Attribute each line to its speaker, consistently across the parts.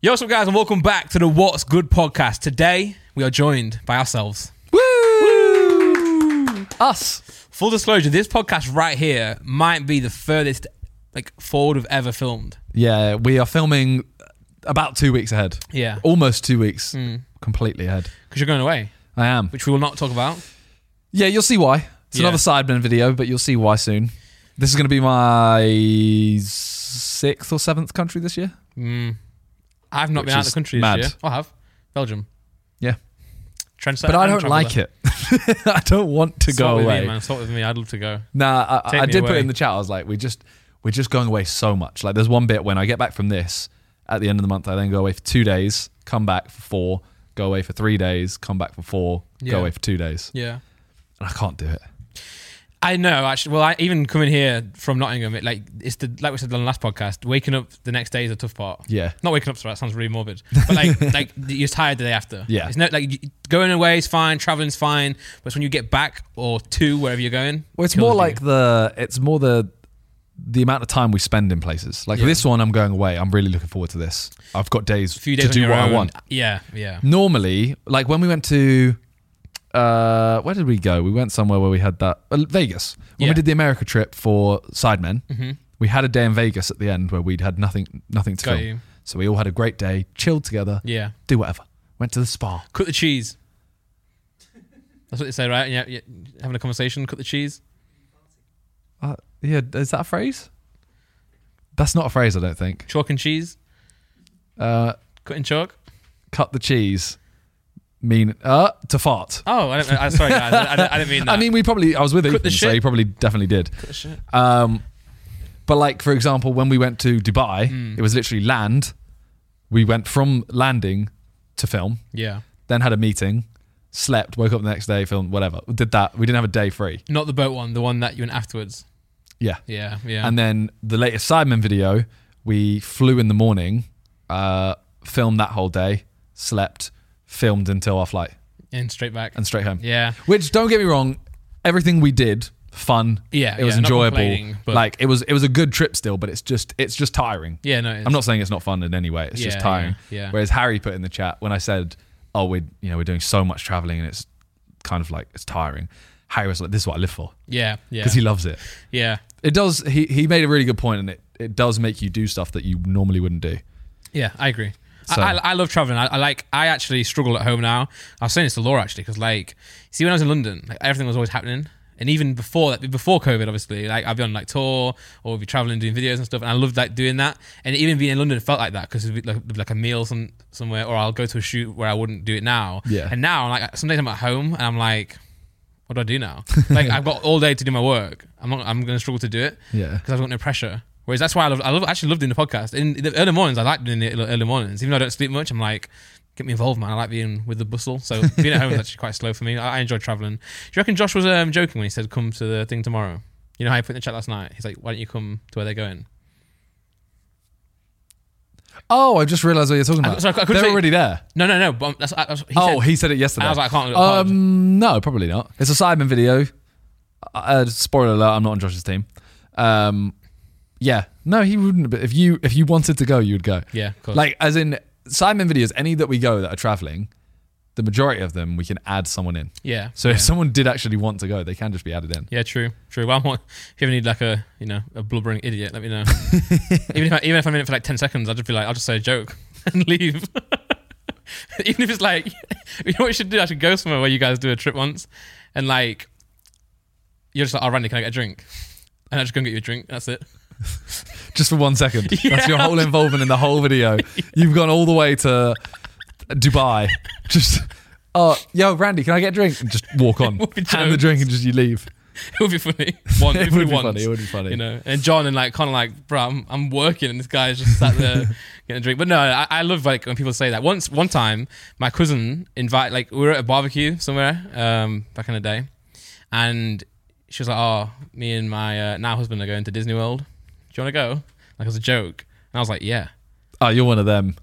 Speaker 1: Yo, what's up, guys, and welcome back to the What's Good podcast. Today, we are joined by ourselves.
Speaker 2: Us.
Speaker 1: Full disclosure: this podcast right here might be the furthest like forward we've ever filmed.
Speaker 2: Yeah, we are filming about two weeks ahead.
Speaker 1: Yeah,
Speaker 2: Almost two weeks
Speaker 1: Hmm.
Speaker 2: completely ahead.
Speaker 1: because Oh, you're going away,
Speaker 2: I am.
Speaker 1: which we will not talk about.
Speaker 2: Yeah, you'll see why. It's
Speaker 1: Yeah.
Speaker 2: another Sidemen video, but you'll see why soon. This is going to be my sixth or seventh country this year.
Speaker 1: Mm. I've not
Speaker 2: Which
Speaker 1: been out of
Speaker 2: is
Speaker 1: the country
Speaker 2: mad.
Speaker 1: this year. Oh, I have Belgium.
Speaker 2: Yeah.
Speaker 1: Trendsetter
Speaker 2: But I
Speaker 1: and
Speaker 2: don't
Speaker 1: traveler.
Speaker 2: like it. I don't want to
Speaker 1: Sort
Speaker 2: go
Speaker 1: with me,
Speaker 2: away.
Speaker 1: man. Sort with me. I'd love to go.
Speaker 2: Nah, I,
Speaker 1: Take
Speaker 2: I
Speaker 1: me
Speaker 2: did put
Speaker 1: away.
Speaker 2: it in the chat. I was like, we just we're just going away so much. Like, there's one bit when I get back from this at the end of the month, I then go away for two days, come back for four, go away for three days, come back for four,
Speaker 1: Yeah.
Speaker 2: go away for two days,
Speaker 1: Yeah.
Speaker 2: and I can't do it.
Speaker 1: I know actually. Well, I, even coming here from Nottingham, it, like it's the like we said on the last podcast. Waking up the next day is a tough part.
Speaker 2: Yeah,
Speaker 1: Not waking up so that sounds really morbid, but like like you're tired the day after.
Speaker 2: Yeah.
Speaker 1: it's no like you- going away is fine, traveling's fine, but it's when you get back or to wherever you're going.
Speaker 2: well, it's
Speaker 1: kills
Speaker 2: more
Speaker 1: you.
Speaker 2: like the it's more the the amount of time we spend in places. Like
Speaker 1: Yeah.
Speaker 2: this one, I'm going away. I'm really looking forward to this. I've got days,
Speaker 1: a few days
Speaker 2: to
Speaker 1: on
Speaker 2: do
Speaker 1: your
Speaker 2: what
Speaker 1: own.
Speaker 2: I want. Mm.
Speaker 1: Yeah, yeah.
Speaker 2: Normally, like when we went to. Uh, where did we go? We went somewhere where we had that uh, Vegas.
Speaker 1: Yeah.
Speaker 2: When we did the America trip for Sidemen,
Speaker 1: Mm-hmm.
Speaker 2: we had a day in Vegas at the end where we'd had nothing nothing to
Speaker 1: Got
Speaker 2: film.
Speaker 1: you.
Speaker 2: So we all had a great day, chilled together,
Speaker 1: Yeah.
Speaker 2: do whatever. Went to the spa.
Speaker 1: Cut the cheese. That's what they say, right? Yeah, yeah. Having a conversation, cut the cheese.
Speaker 2: Uh, yeah, is that a phrase? That's not a phrase, I don't think.
Speaker 1: Chalk and cheese.
Speaker 2: Uh,
Speaker 1: Cutting chalk.
Speaker 2: cut the cheese. Mean uh, to fart.
Speaker 1: Oh, I don't. I, sorry, guys. I, I, I didn't mean that.
Speaker 2: I mean, we probably. I was with
Speaker 1: Cut
Speaker 2: Ethan,
Speaker 1: the
Speaker 2: so
Speaker 1: shit.
Speaker 2: he probably definitely did.
Speaker 1: Cut the shit.
Speaker 2: Um, but like for example, when we went to Dubai,
Speaker 1: Mm.
Speaker 2: it was literally land. We went from landing to film,
Speaker 1: yeah.
Speaker 2: then had a meeting, slept, woke up the next day, filmed whatever. Did that. We didn't have a day free.
Speaker 1: Not the boat one, the one that you went afterwards.
Speaker 2: Yeah.
Speaker 1: Yeah, yeah.
Speaker 2: And then the latest Sidemen video, we flew in the morning, uh, filmed that whole day, slept, filmed until our flight,
Speaker 1: and straight back.
Speaker 2: and straight home.
Speaker 1: yeah.
Speaker 2: Which don't get me wrong, everything we did, fun.
Speaker 1: Yeah,
Speaker 2: It was
Speaker 1: yeah, not
Speaker 2: enjoyable.
Speaker 1: complaining, but-
Speaker 2: Like it was it was a good trip still, but it's just it's just tiring.
Speaker 1: Yeah, no. It's,
Speaker 2: I'm not saying it's not fun in any way. It's just
Speaker 1: Yeah,
Speaker 2: tiring.
Speaker 1: yeah, yeah.
Speaker 2: Whereas Harry put in the chat when I said, "Oh, we you know we're doing so much traveling and it's kind of like it's tiring." Harry was like, "This is what I live for,"
Speaker 1: Yeah, yeah.
Speaker 2: because he loves it.
Speaker 1: yeah.
Speaker 2: It does. He he made a really good point, and it it does make you do stuff that you normally wouldn't do.
Speaker 1: Yeah, I agree. I
Speaker 2: So-
Speaker 1: I, I love traveling. I, I like. I actually struggle at home now. I was saying this to Laura actually because, like, see, when I was in London, like everything was always happening, and even before that, before COVID, obviously, like I'd be on like tour or be traveling, doing videos and stuff, and I loved like doing that. And even being in London felt like that because like, there'd be, like a meal some, somewhere, or I'll go to a shoot where I wouldn't do it now.
Speaker 2: Yeah.
Speaker 1: And now, like, some days I'm at home and I'm like, what do I do now? like, I've got all day to do my work. I'm not. I'm going to struggle to do it
Speaker 2: Yeah,
Speaker 1: because I've got no pressure. Whereas that's why I love, I love, actually love doing the podcast. In the early mornings, I like doing the early early mornings. Even though I don't sleep much, I'm like, get me involved, man. I like being with the bustle. So being at home is actually quite slow for me. I, I enjoy traveling. Do you reckon Josh was um, joking when he said, come to the thing tomorrow? You know how he put in the chat last night? He's like, why don't you come to where they're going?
Speaker 2: Oh, I just realised what you're talking
Speaker 1: I-
Speaker 2: about.
Speaker 1: so I couldn't
Speaker 2: They're
Speaker 1: say-
Speaker 2: already there.
Speaker 1: No, no, no. But um, that's, I, that's, he
Speaker 2: oh,
Speaker 1: said,
Speaker 2: he said it yesterday.
Speaker 1: and I was like, I can't look at the pod.
Speaker 2: um, no, probably not. It's a Sidemen video. Uh, spoiler alert: I'm not on Josh's team. Um, yeah, no, he wouldn't. But if you if you wanted to go, you would go.
Speaker 1: Yeah, of course.
Speaker 2: Like as in Sidemen videos, any that we go that are traveling, the majority of them we can add someone in.
Speaker 1: yeah.
Speaker 2: So
Speaker 1: yeah.
Speaker 2: if someone did actually want to go, they can just be added in.
Speaker 1: Yeah, true, true. Well, I'm not- if you ever need like a you know a blubbering idiot, let me know. even if I, even if I'm in it for like ten seconds, I'll just be like, I'll just say a joke and leave. even if it's like, you know what you should do? I should go somewhere where you guys do a trip once, and like, you're just like, oh Randy, can I get a drink? And I just go and get you a drink. That's it.
Speaker 2: just for one second. That's your
Speaker 1: Yeah.
Speaker 2: whole involvement in the whole video. You've gone all the way to Dubai. Just, oh, yo, Randy, can I get a drink? And just walk on,
Speaker 1: would be
Speaker 2: hand the
Speaker 1: jokes.
Speaker 2: drink, and just you leave.
Speaker 1: It would be funny. One,
Speaker 2: it
Speaker 1: if
Speaker 2: would
Speaker 1: we
Speaker 2: be
Speaker 1: once,
Speaker 2: funny. It would be funny.
Speaker 1: You know, and John and like kind of like, bro, I'm, I'm working, and this guy's just sat there getting a drink. But no, I, I love like when people say that. Once, one time, my cousin invite like we were at a barbecue somewhere um, back in the day, and she was like, "Oh, me and my uh, now husband are going to Disney World. Do you want to go?" Like it was a joke, and I was like, "Yeah,"
Speaker 2: Oh, you're one of them.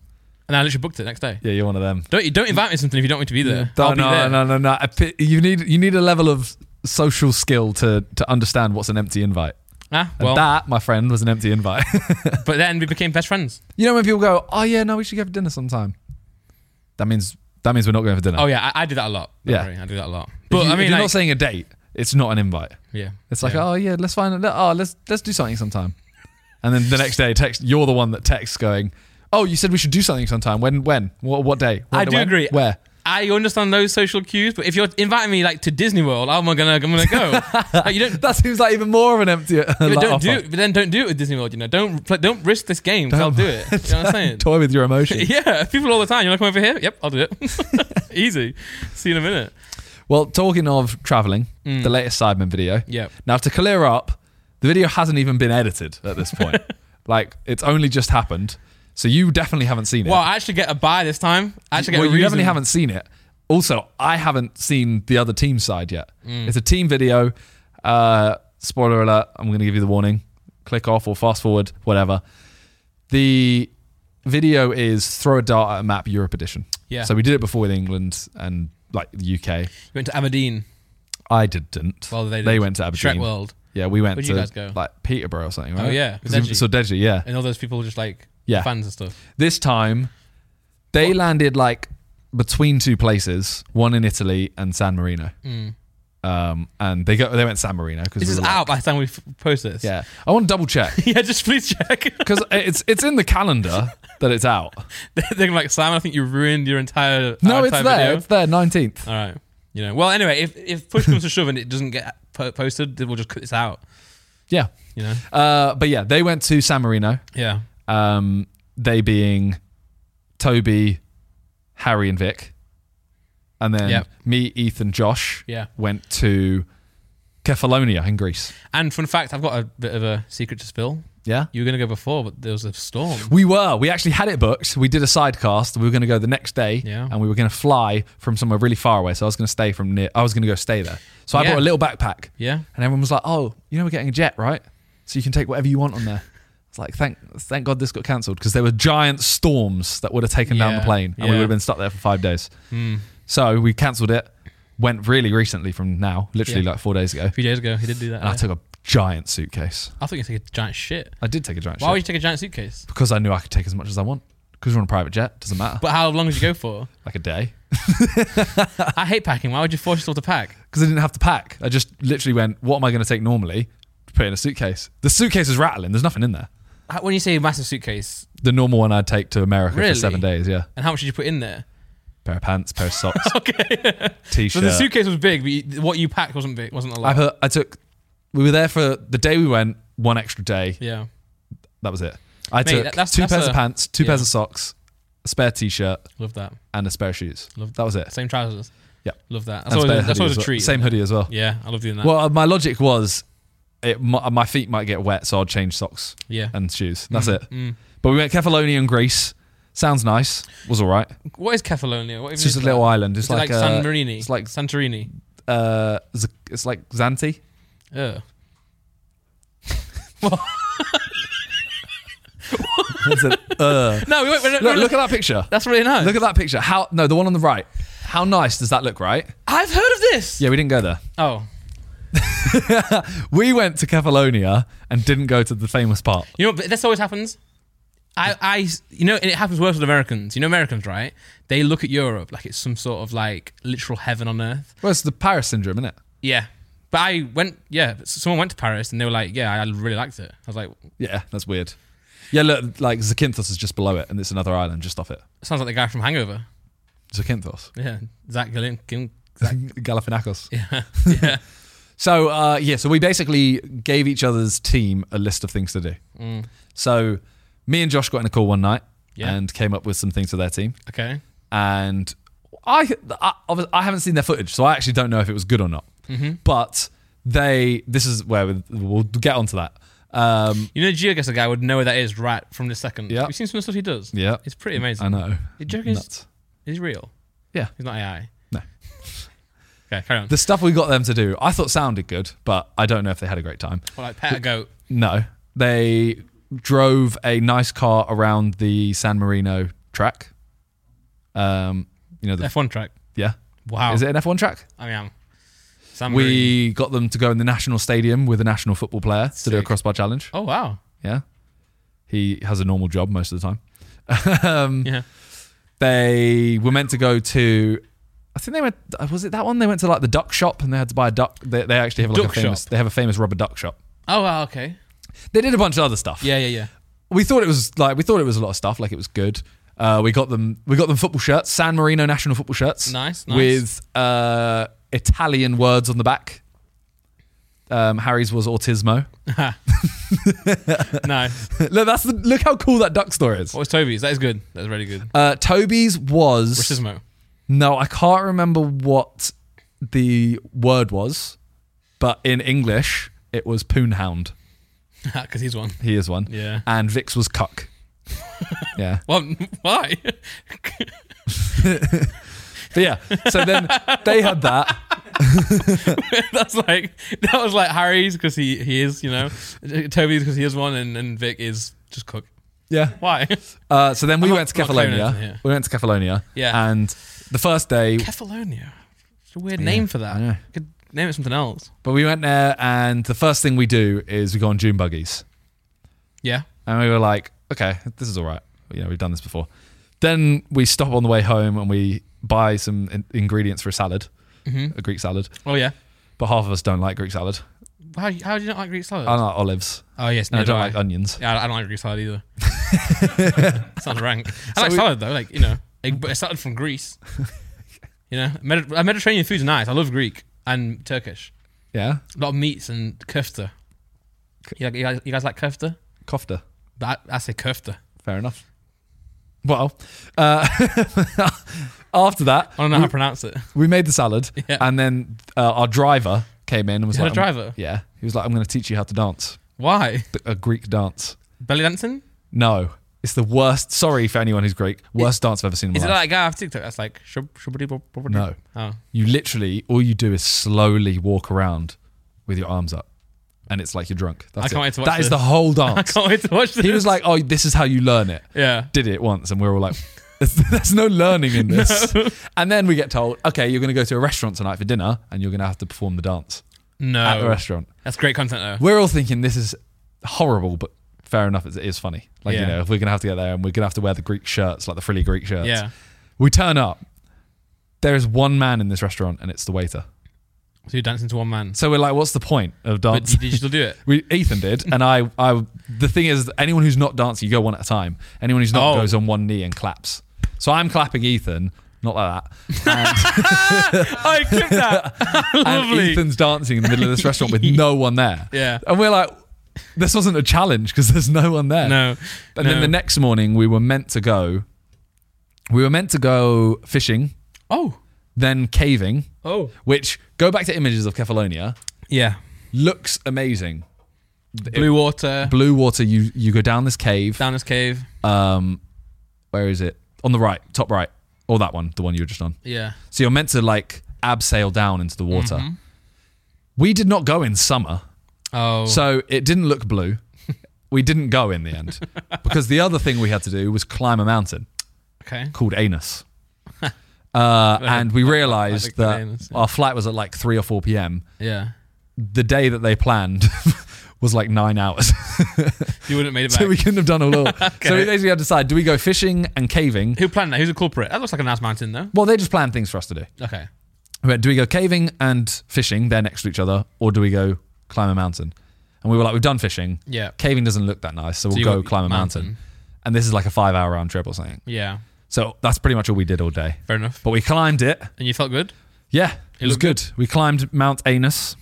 Speaker 1: and I literally booked it the next day.
Speaker 2: Yeah, you're one of them.
Speaker 1: Don't don't invite me to something if you don't want me to be there. I'll
Speaker 2: No,
Speaker 1: be
Speaker 2: no,
Speaker 1: there.
Speaker 2: no, no, no. I pi- You need you need a level of social skill to to understand what's an empty invite.
Speaker 1: Ah,
Speaker 2: And
Speaker 1: well,
Speaker 2: that, my friend, was an empty invite.
Speaker 1: but then we became best friends.
Speaker 2: you know when people go, "Oh yeah, no, we should go for dinner sometime." That means that means we're not going for dinner.
Speaker 1: Oh yeah, I, I do that a lot. Don't
Speaker 2: Yeah.
Speaker 1: worry, I do that a lot.
Speaker 2: If
Speaker 1: But
Speaker 2: you-
Speaker 1: I
Speaker 2: if
Speaker 1: mean,
Speaker 2: you're
Speaker 1: like,
Speaker 2: not saying a date. It's not an invite.
Speaker 1: yeah,
Speaker 2: It's like, oh yeah, let's find. Oh, let's let's do something sometime. And then the next day, text. You're the one that texts going, oh, you said we should do something sometime. When? When? What? What day? When,
Speaker 1: I do
Speaker 2: when?
Speaker 1: agree.
Speaker 2: Where?
Speaker 1: I understand those social cues, but if you're inviting me like to Disney World, I'm gonna I'm gonna go. Like, you don't.
Speaker 2: That seems like even more of an empty. like,
Speaker 1: But don't do,
Speaker 2: offer.
Speaker 1: but then don't do it with Disney World. You know, don't pl- don't risk this game. 'cause I'll do it. You know what I'm saying?
Speaker 2: Toy with your emotions.
Speaker 1: Yeah, people all the time. You want to come over here? Yep, I'll do it. Easy. See you in a minute.
Speaker 2: well, talking of traveling, the latest Sidemen video.
Speaker 1: Mm. Yep.
Speaker 2: Now to clear up, the video hasn't even been edited at this point. like it's only just happened, so you definitely haven't seen it.
Speaker 1: Well, I actually get a buy this time. I actually get
Speaker 2: well,
Speaker 1: a
Speaker 2: you
Speaker 1: reason.
Speaker 2: definitely haven't seen it. Also, I haven't seen the other team side yet.
Speaker 1: Mm.
Speaker 2: It's a team video. Uh, spoiler alert! I'm going to give you the warning. Click off or fast forward, whatever. The video is throw a dart at a map Europe edition.
Speaker 1: Yeah.
Speaker 2: So we did it before with England and like the UK.
Speaker 1: You went to Aberdeen.
Speaker 2: I didn't.
Speaker 1: Well, they did.
Speaker 2: went to Aberdeen.
Speaker 1: Shrek World.
Speaker 2: Yeah, we went
Speaker 1: Where'd
Speaker 2: to
Speaker 1: you guys go? Oh,
Speaker 2: like Peterborough or something. Right?
Speaker 1: yeah,
Speaker 2: 'Cause
Speaker 1: Deji.
Speaker 2: it- So Deji, yeah.
Speaker 1: And all those people just like
Speaker 2: Yeah.
Speaker 1: fans and stuff.
Speaker 2: This time, they landed like between two places, one in Italy and San Marino. Um, and they go, they went San Marino because
Speaker 1: Mm. This is out by the time we f- post this.
Speaker 2: Yeah, I want to double check
Speaker 1: yeah, just please check.
Speaker 2: because it's it's in the calendar that it's out.
Speaker 1: They're gonna be like, Simon, I think you ruined your entire.
Speaker 2: No,
Speaker 1: our
Speaker 2: it's
Speaker 1: entire
Speaker 2: there.
Speaker 1: video."
Speaker 2: It's there. Nineteenth.
Speaker 1: All right. You know. Well, anyway, if if push comes to shove and it doesn't get po- posted, then we'll just cut this out.
Speaker 2: Yeah.
Speaker 1: You know.
Speaker 2: Uh, but yeah, they went to San Marino.
Speaker 1: Yeah.
Speaker 2: Um, they being Toby, Harry, and Vic, and then
Speaker 1: Yep.
Speaker 2: me, Ethan, Josh.
Speaker 1: Yeah.
Speaker 2: went to Kefalonia in Greece.
Speaker 1: And fun fact, I've got a bit of a secret to spill.
Speaker 2: Yeah.
Speaker 1: You were gonna go before, but there was a storm.
Speaker 2: We were. We actually had it booked. We did a sidecast. We were going to go the next day,
Speaker 1: Yeah.
Speaker 2: and we were going to fly from somewhere really far away. So I was going to stay from near. I was going to go stay there. So I
Speaker 1: Yeah.
Speaker 2: bought a little backpack,
Speaker 1: Yeah.
Speaker 2: and everyone was like, "Oh, you know, we're getting a jet, right? So you can take whatever you want on there." It's like thank thank God this got cancelled because there were giant storms that would have taken down
Speaker 1: Yeah.
Speaker 2: the plane, and we
Speaker 1: Yeah. Hmm.
Speaker 2: would have been stuck there for five days. So we cancelled it. Went really recently from now, literally
Speaker 1: Yeah.
Speaker 2: like four days ago,
Speaker 1: A few days ago, he did do that.
Speaker 2: and I
Speaker 1: I,
Speaker 2: took a giant suitcase.
Speaker 1: I thought you take a giant shit.
Speaker 2: I did take a giant.
Speaker 1: Why
Speaker 2: shit.
Speaker 1: would you take a giant suitcase?
Speaker 2: because I knew I could take as much as I want. Because we're on a private jet, doesn't matter.
Speaker 1: But how long did you go for?
Speaker 2: like a day.
Speaker 1: I hate packing. Why would you force yourself to pack?
Speaker 2: Because I didn't have to pack. I just literally went, what am I going to take normally? Put it in a suitcase. The suitcase is rattling. There's nothing in there.
Speaker 1: How- When you say massive suitcase,
Speaker 2: The normal one I'd take to America
Speaker 1: Really?
Speaker 2: for seven days. Yeah,
Speaker 1: and how much did you put in there?
Speaker 2: pair of pants, pair of socks,
Speaker 1: Okay. so
Speaker 2: t-shirt.
Speaker 1: the suitcase was big, but you, what you packed wasn't big, wasn't a
Speaker 2: I
Speaker 1: lot.
Speaker 2: put. I took. We were there for the day we went. One extra day.
Speaker 1: yeah.
Speaker 2: That was it. I took
Speaker 1: that- that's-
Speaker 2: two
Speaker 1: that's
Speaker 2: pairs
Speaker 1: a-
Speaker 2: of pants, two pairs
Speaker 1: yeah.
Speaker 2: of socks, a spare t-shirt,
Speaker 1: Love that.
Speaker 2: and a spare shoes.
Speaker 1: Love-
Speaker 2: that was it.
Speaker 1: Same trousers.
Speaker 2: Yeah.
Speaker 1: Love that. That's
Speaker 2: And spare
Speaker 1: always, that's
Speaker 2: hoodie
Speaker 1: always
Speaker 2: as
Speaker 1: a
Speaker 2: well.
Speaker 1: treat.
Speaker 2: Same hoodie as well.
Speaker 1: Yeah, I love doing that.
Speaker 2: Well, uh, my logic was, it my, my feet might get wet, so I'd change socks
Speaker 1: yeah.
Speaker 2: and shoes. That's it.
Speaker 1: Mm.
Speaker 2: But we went Kefalonia and Greece. Sounds nice. Was all right.
Speaker 1: What is Kefalonia? What even
Speaker 2: It's just
Speaker 1: is
Speaker 2: a little
Speaker 1: that?
Speaker 2: island. It's
Speaker 1: Mm. Is it
Speaker 2: like,
Speaker 1: like,
Speaker 2: uh,
Speaker 1: San Marini.
Speaker 2: It's like
Speaker 1: Santorini.
Speaker 2: uh, Z- it's like Zante.
Speaker 1: Ugh.
Speaker 2: What's it? Uh.
Speaker 1: No, we won't. we won't-
Speaker 2: Look, look at that picture.
Speaker 1: that's really nice.
Speaker 2: Look at that picture. How? No, the one on the right. How nice does that look, right?
Speaker 1: I've heard of this.
Speaker 2: Yeah, we didn't go there.
Speaker 1: Oh,
Speaker 2: We went to Kefalonia and didn't go to the famous part.
Speaker 1: you know, but this always happens. I, I, you know, and it happens worse with Americans. You know, Americans, right? They look at Europe like it's some sort of like literal heaven on earth.
Speaker 2: Well, it's the Paris syndrome, isn't it?
Speaker 1: Yeah. But I went, yeah, someone went to Paris and they were like, yeah, I really liked it. I was like,
Speaker 2: Yeah, that's weird. Yeah, look, like Zakynthos is just below it, and it's another island just off it.
Speaker 1: sounds like the guy from Hangover.
Speaker 2: Zakynthos.
Speaker 1: Yeah. Zach Galin.
Speaker 2: Galifianakis.
Speaker 1: Yeah. Yeah.
Speaker 2: So uh, yeah, so we basically gave each other's team a list of things to do. So me and Josh got in a call one night
Speaker 1: Yeah.
Speaker 2: and came up with some things for their team.
Speaker 1: okay.
Speaker 2: And I, I obvi- I haven't seen their footage, so I actually don't know if it was good or not.
Speaker 1: Mm-hmm.
Speaker 2: But they, this is where we- we'll get onto that. Um,
Speaker 1: You know, GeoGuessr guy would know where that is right from the second.
Speaker 2: Yeah.
Speaker 1: We've seen some of the stuff he does.
Speaker 2: yeah,
Speaker 1: It's pretty
Speaker 2: I
Speaker 1: amazing.
Speaker 2: know.
Speaker 1: The joke is-
Speaker 2: Nuts.
Speaker 1: He's real.
Speaker 2: Mm. Uh, Yeah.
Speaker 1: He's not AI.
Speaker 2: No.
Speaker 1: okay, carry on.
Speaker 2: the stuff we got them to do, I thought sounded good, but I don't know if they had a great time.
Speaker 1: Or like pet a goat.
Speaker 2: No, they drove a nice car around the San Marino track. Um, you know, the,
Speaker 1: F1 track.
Speaker 2: yeah,
Speaker 1: Wow.
Speaker 2: is it an F1 track?
Speaker 1: I mean, I'm- Sam Green.
Speaker 2: we got them to go in the national stadium with a national football player to do a
Speaker 1: Sick.
Speaker 2: crossbar challenge.
Speaker 1: Oh wow.
Speaker 2: Yeah, he has a normal job most of the time. um,
Speaker 1: Yeah.
Speaker 2: They were meant to go to. I think they went. Was it that one? They went to like the duck shop and they had to buy a duck. They, they actually have like
Speaker 1: Duck
Speaker 2: a famous.
Speaker 1: shop.
Speaker 2: They have a famous rubber duck shop.
Speaker 1: Oh wow. Okay.
Speaker 2: They did a bunch of other stuff.
Speaker 1: Yeah. Yeah. Yeah.
Speaker 2: we thought it was like we thought it was a lot of stuff. Like it was good. Uh, we got them. We got them football shirts, San Marino national football shirts.
Speaker 1: Nice, nice.
Speaker 2: With uh, Italian words on the back. Um, Harry's was autismo.
Speaker 1: nice.
Speaker 2: look, that's the, look how cool that duck store is.
Speaker 1: What was Toby's? That is good. That's really good.
Speaker 2: Uh, Toby's was
Speaker 1: Racismo.
Speaker 2: no, I can't remember what the word was, but in English it was poonhound.
Speaker 1: Because he's one.
Speaker 2: He is one.
Speaker 1: Yeah.
Speaker 2: And Vix was cuck. yeah.
Speaker 1: Well, why?
Speaker 2: But yeah, so then they had that.
Speaker 1: That's like that was like Harry's because he he is you know, Toby's because he is one, and, and Vic is just cook.
Speaker 2: Yeah.
Speaker 1: Why?
Speaker 2: Uh, so then we went to
Speaker 1: not claiming anything
Speaker 2: Kefalonia.
Speaker 1: here.
Speaker 2: We went to Kefalonia.
Speaker 1: Yeah.
Speaker 2: And the first day,
Speaker 1: Kefalonia. It's a weird name for that.
Speaker 2: I know.
Speaker 1: Could name it something else.
Speaker 2: but we went there, and the first thing we do is we go on June buggies,
Speaker 1: Yeah.
Speaker 2: and we were like, okay, this is all right. You know, we've done this before. Then we stop on the way home and we buy some in- ingredients for a salad, a Greek salad.
Speaker 1: Oh yeah.
Speaker 2: But half of us don't like Greek salad.
Speaker 1: How how do you not like Greek salad?
Speaker 2: I don't like olives.
Speaker 1: oh yes.
Speaker 2: And
Speaker 1: No,
Speaker 2: I don't like onions.
Speaker 1: Yeah, I don't like Greek salad either. Sounds rank. I like
Speaker 2: we-
Speaker 1: salad though, like you know, like, but it started from Greece. you know, Medi- uh, Mediterranean food's nice. I love Greek and Turkish.
Speaker 2: Yeah,
Speaker 1: A lot of meats and kofta. You, like- you guys, you guys like kofta?
Speaker 2: kofta.
Speaker 1: But I, I say kofta.
Speaker 2: Fair enough. Well, uh, after that,
Speaker 1: I don't know how to pronounce it.
Speaker 2: we made the salad,
Speaker 1: Yeah.
Speaker 2: and then uh, our driver came in and was
Speaker 1: You had
Speaker 2: like,
Speaker 1: a
Speaker 2: "I'm-"
Speaker 1: driver?
Speaker 2: Yeah, he was like, "I'm going to teach you how to dance,
Speaker 1: Why?
Speaker 2: Th- a Greek dance."
Speaker 1: Belly dancing?
Speaker 2: No, it's the worst. Sorry for anyone who's Greek. Worst dance I've ever seen in my
Speaker 1: Is it
Speaker 2: life.
Speaker 1: like that guy off TikTok that's like shub shubbity bob bob-
Speaker 2: No.
Speaker 1: Oh.
Speaker 2: you literally all you do is slowly walk around with your arms up, and it's like you're drunk. That's
Speaker 1: I can't
Speaker 2: it.
Speaker 1: wait to watch
Speaker 2: That
Speaker 1: this.
Speaker 2: is the whole
Speaker 1: I
Speaker 2: dance.
Speaker 1: can't wait to watch this.
Speaker 2: He was like, "Oh, this is how you learn it."
Speaker 1: Yeah.
Speaker 2: Did it once, and we were all like. There's, there's no learning in this. And then we get told, okay, you're going to go to a restaurant tonight for dinner and you're going to have to perform the dance at the
Speaker 1: No.
Speaker 2: restaurant.
Speaker 1: That's great content though.
Speaker 2: we're all thinking this is horrible, but fair enough, it is funny. Like you
Speaker 1: Yeah.
Speaker 2: know, if we're gonna have to get there and we're gonna have to wear the Greek shirts, like the frilly Greek shirts.
Speaker 1: Yeah.
Speaker 2: We turn up. There is one man in this restaurant, and it's the waiter.
Speaker 1: So you're dancing to one man.
Speaker 2: So we're like, what's the point of
Speaker 1: But
Speaker 2: dancing?
Speaker 1: did you still do it?
Speaker 2: We, Ethan did, and I, I. The thing is, anyone who's not dancing, you go one at a time. Anyone who's not
Speaker 1: Oh.
Speaker 2: goes on one knee and claps. So I'm clapping Ethan, not like that. Oh,
Speaker 1: I clipped that.
Speaker 2: And, and
Speaker 1: Lovely.
Speaker 2: Ethan's dancing in the middle of this restaurant with no one there.
Speaker 1: Yeah.
Speaker 2: and we're like, this wasn't a challenge because there's no one there.
Speaker 1: No.
Speaker 2: And then the next morning, we were meant to go. We were meant to go fishing,
Speaker 1: Oh.
Speaker 2: then caving,
Speaker 1: Oh.
Speaker 2: which go back to images of Kefalonia
Speaker 1: Yeah.
Speaker 2: looks amazing.
Speaker 1: Blue water.
Speaker 2: Blue water. You you go down this cave.
Speaker 1: Down this cave.
Speaker 2: Um, where is it? On the right, top right, or that one, the one you were just on.
Speaker 1: Yeah.
Speaker 2: So you're meant to like abseil down into the water.
Speaker 1: Mm-hmm.
Speaker 2: We did not go in summer,
Speaker 1: Oh.
Speaker 2: so it didn't look blue. we didn't go in the end because the other thing we had to do was climb a mountain.
Speaker 1: okay.
Speaker 2: called Anus. Uh, and we realized
Speaker 1: like the
Speaker 2: that
Speaker 1: anus, yeah.
Speaker 2: our flight was at like 3 or 4 p.m.
Speaker 1: Yeah.
Speaker 2: The day that they planned was like nine hours.
Speaker 1: You wouldn't have made it back.
Speaker 2: so we couldn't have done all. all. So we
Speaker 1: Okay.
Speaker 2: basically had to decide do we go fishing and caving?
Speaker 1: Who planned that? Who's a culprit? That looks like a nice mountain though.
Speaker 2: Well, they just planned things for us to do.
Speaker 1: Okay.
Speaker 2: We went, do we go caving and fishing? They're next to each other. Or do we go climb a mountain? And we were like, we've done fishing.
Speaker 1: Yeah.
Speaker 2: Caving doesn't look that nice. So we'll
Speaker 1: you
Speaker 2: go
Speaker 1: go
Speaker 2: climb a mountain.
Speaker 1: mountain.
Speaker 2: And this is like a five hour round trip or something.
Speaker 1: Yeah.
Speaker 2: So that's pretty much all we did all day.
Speaker 1: Fair enough.
Speaker 2: But we climbed it.
Speaker 1: And you felt good?
Speaker 2: Yeah, it, was
Speaker 1: looked good. Mm-hmm.
Speaker 2: good. We climbed Mount Anus,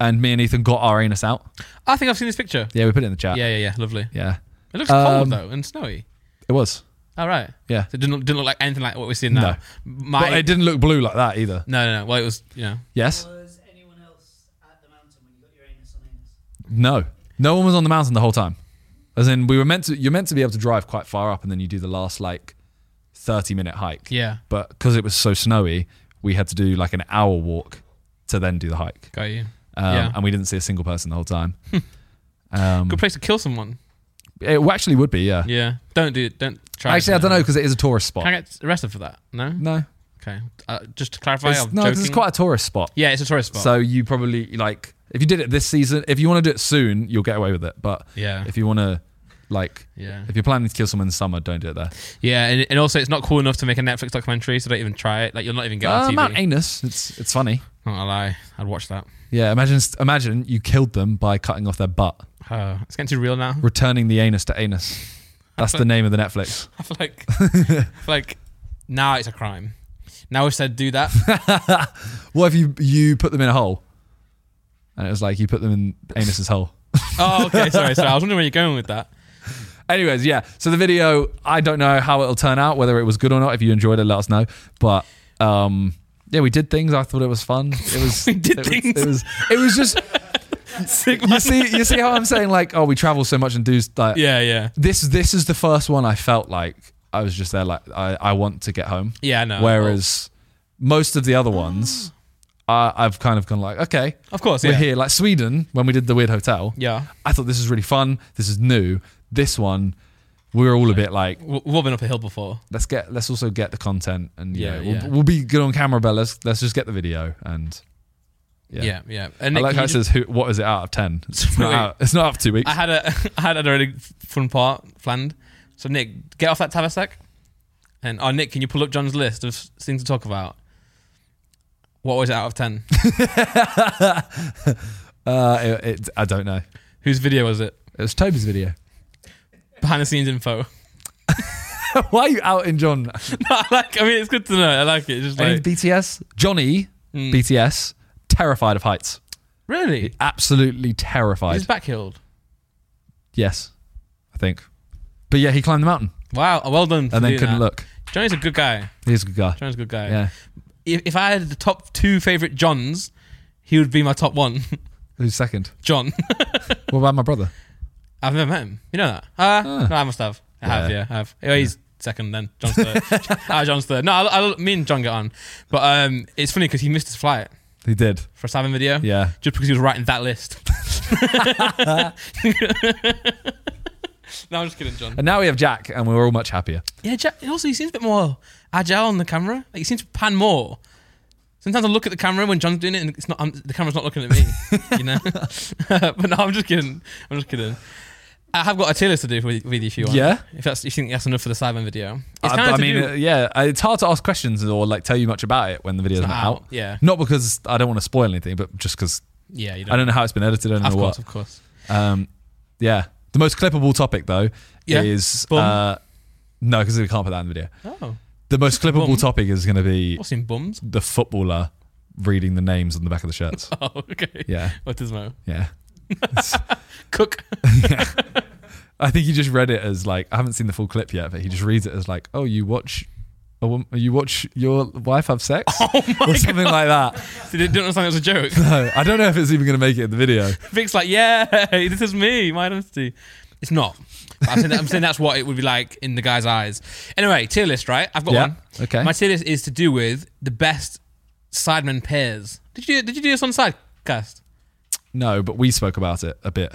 Speaker 2: and me and Ethan got our anus out.
Speaker 1: I think I've seen this picture.
Speaker 2: Yeah, we put it in the chat.
Speaker 1: Yeah, yeah, yeah. Lovely.
Speaker 2: yeah,
Speaker 1: It looks
Speaker 2: Um,
Speaker 1: cold though and snowy.
Speaker 2: it was.
Speaker 1: All right.
Speaker 2: Yeah,
Speaker 1: So it didn't look, didn't look like anything like what we're seeing now. My
Speaker 2: but it didn't look blue like that either.
Speaker 1: no, no, no. Well, it was you know.
Speaker 2: Yes,
Speaker 3: Was anyone else at the mountain when you got your anus on anus?
Speaker 2: no, no one was on the mountain the whole time. As in, we were meant to. You're meant to be able to drive quite far up, and then you do the last like thirty minute hike.
Speaker 1: Yeah.
Speaker 2: But because it was so snowy, we had to do like an hour walk to then do the hike.
Speaker 1: Got you.
Speaker 2: Um,
Speaker 1: Yeah.
Speaker 2: And we didn't see a single person the whole time. um,
Speaker 1: Good place to kill someone.
Speaker 2: it actually would be, yeah.
Speaker 1: Yeah. Don't do it. Don't try.
Speaker 2: Actually, I don't know because it is a tourist spot.
Speaker 1: Can I get arrested for that? No.
Speaker 2: No.
Speaker 1: Okay. Uh, just to clarify,
Speaker 2: It's-
Speaker 1: I'm
Speaker 2: no,
Speaker 1: joking.
Speaker 2: this is quite a tourist spot.
Speaker 1: yeah, it's a tourist spot.
Speaker 2: So you probably like if you did it this season, if you want to do it soon, you'll get away with it. But
Speaker 1: Yeah.
Speaker 2: if you want to, like,
Speaker 1: yeah.
Speaker 2: if you're planning to kill someone in summer, don't do it there.
Speaker 1: Yeah, and, and also it's not cool enough to make a Netflix documentary, so don't even try it. Like you'll not even get
Speaker 2: Uh,
Speaker 1: on
Speaker 2: Mount
Speaker 1: TV.
Speaker 2: Anus, it's it's funny.
Speaker 1: Not a lie, I'd watch that.
Speaker 2: Yeah, imagine imagine you killed them by cutting off their butt,
Speaker 1: Uh, it's getting too real now.
Speaker 2: returning the anus to anus. That's the name of the Netflix.
Speaker 1: I feel like, I feel like now it's a crime. Now we said do that.
Speaker 2: What if you you put them in a hole? And it was like you put them in anus's hole.
Speaker 1: Oh, okay. Sorry, sorry. I was wondering where you're going with that.
Speaker 2: Anyways, yeah. So the video, I don't know how it'll turn out, whether it was good or not. If you enjoyed it, let us know. But um, yeah, we did things. I thought it was fun. It was
Speaker 1: We did
Speaker 2: it
Speaker 1: things.
Speaker 2: Was, it was it was just you see you see how I'm saying like oh we travel so much and do like
Speaker 1: Yeah, yeah,
Speaker 2: this this is the first one I felt like I was just there like I I want to get home.
Speaker 1: yeah. No.
Speaker 2: Whereas most of the
Speaker 1: Oh.
Speaker 2: other ones, I I've kind of gone like okay.
Speaker 1: of course,
Speaker 2: We're
Speaker 1: yeah.
Speaker 2: here, like Sweden, when we did the weird hotel.
Speaker 1: Yeah,
Speaker 2: I thought this is really fun. This is new. This one, we were all a bit like,
Speaker 1: W- we've all been up a hill before.
Speaker 2: let's get, let's also get the content, and yeah,
Speaker 1: Yeah,
Speaker 2: we'll,
Speaker 1: yeah.
Speaker 2: we'll be good on camera, but let's let's just get the video. And Yeah.
Speaker 1: Yeah, yeah. And
Speaker 2: I
Speaker 1: Nick,
Speaker 2: like
Speaker 1: you
Speaker 2: how it
Speaker 1: just-
Speaker 2: says, who, what is it out of ten? It's not
Speaker 1: Wait.
Speaker 2: out, it's not out of two weeks.
Speaker 1: I had a I had a really fun part planned. So Nick, get off that Tavistock. And oh Nick, can you pull up John's list of things to talk about? What was it out of ten?
Speaker 2: uh, it, it, I don't know.
Speaker 1: Whose video was it?
Speaker 2: It was Toby's video.
Speaker 1: Behind the scenes info.
Speaker 2: Why are you out in John?
Speaker 1: I like. I mean, it's good to know. I like it. It's just
Speaker 2: Any
Speaker 1: like
Speaker 2: BTS? Johnny
Speaker 1: Mm.
Speaker 2: BTS terrified of heights.
Speaker 1: really.
Speaker 2: Absolutely
Speaker 1: He's
Speaker 2: terrified.
Speaker 1: back healed.
Speaker 2: yes, I think. But yeah, he climbed the mountain
Speaker 1: Wow. oh, Well done. for
Speaker 2: and then
Speaker 1: doing
Speaker 2: couldn't
Speaker 1: that.
Speaker 2: look.
Speaker 1: Johnny's a good guy.
Speaker 2: He's a good guy.
Speaker 1: Johnny's a good guy.
Speaker 2: Yeah.
Speaker 1: If, if I had the top two favorite Johns, he would be my top one.
Speaker 2: Who's second?
Speaker 1: John.
Speaker 2: What about my brother?
Speaker 1: I've never met him. You know that? Uh,
Speaker 2: Ah.
Speaker 1: No, I must have. I have,
Speaker 2: Yeah.
Speaker 1: yeah. I have. Oh, he's second then. John's third. ah, John's third. No, I, I, me and John get on. But um, it's funny because he missed his flight
Speaker 2: He did.
Speaker 1: for a Simon video
Speaker 2: Yeah.
Speaker 1: just because he was writing that list. no, I'm just kidding, John.
Speaker 2: And now we have Jack, and we're all much happier.
Speaker 1: Yeah, Jack, also, he seems a bit more agile on the camera. Like, he seems to pan more. Sometimes I look at the camera when John's doing it, and it's not I'm, the camera's not looking at me, you know. but no, I'm just kidding. I'm just kidding. I have got a tier list to do with, with you if you want.
Speaker 2: Yeah?
Speaker 1: If that's if you think that's enough for the Simon video. It's
Speaker 2: I,
Speaker 1: kind of
Speaker 2: I
Speaker 1: to
Speaker 2: mean,
Speaker 1: do-
Speaker 2: uh, yeah, uh, it's hard to ask questions or like tell you much about it when the video's
Speaker 1: it's
Speaker 2: not out.
Speaker 1: Yeah.
Speaker 2: Not because I don't want to spoil anything, but just because
Speaker 1: Yeah. You don't,
Speaker 2: I don't know how it's been edited. I don't
Speaker 1: Of
Speaker 2: know
Speaker 1: course,
Speaker 2: what.
Speaker 1: of course.
Speaker 2: Um, yeah. The most clippable topic though
Speaker 1: Yeah.
Speaker 2: is
Speaker 1: Bum.
Speaker 2: uh, no, because we can't put that in the video.
Speaker 1: Oh,
Speaker 2: The most clippable
Speaker 1: Bum.
Speaker 2: topic is going to be
Speaker 1: what's in bums?
Speaker 2: the footballer reading the names on the back of the shirts.
Speaker 1: Oh, okay.
Speaker 2: yeah,
Speaker 1: Autismo.
Speaker 2: yeah.
Speaker 1: Cook.
Speaker 2: I think he just read it as like I haven't seen the full clip yet, but he just reads it as like, "Oh, you watch, a wom- you watch your wife have sex,
Speaker 1: Oh
Speaker 2: or something like that."
Speaker 1: Did it didn't understand it was a joke.
Speaker 2: No, I don't know if it's even going to make it in the video.
Speaker 1: Vic's like, yeah, this is me, my identity. It's not. But I'm saying, that, I'm saying that's what it would be like in the guy's eyes. Anyway, tier list, right? I've got
Speaker 2: Yeah,
Speaker 1: one.
Speaker 2: okay.
Speaker 1: My tier list is to do with the best sidemen pairs. Did you did you do this on sidecast?
Speaker 2: No, but we spoke about it a bit.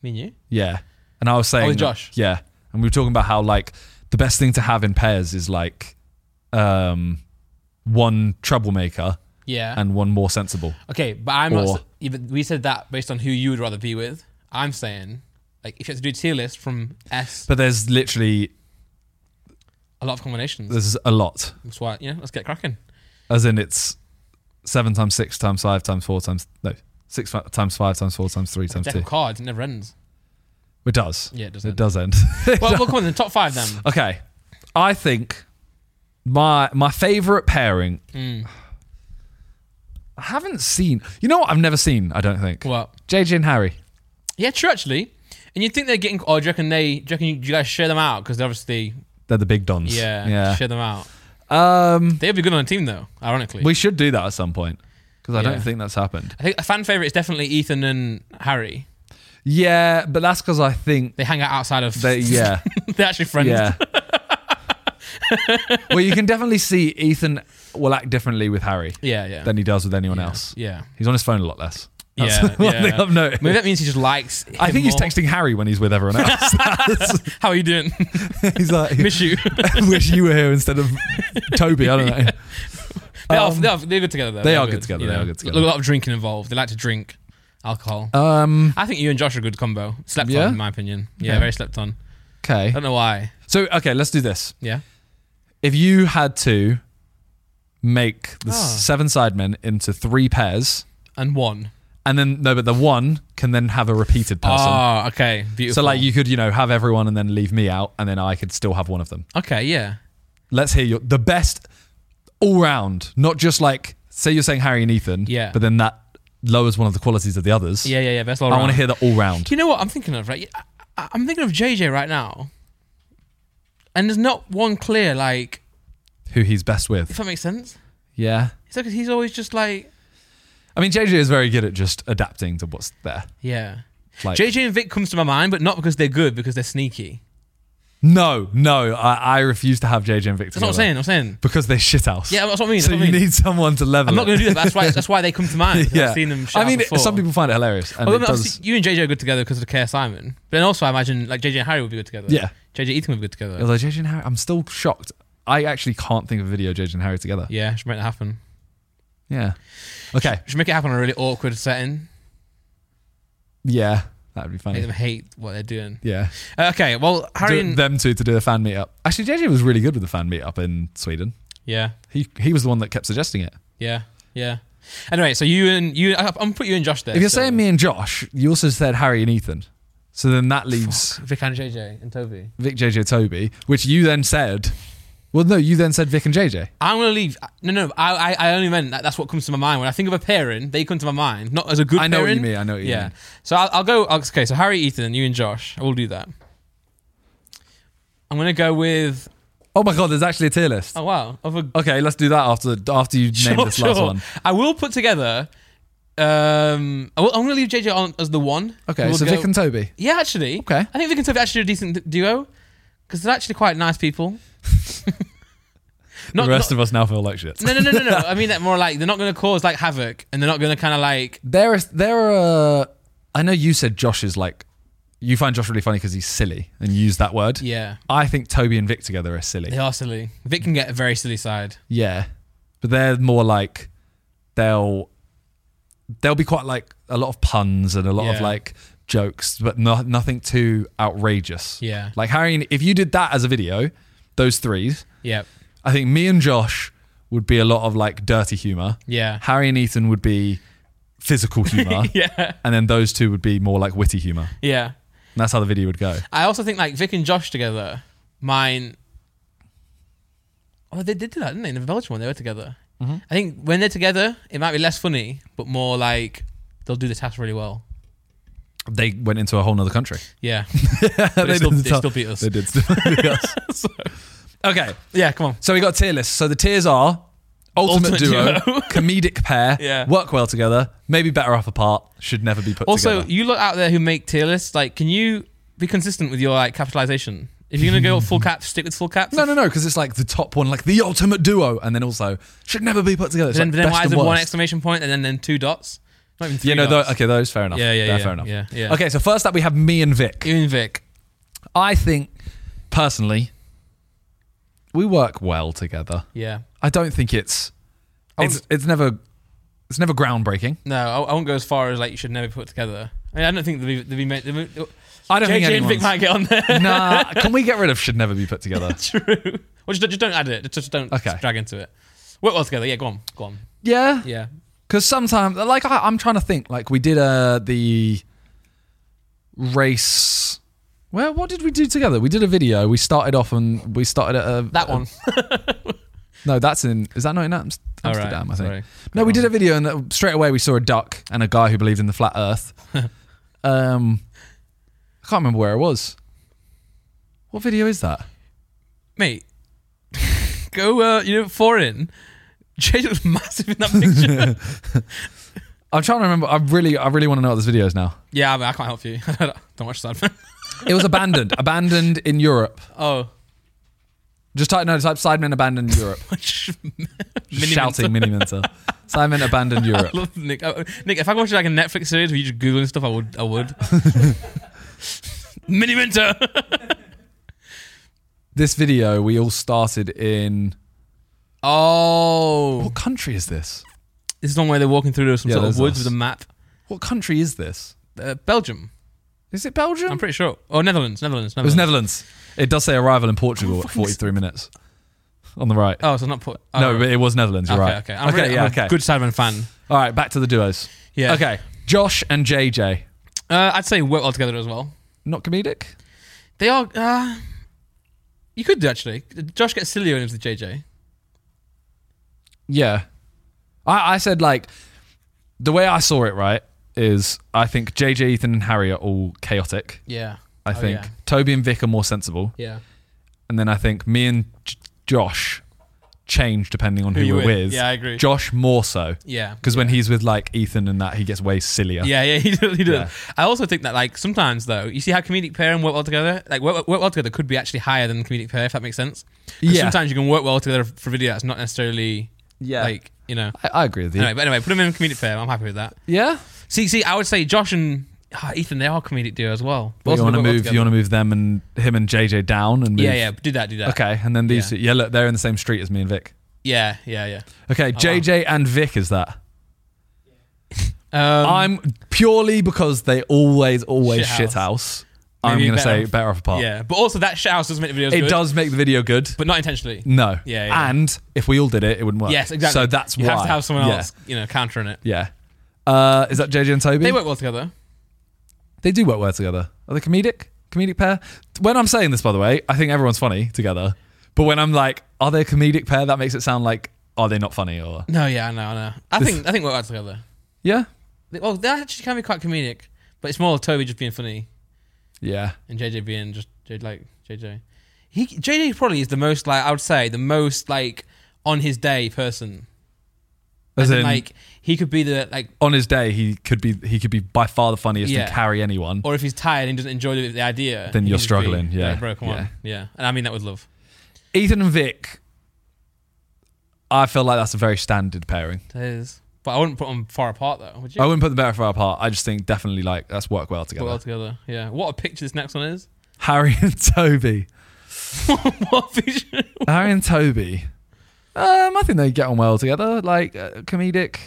Speaker 1: Me and you.
Speaker 2: Yeah, and I was saying,
Speaker 1: Oh, with Josh?
Speaker 2: Yeah, and we were talking about how like the best thing to have in pairs is like, um, one troublemaker
Speaker 1: Yeah.
Speaker 2: and one more sensible.
Speaker 1: okay, but I'm
Speaker 2: Or-
Speaker 1: not. s- Even we said that based on who you would rather be with. I'm saying, like, if you had to do a tier list from S,
Speaker 2: But there's literally
Speaker 1: a lot of combinations.
Speaker 2: there's a lot,
Speaker 1: That's why, you know, let's get cracking.
Speaker 2: as in it's seven times six times five times four times no six fi- times five times four times three times
Speaker 1: Deck
Speaker 2: two.
Speaker 1: of cards, it never ends.
Speaker 2: It does.
Speaker 1: Yeah, it does
Speaker 2: It
Speaker 1: end.
Speaker 2: does end.
Speaker 1: Well, well, come on, then, top five then.
Speaker 2: okay, I think my my favorite pairing.
Speaker 1: Mm.
Speaker 2: I haven't seen. You know what? I've never seen. I don't think.
Speaker 1: What?
Speaker 2: JJ and Harry.
Speaker 1: Yeah, true actually. And you would think they're getting? Or do you reckon they? Do you reckon you, do you guys share them out? Because obviously,
Speaker 2: They're the big dons.
Speaker 1: yeah, share them out.
Speaker 2: Yeah. Um,
Speaker 1: They'd be good on a team though. Ironically,
Speaker 2: we should do that at some point because I
Speaker 1: Yeah.
Speaker 2: don't think that's happened.
Speaker 1: I think a fan favorite is definitely Ethan and Harry.
Speaker 2: Yeah, but that's because I think
Speaker 1: They hang out outside of.
Speaker 2: they. Yeah.
Speaker 1: they're actually friends.
Speaker 2: Yeah. well, you can definitely see Ethan will act differently with Harry
Speaker 1: yeah, yeah.
Speaker 2: than he does with anyone
Speaker 1: yeah.
Speaker 2: else.
Speaker 1: Yeah,
Speaker 2: He's on his phone a lot less. That's
Speaker 1: yeah,
Speaker 2: one
Speaker 1: yeah.
Speaker 2: thing I've noticed.
Speaker 1: Maybe that means he just likes.
Speaker 2: I
Speaker 1: him
Speaker 2: think he's
Speaker 1: more.
Speaker 2: texting Harry when he's with everyone else. That's-
Speaker 1: How are you doing?
Speaker 2: he's like,
Speaker 1: Miss you.
Speaker 2: I wish you were here instead of Toby. I don't know.
Speaker 1: They are,
Speaker 2: Um,
Speaker 1: they are, they're good together. Though.
Speaker 2: they
Speaker 1: They're
Speaker 2: are good together, they are good together.
Speaker 1: A lot of drinking involved. They like to drink alcohol.
Speaker 2: Um.
Speaker 1: I think you and Josh are a good combo. Slept
Speaker 2: Yeah?
Speaker 1: on, in my opinion. Yeah,
Speaker 2: Okay.
Speaker 1: very slept on. I
Speaker 2: Okay.
Speaker 1: don't know why.
Speaker 2: So okay, let's do this.
Speaker 1: Yeah.
Speaker 2: If you had to make the
Speaker 1: Ah.
Speaker 2: seven sidemen into three pairs,
Speaker 1: And one.
Speaker 2: and then no, but the one can then have a repeated person.
Speaker 1: Oh, okay. Beautiful.
Speaker 2: so like you could you know have everyone and then leave me out, and then I could still have one of them.
Speaker 1: Okay, yeah.
Speaker 2: Let's hear your the best all round, not just like say you're saying Harry and Ethan.
Speaker 1: Yeah.
Speaker 2: But then that lowers one of the qualities of the others.
Speaker 1: Yeah, yeah, yeah. Best all
Speaker 2: I want to
Speaker 1: round.
Speaker 2: hear the all round.
Speaker 1: Do you know what I'm thinking of, right? I, I'm thinking of JJ right now. And there's not one clear, like,
Speaker 2: Who he's best
Speaker 1: if
Speaker 2: with.
Speaker 1: that makes sense.
Speaker 2: Yeah.
Speaker 1: It's like he's always just like,
Speaker 2: I mean, JJ is very good at just adapting to what's there.
Speaker 1: yeah.
Speaker 2: Like,
Speaker 1: JJ and Vic comes to my mind, but not because they're good, because they're sneaky.
Speaker 2: no, no, I, I refuse to have JJ and Victor.
Speaker 1: That's what I'm saying. I'm saying.
Speaker 2: Because they shit house.
Speaker 1: Yeah, that's what I mean.
Speaker 2: So
Speaker 1: that's
Speaker 2: you
Speaker 1: what I mean.
Speaker 2: need someone to level.
Speaker 1: I'm not going
Speaker 2: it.
Speaker 1: to do that. But that's why. That's why they come to mind. 'cause I've seen them. shout
Speaker 2: I mean,
Speaker 1: before.
Speaker 2: some people find it hilarious, and
Speaker 1: Although,
Speaker 2: it does.
Speaker 1: obviously, you and JJ are good together because of Care Simon. But then also, I imagine like JJ and Harry would be good together.
Speaker 2: Yeah.
Speaker 1: JJ Ethan would be good together.
Speaker 2: Although JJ and Harry, I'm still shocked. I actually can't think of a video of JJ and Harry together. Yeah.
Speaker 1: yeah, should make it happen.
Speaker 2: Okay.
Speaker 1: Should make it happen in a really awkward setting.
Speaker 2: Yeah, that would be
Speaker 1: Make them
Speaker 2: funny.
Speaker 1: hate what they're doing.
Speaker 2: Yeah.
Speaker 1: Uh, okay, well, Harry.
Speaker 2: Do-
Speaker 1: and,
Speaker 2: them two to do a fan meetup. Actually, JJ was really good with the fan meetup in Sweden.
Speaker 1: yeah,
Speaker 2: He he was the one that kept suggesting it.
Speaker 1: yeah, yeah. Anyway, so you and you, I- I'm gonna put you and Josh there.
Speaker 2: If you're
Speaker 1: so-
Speaker 2: saying me and Josh, you also said Harry and Ethan. So then that leaves
Speaker 1: Vic and JJ and Toby,
Speaker 2: Vic, JJ, Toby, which you then said. Well, no, you then said Vic and JJ.
Speaker 1: I'm gonna leave. No, no, I, I, I only meant that. That's what comes to my mind when I think of a pairing. They come to my mind, not as a good.
Speaker 2: I know what you
Speaker 1: pairing.
Speaker 2: mean. I know what you
Speaker 1: yeah.
Speaker 2: mean.
Speaker 1: So I'll, I'll go. Okay. So Harry, Ethan, you and Josh. I will do that. I'm gonna go with.
Speaker 2: Oh my god, there's actually a tier list.
Speaker 1: Oh wow. Of a
Speaker 2: Okay, let's do that after after you name this last one.
Speaker 1: I will put together. Um, I will, I'm gonna leave JJ on as the one.
Speaker 2: Okay,
Speaker 1: We'll
Speaker 2: so
Speaker 1: go-
Speaker 2: Vic and Toby.
Speaker 1: yeah, actually.
Speaker 2: Okay.
Speaker 1: I think Vic and Toby actually are a decent d- duo because they're actually quite nice people. not,
Speaker 2: the rest
Speaker 1: not,
Speaker 2: of us now feel like shit.
Speaker 1: no, no, no, no, no. I mean that more like they're not gonna cause like havoc and they're not gonna kind of like
Speaker 2: There is there are. I know you said Josh is like. You find Josh really funny because he's silly and you use that word.
Speaker 1: yeah.
Speaker 2: I think Toby and Vic together are silly.
Speaker 1: They are silly. Vic can get a very silly side.
Speaker 2: Yeah, but they're more like they'll they'll be quite like a lot of puns and a lot of
Speaker 1: Yeah.
Speaker 2: like jokes, but no, nothing too outrageous.
Speaker 1: Yeah.
Speaker 2: like Harry, and- if you did that as a video, those threes,
Speaker 1: Yep.
Speaker 2: I think me and Josh would be a lot of like dirty humor.
Speaker 1: Yeah.
Speaker 2: Harry and Ethan would be physical humor,
Speaker 1: Yeah.
Speaker 2: and then those two would be more like witty humor.
Speaker 1: Yeah.
Speaker 2: And that's how the video would go.
Speaker 1: I also think like Vic and Josh together, mine. Oh, they did do that, didn't they? In the Belgian one, they were together.
Speaker 2: Mm-hmm.
Speaker 1: I think when they're together, it might be less funny, but more like they'll do the task really well.
Speaker 2: They went into a whole nother country.
Speaker 1: Yeah. but they,
Speaker 2: They
Speaker 1: still,
Speaker 2: did
Speaker 1: they
Speaker 2: the
Speaker 1: still beat us.
Speaker 2: They did. Still okay,
Speaker 1: Yeah, come on.
Speaker 2: So we got tier lists. So the tiers are ultimate,
Speaker 1: Ultimate
Speaker 2: duo,
Speaker 1: duo.
Speaker 2: comedic pair,
Speaker 1: Yeah.
Speaker 2: work well together, maybe better off apart, should never be put
Speaker 1: Also,
Speaker 2: together.
Speaker 1: you look out there who make tier lists, like, can you be consistent with your like capitalization? If you're gonna go full caps, stick with full caps.
Speaker 2: No, no, no, because it's like the top one, like the ultimate duo, and then also should never be put together. It's
Speaker 1: Then,
Speaker 2: like
Speaker 1: then
Speaker 2: best
Speaker 1: why is
Speaker 2: and
Speaker 1: it
Speaker 2: worst.
Speaker 1: one exclamation point and then then two dots? Not even three.
Speaker 2: Yeah, no,
Speaker 1: dots.
Speaker 2: tho- okay, those fair enough.
Speaker 1: Yeah, yeah,
Speaker 2: They're
Speaker 1: yeah,
Speaker 2: fair enough.
Speaker 1: yeah, yeah.
Speaker 2: Okay, so first up we have me and Vic.
Speaker 1: You and Vic.
Speaker 2: I think personally, we work well together.
Speaker 1: Yeah.
Speaker 2: I don't think it's
Speaker 1: I
Speaker 2: it's it's never it's never groundbreaking.
Speaker 1: No, I, I won't go as far as like you should never be put together. I, mean, I don't think they'll be. They'll be, made, they'll be
Speaker 2: I don't think
Speaker 1: JJ and Vic
Speaker 2: anyone's.
Speaker 1: might get on there.
Speaker 2: nah, can we get rid of should never be put together?
Speaker 1: True. Well, just, just don't add it. Just, just don't
Speaker 2: Okay.
Speaker 1: drag into it. Work well together. Yeah, go on. Go on.
Speaker 2: Yeah,
Speaker 1: Yeah.
Speaker 2: Because sometimes, like, I, I'm trying to think. Like, we did uh, the race. Well, what did we do together? We did a video. We started off and we started at a,
Speaker 1: That one.
Speaker 2: No, that's in. Is that not in Amst-
Speaker 1: All right,
Speaker 2: Amsterdam? I think.
Speaker 1: sorry.
Speaker 2: No, we did a video and uh, straight away we saw a duck and a guy who believed in the flat Earth. um, I can't remember where it was. What video is that?
Speaker 1: Mate, go, uh, you know, foreign. JJ was massive in that picture.
Speaker 2: I'm trying to remember. I really, I really want to know what this video is now.
Speaker 1: yeah, I, mean, I can't help you. don't watch that.
Speaker 2: It was abandoned, abandoned in Europe.
Speaker 1: oh.
Speaker 2: Just type no, type Sidemen abandoned in Europe.
Speaker 1: Mini
Speaker 2: shouting Mini Minter. Simon abandoned Europe.
Speaker 1: Love Nick. Uh, Nick, if I watched like a Netflix series where you just googling stuff, I would. I would. Mini Winter.
Speaker 2: This video we all started in.
Speaker 1: oh,
Speaker 2: What country is this?
Speaker 1: this is the one where they're walking through some
Speaker 2: Yeah,
Speaker 1: sort of
Speaker 2: there's
Speaker 1: woods
Speaker 2: us.
Speaker 1: with a map.
Speaker 2: What country is this?
Speaker 1: Uh, Belgium.
Speaker 2: Is it Belgium?
Speaker 1: I'm pretty sure. Oh, Netherlands. Netherlands.
Speaker 2: it was
Speaker 1: Netherlands.
Speaker 2: Netherlands. It does say arrival in Portugal at 43 minutes on the right.
Speaker 1: Oh, so not put. Oh,
Speaker 2: no, but it was Netherlands. You're
Speaker 1: okay,
Speaker 2: right.
Speaker 1: Okay. I'm, really, I'm a good Sidemen fan.
Speaker 2: All right, back to the duos.
Speaker 1: Yeah.
Speaker 2: Okay, Josh and JJ.
Speaker 1: Uh, I'd say work all together as well.
Speaker 2: Not comedic.
Speaker 1: They are. Uh, you could do actually. Josh gets sillier into the JJ.
Speaker 2: Yeah. I, I said like the way I saw it, right, is I think JJ, Ethan, and Harry are all chaotic.
Speaker 1: Yeah.
Speaker 2: I
Speaker 1: Oh,
Speaker 2: think
Speaker 1: Yeah.
Speaker 2: Toby and Vic are more sensible.
Speaker 1: yeah.
Speaker 2: And then I think me and J- Josh change depending on who,
Speaker 1: you
Speaker 2: we're
Speaker 1: with.
Speaker 2: with.
Speaker 1: Yeah, I agree.
Speaker 2: Josh more so.
Speaker 1: Yeah.
Speaker 2: Because when he's with like Ethan and that, he gets way sillier.
Speaker 1: Yeah, yeah, he does. He does.
Speaker 2: Yeah.
Speaker 1: I also think that, like, sometimes though, you see how comedic pair and work well together, like work, work well together could be actually higher than comedic pair, if that makes sense. 'Cause
Speaker 2: Yeah.
Speaker 1: Sometimes you can work well together for video that's not necessarily,
Speaker 2: Yeah.
Speaker 1: like you know.
Speaker 2: I, I agree with you.
Speaker 1: Anyway, but anyway, put them in comedic pair. I'm happy with that.
Speaker 2: Yeah.
Speaker 1: See, see, I would say Josh and ah, Ethan, they are comedic duo as well.
Speaker 2: But
Speaker 1: Both
Speaker 2: you
Speaker 1: of
Speaker 2: want to
Speaker 1: them work well
Speaker 2: move? You
Speaker 1: together.
Speaker 2: want to move them and him and JJ down and move.
Speaker 1: Yeah, yeah. Do that. Do that.
Speaker 2: Okay, and then these.
Speaker 1: Yeah.
Speaker 2: Yeah. yeah, look, they're in the same street as me and Vic.
Speaker 1: Yeah, yeah,
Speaker 2: Okay,
Speaker 1: Oh,
Speaker 2: JJ and Vic is that.
Speaker 1: yeah. Um,
Speaker 2: I'm purely because they always, always
Speaker 1: Shit
Speaker 2: shit house. I'm
Speaker 1: Maybe
Speaker 2: gonna
Speaker 1: better
Speaker 2: say
Speaker 1: off-
Speaker 2: better off apart.
Speaker 1: Yeah, but also that shit house does make the videos
Speaker 2: Oh. it
Speaker 1: good,
Speaker 2: does make the video good.
Speaker 1: but not intentionally.
Speaker 2: no.
Speaker 1: Yeah, yeah.
Speaker 2: And if we all did it, it wouldn't work.
Speaker 1: Yes, exactly.
Speaker 2: So that's
Speaker 1: you
Speaker 2: why
Speaker 1: have to have someone
Speaker 2: Yeah.
Speaker 1: else, you know, countering it.
Speaker 2: Yeah. Uh, is that JJ and Toby?
Speaker 1: They work well together.
Speaker 2: They do work well together. Are they comedic? Comedic pair? When I'm saying this, by the way, I think everyone's funny together. But when I'm like, are they a comedic pair? That makes it sound like, are they not funny? Or
Speaker 1: No, yeah, I know, I know. I think I think work well together.
Speaker 2: yeah,
Speaker 1: They- Well, they actually can be quite comedic, but it's more Toby just being funny
Speaker 2: yeah.
Speaker 1: and JJ being just J- like JJ. He JJ probably is the most like I would say the most like on his day person.
Speaker 2: As
Speaker 1: And,
Speaker 2: in,
Speaker 1: like he could be the like,
Speaker 2: on his day, he could be he could be by far the funniest
Speaker 1: Yeah.
Speaker 2: and carry anyone.
Speaker 1: or if he's tired and doesn't enjoy the, the idea,
Speaker 2: Then
Speaker 1: he
Speaker 2: you're
Speaker 1: could just be,
Speaker 2: struggling, yeah,
Speaker 1: like, bro, come
Speaker 2: yeah.
Speaker 1: on, yeah. And I mean that with love.
Speaker 2: Ethan and Vic, I feel like that's a very standard pairing.
Speaker 1: That is, but I wouldn't put them far apart though. Would you?
Speaker 2: I wouldn't put them better far apart. I just think definitely like that's work well
Speaker 1: Put
Speaker 2: together.
Speaker 1: it all together. Yeah. What a picture this next one is.
Speaker 2: Harry and Toby.
Speaker 1: what picture?
Speaker 2: Harry and Toby. Um, I think they get on well together. Like uh, comedic.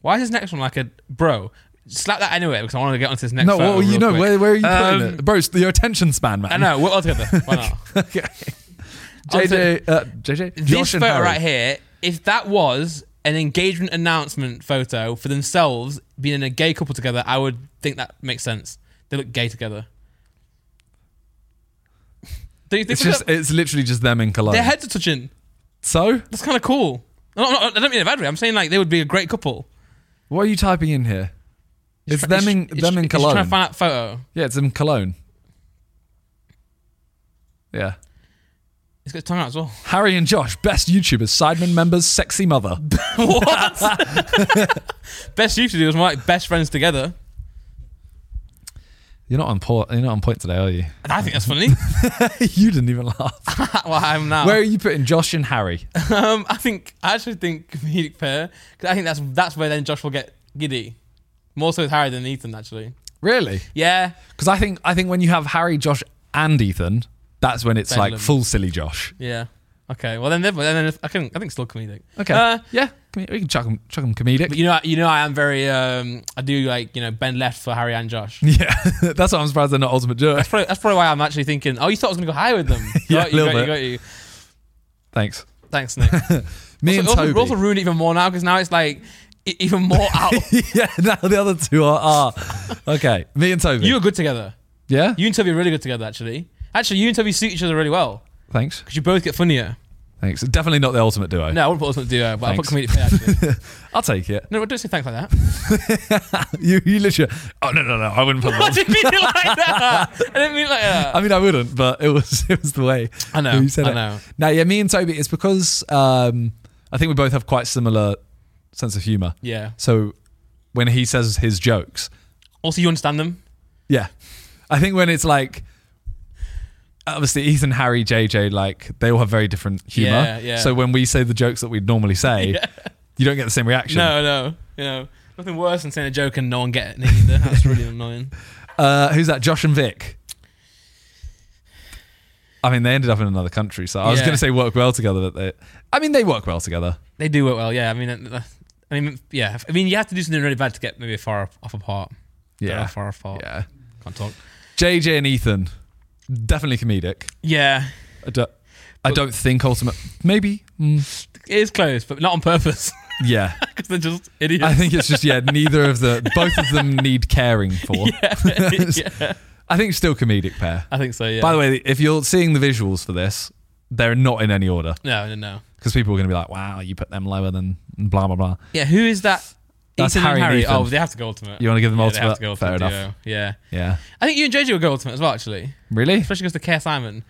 Speaker 1: Why is this next one like a bro? Slap that anyway because I want to get onto this next.
Speaker 2: no,
Speaker 1: photo
Speaker 2: well, you
Speaker 1: real
Speaker 2: know
Speaker 1: quick.
Speaker 2: where, where are you
Speaker 1: Um,
Speaker 2: putting it, bro? It's your attention span, man.
Speaker 1: I know. We're all together. Why not?
Speaker 2: okay.
Speaker 1: I'll say-
Speaker 2: JJ, uh, JJ,
Speaker 1: this
Speaker 2: Josh and
Speaker 1: photo
Speaker 2: Harry.
Speaker 1: right here. If that was an engagement announcement photo for themselves being a gay couple together, I would think that makes sense. They look gay together. Do you think
Speaker 2: It's just, it's literally just them in cologne.
Speaker 1: their heads are touching?
Speaker 2: so,
Speaker 1: That's kind of cool. No, no, I don't mean it badly. I'm saying like they would be a great couple.
Speaker 2: what are you typing in here? It's them in them in
Speaker 1: it's just Trying
Speaker 2: cologne.
Speaker 1: to find that photo.
Speaker 2: Yeah, it's in Cologne. Yeah.
Speaker 1: It's got its tongue out as well.
Speaker 2: Harry and Josh, best YouTubers, Sidemen members, sexy mother.
Speaker 1: what? best you to do was more like best friends together.
Speaker 2: You're not on point. You're not on point today, are you?
Speaker 1: And I think that's funny.
Speaker 2: you didn't even laugh.
Speaker 1: well, I'm now.
Speaker 2: Where are you putting Josh and Harry?
Speaker 1: Um, I think I actually think comedic pair. 'cause I think that's that's where then Josh will get giddy, more so with Harry than Ethan actually.
Speaker 2: Really?
Speaker 1: Yeah,
Speaker 2: Because I think I think when you have Harry, Josh, and Ethan, that's when it's
Speaker 1: Bedlam.
Speaker 2: like full silly Josh.
Speaker 1: yeah. Okay. Well, then, then, then I can I think still comedic.
Speaker 2: Okay.
Speaker 1: Uh,
Speaker 2: yeah. com- We can chuck them, chuck 'em comedic.
Speaker 1: but you know, you know, I am very. Um, I do like you know bend left for Harry and Josh.
Speaker 2: yeah. that's why I'm surprised they're not Ultimate Duo.
Speaker 1: That's probably, that's probably why I'm actually thinking. Oh, you thought I was gonna go high with them?
Speaker 2: Yeah,
Speaker 1: got you,
Speaker 2: a little
Speaker 1: got you, got
Speaker 2: Thanks.
Speaker 1: you. Thanks, Nick.
Speaker 2: Me
Speaker 1: also,
Speaker 2: and
Speaker 1: also,
Speaker 2: Toby.
Speaker 1: we're also ruined even more now because now it's like e- even more out.
Speaker 2: yeah. Now the other two are. are. Okay. Me and Toby.
Speaker 1: you are good together.
Speaker 2: yeah.
Speaker 1: You and Toby are really good together, actually. Actually, you and Toby suit each other really well
Speaker 2: Thanks.
Speaker 1: because you both get funnier.
Speaker 2: Thanks. Definitely not the Ultimate Duo.
Speaker 1: No, I wouldn't put ultimate duo, but I put comedic
Speaker 2: Thanks.
Speaker 1: pair. Actually,
Speaker 2: I'll take it.
Speaker 1: no, don't say thanks like that.
Speaker 2: You, you literally. Oh no, no, no! I wouldn't put
Speaker 1: I
Speaker 2: that.
Speaker 1: didn't mean it like that. I didn't mean it like that.
Speaker 2: I mean, I wouldn't, but it was it was the way.
Speaker 1: I know,
Speaker 2: that You said
Speaker 1: I
Speaker 2: it.
Speaker 1: know.
Speaker 2: No, yeah, me and Toby. It's because um, I think we both have quite similar sense of humor.
Speaker 1: Yeah.
Speaker 2: So when he says his jokes,
Speaker 1: Also, you understand them.
Speaker 2: yeah, I think when it's like. Obviously, Ethan, Harry, JJ, like they all have very different humor.
Speaker 1: Yeah, yeah.
Speaker 2: So when we say the jokes that we'd normally say, you don't get the same reaction.
Speaker 1: No, no, you know nothing worse than saying a joke and no one getting it either. That's really annoying.
Speaker 2: Uh, who's that? Josh and Vic. I mean, they ended up in another country, so I was
Speaker 1: Yeah.
Speaker 2: going to say work well together. That they, I mean, they work well together.
Speaker 1: They do it well. Yeah, I mean, uh, I mean, yeah, I mean, you have to do something really bad to get maybe far off- off apart. They're
Speaker 2: Yeah,
Speaker 1: far apart.
Speaker 2: yeah.
Speaker 1: Can't talk.
Speaker 2: JJ and Ethan, definitely comedic.
Speaker 1: Yeah,
Speaker 2: I don't, I don't think ultimate. Maybe. Mm,
Speaker 1: it is close, but not on purpose
Speaker 2: yeah.
Speaker 1: because they're just idiots.
Speaker 2: I think it's just yeah. Neither of the both of them need caring for.
Speaker 1: yeah,
Speaker 2: I think still comedic pair.
Speaker 1: I think so. Yeah.
Speaker 2: By the way, if you're seeing the visuals for this, they're not in any order
Speaker 1: no, no, no.
Speaker 2: because people are going to be like, "Wow, you put them lower than blah blah blah."
Speaker 1: Yeah, who is that?
Speaker 2: That's
Speaker 1: Ethan
Speaker 2: Harry
Speaker 1: and
Speaker 2: and
Speaker 1: Harry.
Speaker 2: Ethan.
Speaker 1: Oh, they have to go ultimate.
Speaker 2: You want to give them
Speaker 1: yeah, they
Speaker 2: ultimate?
Speaker 1: have to go
Speaker 2: Fair
Speaker 1: ultimate.
Speaker 2: enough.
Speaker 1: duo. Yeah,
Speaker 2: Yeah.
Speaker 1: I think you and JJ will go ultimate as well, actually,
Speaker 2: Really?
Speaker 1: especially because the Care Simon.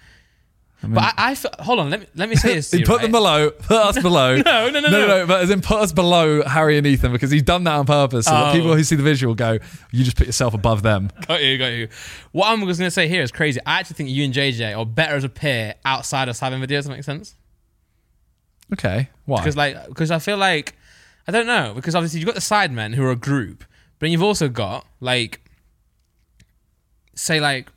Speaker 2: I mean-
Speaker 1: But I, I fe- hold on. Let me let me say this. to you,
Speaker 2: put them
Speaker 1: right?
Speaker 2: below. Put us below.
Speaker 1: No, no, no,
Speaker 2: no,
Speaker 1: no.
Speaker 2: no, But as in, put us below Harry and Ethan because he's done that on purpose. So that
Speaker 1: Oh.
Speaker 2: people who see the visual go, "You just put yourself above them."
Speaker 1: Got you, got you. What I'm going to say here is crazy. I actually think you and JJ are better as a pair outside of Simon videos. Does that make sense?
Speaker 2: Okay. Why?
Speaker 1: Because like, because I feel like, I don't know. Because obviously you've got the sidemen who are a group, but then you've also got like, say like,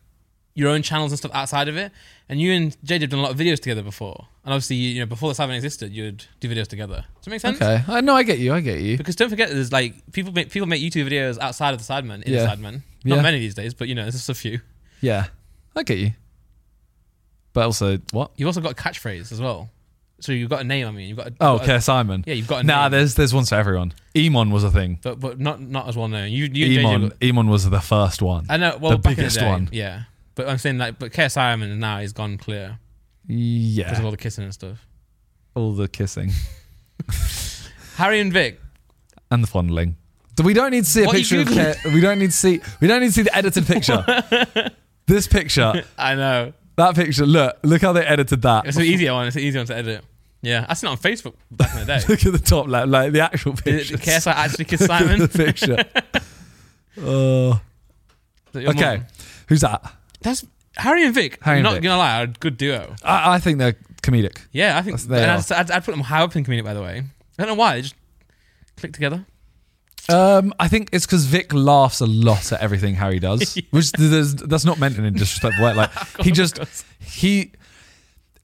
Speaker 1: your own channels and stuff outside of it. And you and JJ have done a lot of videos together before. And obviously, you, you know, before the sidemen existed, you'd do videos together. Does that make sense?
Speaker 2: Okay. I no, I get you. I get you.
Speaker 1: Because don't forget, there's like people make people make YouTube videos outside of the sidemen, in
Speaker 2: Yeah.
Speaker 1: the sidemen. Not
Speaker 2: Yeah.
Speaker 1: many these days, but you know, there's just a few.
Speaker 2: Yeah. I get you. But also, what?
Speaker 1: You've also got a catchphrase as well. So you've got a name. I mean, you've got a,
Speaker 2: Oh,
Speaker 1: you've got a-
Speaker 2: Care Simon.
Speaker 1: yeah, you've got a
Speaker 2: Nah,
Speaker 1: name,
Speaker 2: there's there's ones for everyone. Emon was a thing.
Speaker 1: but but not not as well known. You you and JJ
Speaker 2: Emon.
Speaker 1: got-
Speaker 2: Emon was the first one.
Speaker 1: I know. Well,
Speaker 2: the
Speaker 1: back
Speaker 2: biggest
Speaker 1: in the day,
Speaker 2: one.
Speaker 1: Yeah, but I'm saying like, but Care Simon now he's gone clear because of
Speaker 2: Yeah.
Speaker 1: all the kissing and stuff.
Speaker 2: All the kissing
Speaker 1: Harry and Vic.
Speaker 2: and the fondling. So We don't need to see a
Speaker 1: What are you
Speaker 2: picture of Care. We don't need to see. We don't need to see the edited picture. this picture,
Speaker 1: I know.
Speaker 2: that picture. Look, look how they edited that.
Speaker 1: It's an easier one. It's an easier one to edit. Yeah, I seen it on Facebook back in the day.
Speaker 2: Look at the top left, like the actual
Speaker 1: Did,
Speaker 2: picture.
Speaker 1: did Care Simon actually kiss
Speaker 2: Look at
Speaker 1: Simon?
Speaker 2: the picture. Oh. okay, who's that?
Speaker 1: that's Harry and Vic.
Speaker 2: Harry
Speaker 1: I'm
Speaker 2: and
Speaker 1: not
Speaker 2: Vic.
Speaker 1: gonna lie, are a good duo.
Speaker 2: I, I think they're comedic.
Speaker 1: Yeah, I think.
Speaker 2: That's-
Speaker 1: And
Speaker 2: they are.
Speaker 1: I'd, I'd, I'd put them high up in comedic, by the way. I don't know why. They just click together.
Speaker 2: Um, I think it's because Vic laughs a lot at everything Harry does, which th- there's, that's not meant in a disrespectful way. Like he just he,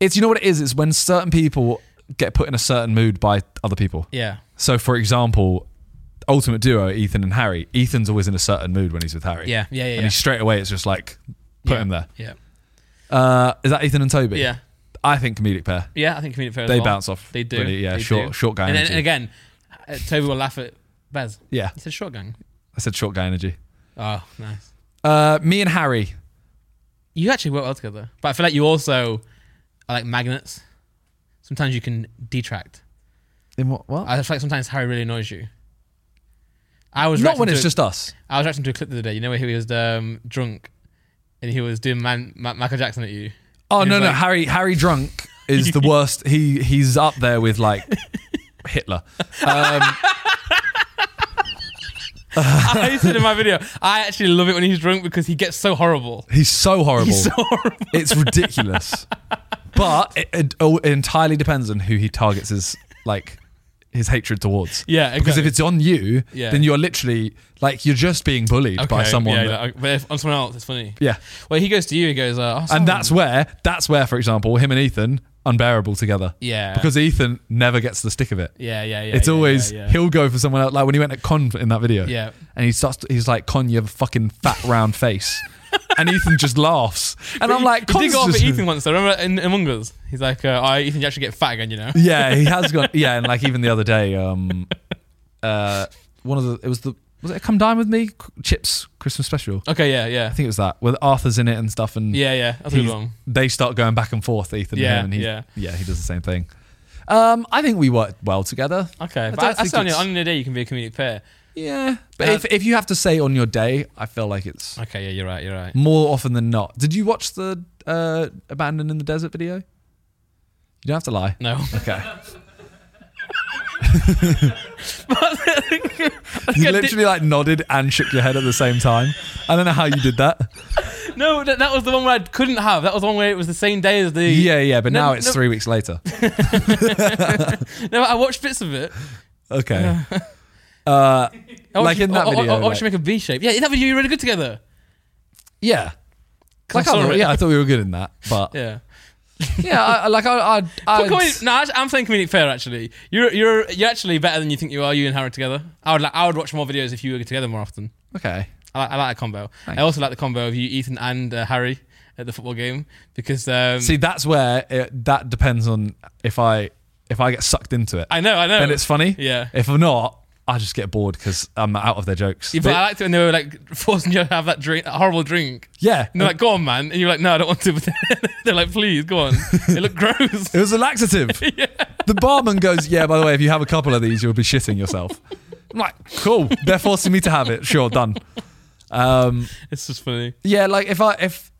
Speaker 2: it's you know what it is. It's when certain people get put in a certain mood by other people.
Speaker 1: Yeah.
Speaker 2: So, for example, Ultimate Duo, Ethan and Harry. Ethan's always in a certain mood when he's with Harry.
Speaker 1: Yeah, yeah, yeah.
Speaker 2: and
Speaker 1: yeah.
Speaker 2: he straight away it's just like put
Speaker 1: Yeah.
Speaker 2: him there.
Speaker 1: Yeah.
Speaker 2: Uh, is that Ethan and Toby?
Speaker 1: Yeah.
Speaker 2: I think comedic pair.
Speaker 1: Yeah, I think comedic fair as
Speaker 2: They
Speaker 1: well.
Speaker 2: bounce off.
Speaker 1: They do.
Speaker 2: really, yeah,
Speaker 1: They
Speaker 2: short,
Speaker 1: do.
Speaker 2: short guy
Speaker 1: And, then
Speaker 2: energy.
Speaker 1: again, uh, Toby will laugh at Bez.
Speaker 2: yeah,
Speaker 1: He said short gang.
Speaker 2: I said short guy energy.
Speaker 1: Oh, nice.
Speaker 2: Uh, me and Harry.
Speaker 1: You actually work well together. But I feel like you also are like magnets. Sometimes you can detract.
Speaker 2: In what? What?
Speaker 1: I feel like sometimes Harry really annoys you. I was
Speaker 2: Not
Speaker 1: reacting
Speaker 2: when it's
Speaker 1: to-
Speaker 2: just us.
Speaker 1: I was reacting to a clip the other day. You know where he was um, drunk and he was doing man, Ma- Michael Jackson at you.
Speaker 2: Oh
Speaker 1: And
Speaker 2: no,
Speaker 1: he's
Speaker 2: no,
Speaker 1: like-
Speaker 2: Harry Harry drunk is the worst. He he's up there with like Hitler. Um,
Speaker 1: I said in my video, I actually love it when he's drunk because he gets so horrible.
Speaker 2: he's so horrible.
Speaker 1: He's so horrible.
Speaker 2: it's ridiculous. but it, it, oh, it entirely depends on who he targets his like his hatred towards.
Speaker 1: Yeah,
Speaker 2: Because if
Speaker 1: exactly.
Speaker 2: it's on you,
Speaker 1: Yeah.
Speaker 2: then you're literally like you're just being bullied by
Speaker 1: Okay,
Speaker 2: someone.
Speaker 1: Yeah,
Speaker 2: that-
Speaker 1: yeah, but if on someone else, it's funny.
Speaker 2: yeah.
Speaker 1: Well, he goes to you. He goes, uh, oh,
Speaker 2: And
Speaker 1: someone-
Speaker 2: that's where that's where, for example, him and Ethan unbearable together.
Speaker 1: yeah,
Speaker 2: Because Ethan never gets the stick of it.
Speaker 1: yeah, yeah, yeah.
Speaker 2: It's
Speaker 1: yeah,
Speaker 2: always
Speaker 1: yeah,
Speaker 2: he'll go for someone else. Like when he went at Con in that video,
Speaker 1: Yeah.
Speaker 2: and he starts. He's like, "Con, you have a fucking fat round face," and Ethan just laughs, and I'm like,
Speaker 1: he did
Speaker 2: "Con's
Speaker 1: go off at
Speaker 2: just-
Speaker 1: Ethan once. though. remember in Among Us. He's like, uh, oh, Ethan, you actually get fat again, you know.
Speaker 2: Yeah, he has gone. Yeah, and like even the other day, um, uh, one of the it was the was it Come Dine with Me Chips Christmas special.
Speaker 1: Okay, yeah, yeah,
Speaker 2: I think it was that with Arthur's in it and stuff, and
Speaker 1: yeah, yeah. That's a good
Speaker 2: he's-
Speaker 1: one.
Speaker 2: they start going back and forth. Ethan,
Speaker 1: Yeah,
Speaker 2: and him, and he,
Speaker 1: yeah.
Speaker 2: he does the same thing. Um, I think we work well together.
Speaker 1: Okay,
Speaker 2: don't
Speaker 1: but I, I
Speaker 2: think
Speaker 1: said on your
Speaker 2: it's-
Speaker 1: on your day you can be a comedic pair.
Speaker 2: Yeah, but
Speaker 1: Uh,
Speaker 2: if if you have to say on your day, I feel like it's
Speaker 1: Okay, yeah, you're right, you're right.
Speaker 2: more often than not. Did you watch the uh, "Abandoned in the Desert" video? You don't have to lie.
Speaker 1: No,
Speaker 2: Okay.
Speaker 1: I
Speaker 2: you
Speaker 1: did-
Speaker 2: literally like nodded and shook your head at the same time. I don't know how you did that.
Speaker 1: no, that, that was the one where I couldn't have. That was the one where it was the same day as the.
Speaker 2: Yeah, yeah, but
Speaker 1: No,
Speaker 2: now
Speaker 1: no,
Speaker 2: it's
Speaker 1: no.
Speaker 2: three weeks later.
Speaker 1: No, I watched bits of it.
Speaker 2: Okay. Uh,
Speaker 1: I want
Speaker 2: like
Speaker 1: you-
Speaker 2: in that
Speaker 1: I- I-
Speaker 2: video.
Speaker 1: I, I want
Speaker 2: like-
Speaker 1: you to make a V shape. Yeah, in that video, you're really good together.
Speaker 2: yeah.
Speaker 1: 'Cause
Speaker 2: Like
Speaker 1: I
Speaker 2: I
Speaker 1: saw
Speaker 2: thought,
Speaker 1: it.
Speaker 2: yeah, I thought we were good in that, but
Speaker 1: Yeah.
Speaker 2: yeah, I, I- like I, I,
Speaker 1: But come on,
Speaker 2: I
Speaker 1: no, actually, I'm playing comedic fair. Actually, you're you're you're actually better than you think you are. You and Harry together. I would like, I would watch more videos if you were together more often.
Speaker 2: okay,
Speaker 1: I like, I like that combo.
Speaker 2: Thanks.
Speaker 1: I also like the combo of you, Ethan, and uh, Harry at the football game because um,
Speaker 2: See, that's where it, that depends on if I if I get sucked into it,
Speaker 1: I know, I know.
Speaker 2: then it's funny.
Speaker 1: yeah.
Speaker 2: If I'm not, I just get bored because I'm out of their jokes.
Speaker 1: Yeah,
Speaker 2: They-
Speaker 1: but I liked it when they were like forcing you to have that drink, that horrible drink.
Speaker 2: yeah,
Speaker 1: And they're like, "Go on, man," and you're like, "No, I don't want to." But they're like, "Please, go on." It looked gross.
Speaker 2: it was a laxative. The barman goes, "Yeah, by the way, if you have a couple of these, you'll be shitting yourself." I'm like, "Cool." They're forcing me to have it. Sure, done. Um,
Speaker 1: It's just funny.
Speaker 2: yeah, like if I if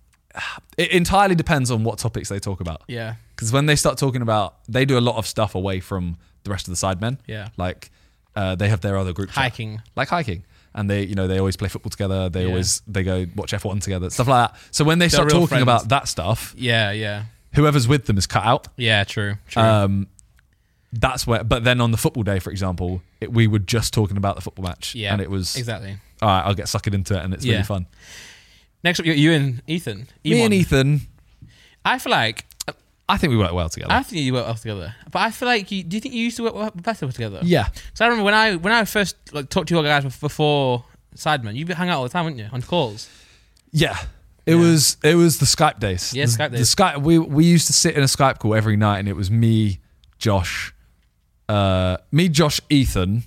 Speaker 2: it entirely depends on what topics they talk about.
Speaker 1: Yeah,
Speaker 2: Because when they start talking about, they do a lot of stuff away from the rest of the sidemen.
Speaker 1: Yeah.
Speaker 2: Like uh, they have their other group chat.
Speaker 1: hiking.
Speaker 2: like hiking. And they, you know, they always play football together. They
Speaker 1: Yeah.
Speaker 2: always they go watch F1 together, stuff like that. So when they start
Speaker 1: real
Speaker 2: talking
Speaker 1: friends.
Speaker 2: about that stuff,
Speaker 1: Yeah, yeah,
Speaker 2: whoever's with them is cut out.
Speaker 1: yeah. True, true.
Speaker 2: Um, that's where. But then on the football day, for example, it, we were just talking about the football match,
Speaker 1: yeah,
Speaker 2: and it was
Speaker 1: exactly.
Speaker 2: all right. I'll get sucked into it, and it's
Speaker 1: Yeah.
Speaker 2: really fun.
Speaker 1: Next up, you- you and Ethan.
Speaker 2: Me
Speaker 1: Ewan.
Speaker 2: and Ethan,
Speaker 1: I feel like
Speaker 2: I think we work well together.
Speaker 1: I think you work well together, but I feel like you. Do you think you used to work well- better together?
Speaker 2: yeah,
Speaker 1: Because I remember when I when I first like talked to you guys before Sidemen, you hang out all the time, wouldn't you, on calls?
Speaker 2: yeah. It
Speaker 1: Yeah.
Speaker 2: was it was the Skype days.
Speaker 1: Yeah,
Speaker 2: the,
Speaker 1: Skype
Speaker 2: the
Speaker 1: days.
Speaker 2: Skype we we used to sit in a Skype call every night, and it was me, Josh, uh, me, Josh, Ethan,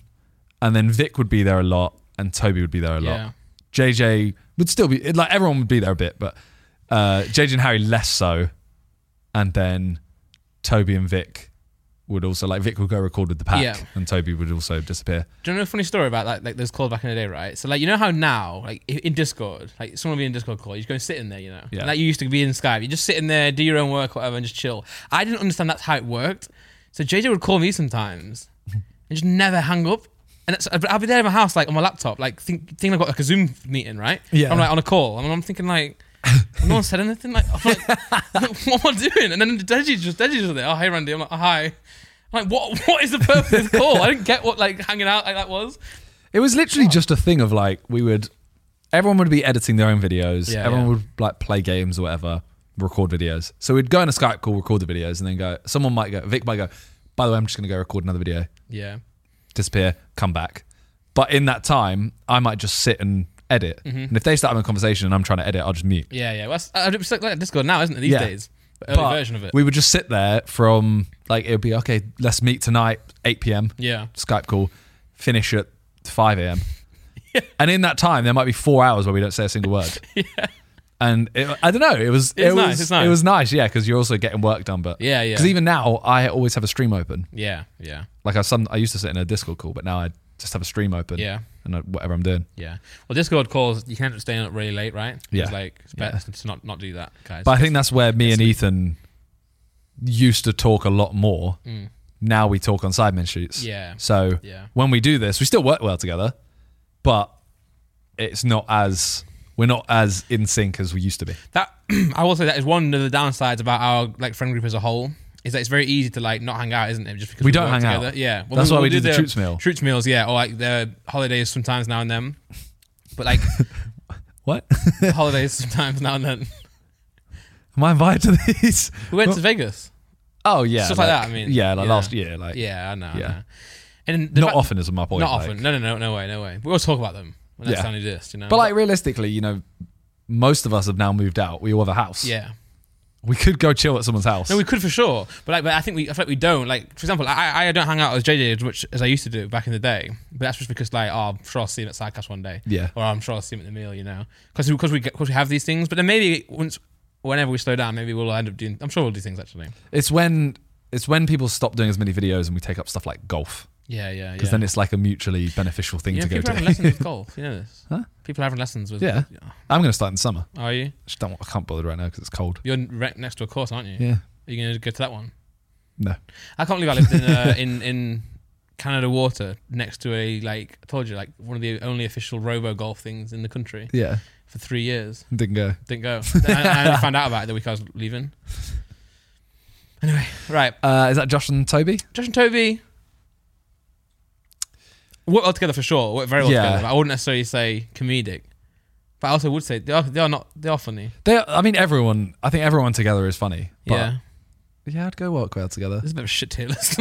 Speaker 2: and then Vic would be there a lot, and Toby would be there a lot.
Speaker 1: Yeah.
Speaker 2: JJ would still be like everyone would be there a bit, but uh, JJ and Harry less so, and then Toby and Vic would also like Vic would go record with the pack,
Speaker 1: Yeah.
Speaker 2: and Toby would also disappear.
Speaker 1: Do you know a funny story about like like those calls back in the day, right? So like you know how now like i- in Discord, like someone will be in Discord call, you just go and sit in there, you know.
Speaker 2: Yeah.
Speaker 1: And, like you used to be in Skype, you just sit in there, do your own work, whatever, and just chill. I didn't understand that's how it worked. So JJ would call me sometimes, and just never hang up. And it's, but I'll be there in my house, like on my laptop, like think, thinking I've got like a Zoom meeting, right?
Speaker 2: Yeah.
Speaker 1: I'm like on a call, and I'm thinking like. no one said anything. Like, I'm like what am I doing? And then Deji's just Deji's just there. Oh, hey, Randy. I'm like, oh, hi. I'm like, what? What is the purpose of this call? I didn't get what like hanging out like that was.
Speaker 2: It was literally just a thing of like we would everyone would be editing their own videos.
Speaker 1: Yeah,
Speaker 2: everyone
Speaker 1: yeah.
Speaker 2: would like play games or whatever, record videos. So we'd go on a Skype call, record the videos, and then go. Someone might go. Vic might go. By the way, I'm just gonna go record another video.
Speaker 1: Yeah,
Speaker 2: disappear, come back. But in that time, I might just sit and edit.
Speaker 1: Mm-hmm.
Speaker 2: And if they start having a conversation and I'm trying to edit, I'll just mute.
Speaker 1: yeah, yeah. Well, that's- I- it's like like Discord now, isn't it? These
Speaker 2: Yeah.
Speaker 1: days, early
Speaker 2: But
Speaker 1: version of it.
Speaker 2: We would just sit there from like it would be okay. Let's meet tonight, 8 p.m.
Speaker 1: yeah,
Speaker 2: Skype call, finish at 5 a.m. And in that time, there might be four hours where we don't say a single word. yeah. And it, I don't know. It was
Speaker 1: It's
Speaker 2: it
Speaker 1: nice,
Speaker 2: was
Speaker 1: it's nice.
Speaker 2: it was nice, yeah, because you're also getting work done. But
Speaker 1: Yeah, yeah.
Speaker 2: Because even now, I always have a stream open.
Speaker 1: yeah, yeah,
Speaker 2: Like I some I used to sit in a Discord call, but now I just have a stream open.
Speaker 1: Yeah.
Speaker 2: and I, whatever I'm doing.
Speaker 1: yeah. Well, Discord calls you can't stay up really late, right?
Speaker 2: Yeah.
Speaker 1: It's like it's better to not not do that, guys.
Speaker 2: But I think that's where me and Ethan used to talk a lot more. Now we talk on Sidemen shoots.
Speaker 1: Mm. Yeah.
Speaker 2: So
Speaker 1: Yeah.
Speaker 2: when we do this, we still work well together, but it's not as we're not as in sync as we used to be.
Speaker 1: that I will say that is one of the downsides about our like friend group as a whole is that it's very easy to like not hang out, isn't it? Just because
Speaker 2: We don't
Speaker 1: work
Speaker 2: hang out.
Speaker 1: together. Yeah,
Speaker 2: That's why we
Speaker 1: do
Speaker 2: did the
Speaker 1: their-
Speaker 2: Troops meal.
Speaker 1: Troops meals, yeah, or like their holidays sometimes now and then. But like
Speaker 2: What?
Speaker 1: holidays sometimes now and then.
Speaker 2: Am I invited to these?
Speaker 1: We went to Vegas.
Speaker 2: Oh yeah,
Speaker 1: Stuff like that, I mean,
Speaker 2: yeah, like
Speaker 1: yeah.
Speaker 2: last year, like
Speaker 1: Yeah, I know. I
Speaker 2: Yeah.
Speaker 1: know. And the
Speaker 2: not
Speaker 1: fact-
Speaker 2: often is my point.
Speaker 1: Not
Speaker 2: like-
Speaker 1: often. No, no, no, no way, no way. We always talk about them. When
Speaker 2: Yeah.
Speaker 1: yeah. That's this, you know.
Speaker 2: But like realistically, you know, most of us have now moved out. We all have a house.
Speaker 1: yeah.
Speaker 2: we could go chill at someone's house.
Speaker 1: No, we could for sure, but like, but I think we, I feel like we don't. Like, for example, I, I don't hang out as JJ as much as I used to do back in the day. But that's just because, like, oh, I'm sure I'll see him at Sidecast one day.
Speaker 2: Yeah.
Speaker 1: Or I'm sure I'll see him at the meal, you know, because because we because we have these things. But then maybe once, whenever we slow down, maybe we'll end up doing. I'm sure we'll do things actually.
Speaker 2: It's when it's when people stop doing as many videos and we take up stuff like golf
Speaker 1: Yeah, yeah, yeah.
Speaker 2: because then it's like a mutually beneficial thing
Speaker 1: you know,
Speaker 2: to go
Speaker 1: people are
Speaker 2: to.
Speaker 1: having lessons with golf. You know this?
Speaker 2: Huh?
Speaker 1: People are having lessons with.
Speaker 2: Yeah. I'm going to start in summer.
Speaker 1: Are you?
Speaker 2: Just don't, want- I can't bother right now because it's cold.
Speaker 1: You're right next to a course, aren't you?
Speaker 2: Yeah.
Speaker 1: Are you going to go to that one?
Speaker 2: No.
Speaker 1: I can't believe I lived in uh, in in Canada water next to a like I told you like one of the only official robo golf things in the country
Speaker 2: Yeah.
Speaker 1: for three years.
Speaker 2: Didn't go.
Speaker 1: Didn't go. I, I only found out about it the week I was leaving. Anyway, right,
Speaker 2: Uh, is that Josh and Toby?
Speaker 1: Josh and Toby. work well together for sure. Work very well
Speaker 2: Yeah.
Speaker 1: together. But I wouldn't necessarily say comedic, but I also would say they are they are not they are funny.
Speaker 2: They, I mean, everyone. I think everyone together is funny. But
Speaker 1: yeah,
Speaker 2: yeah, I'd go work well together.
Speaker 1: this is a bit of a shit tier list.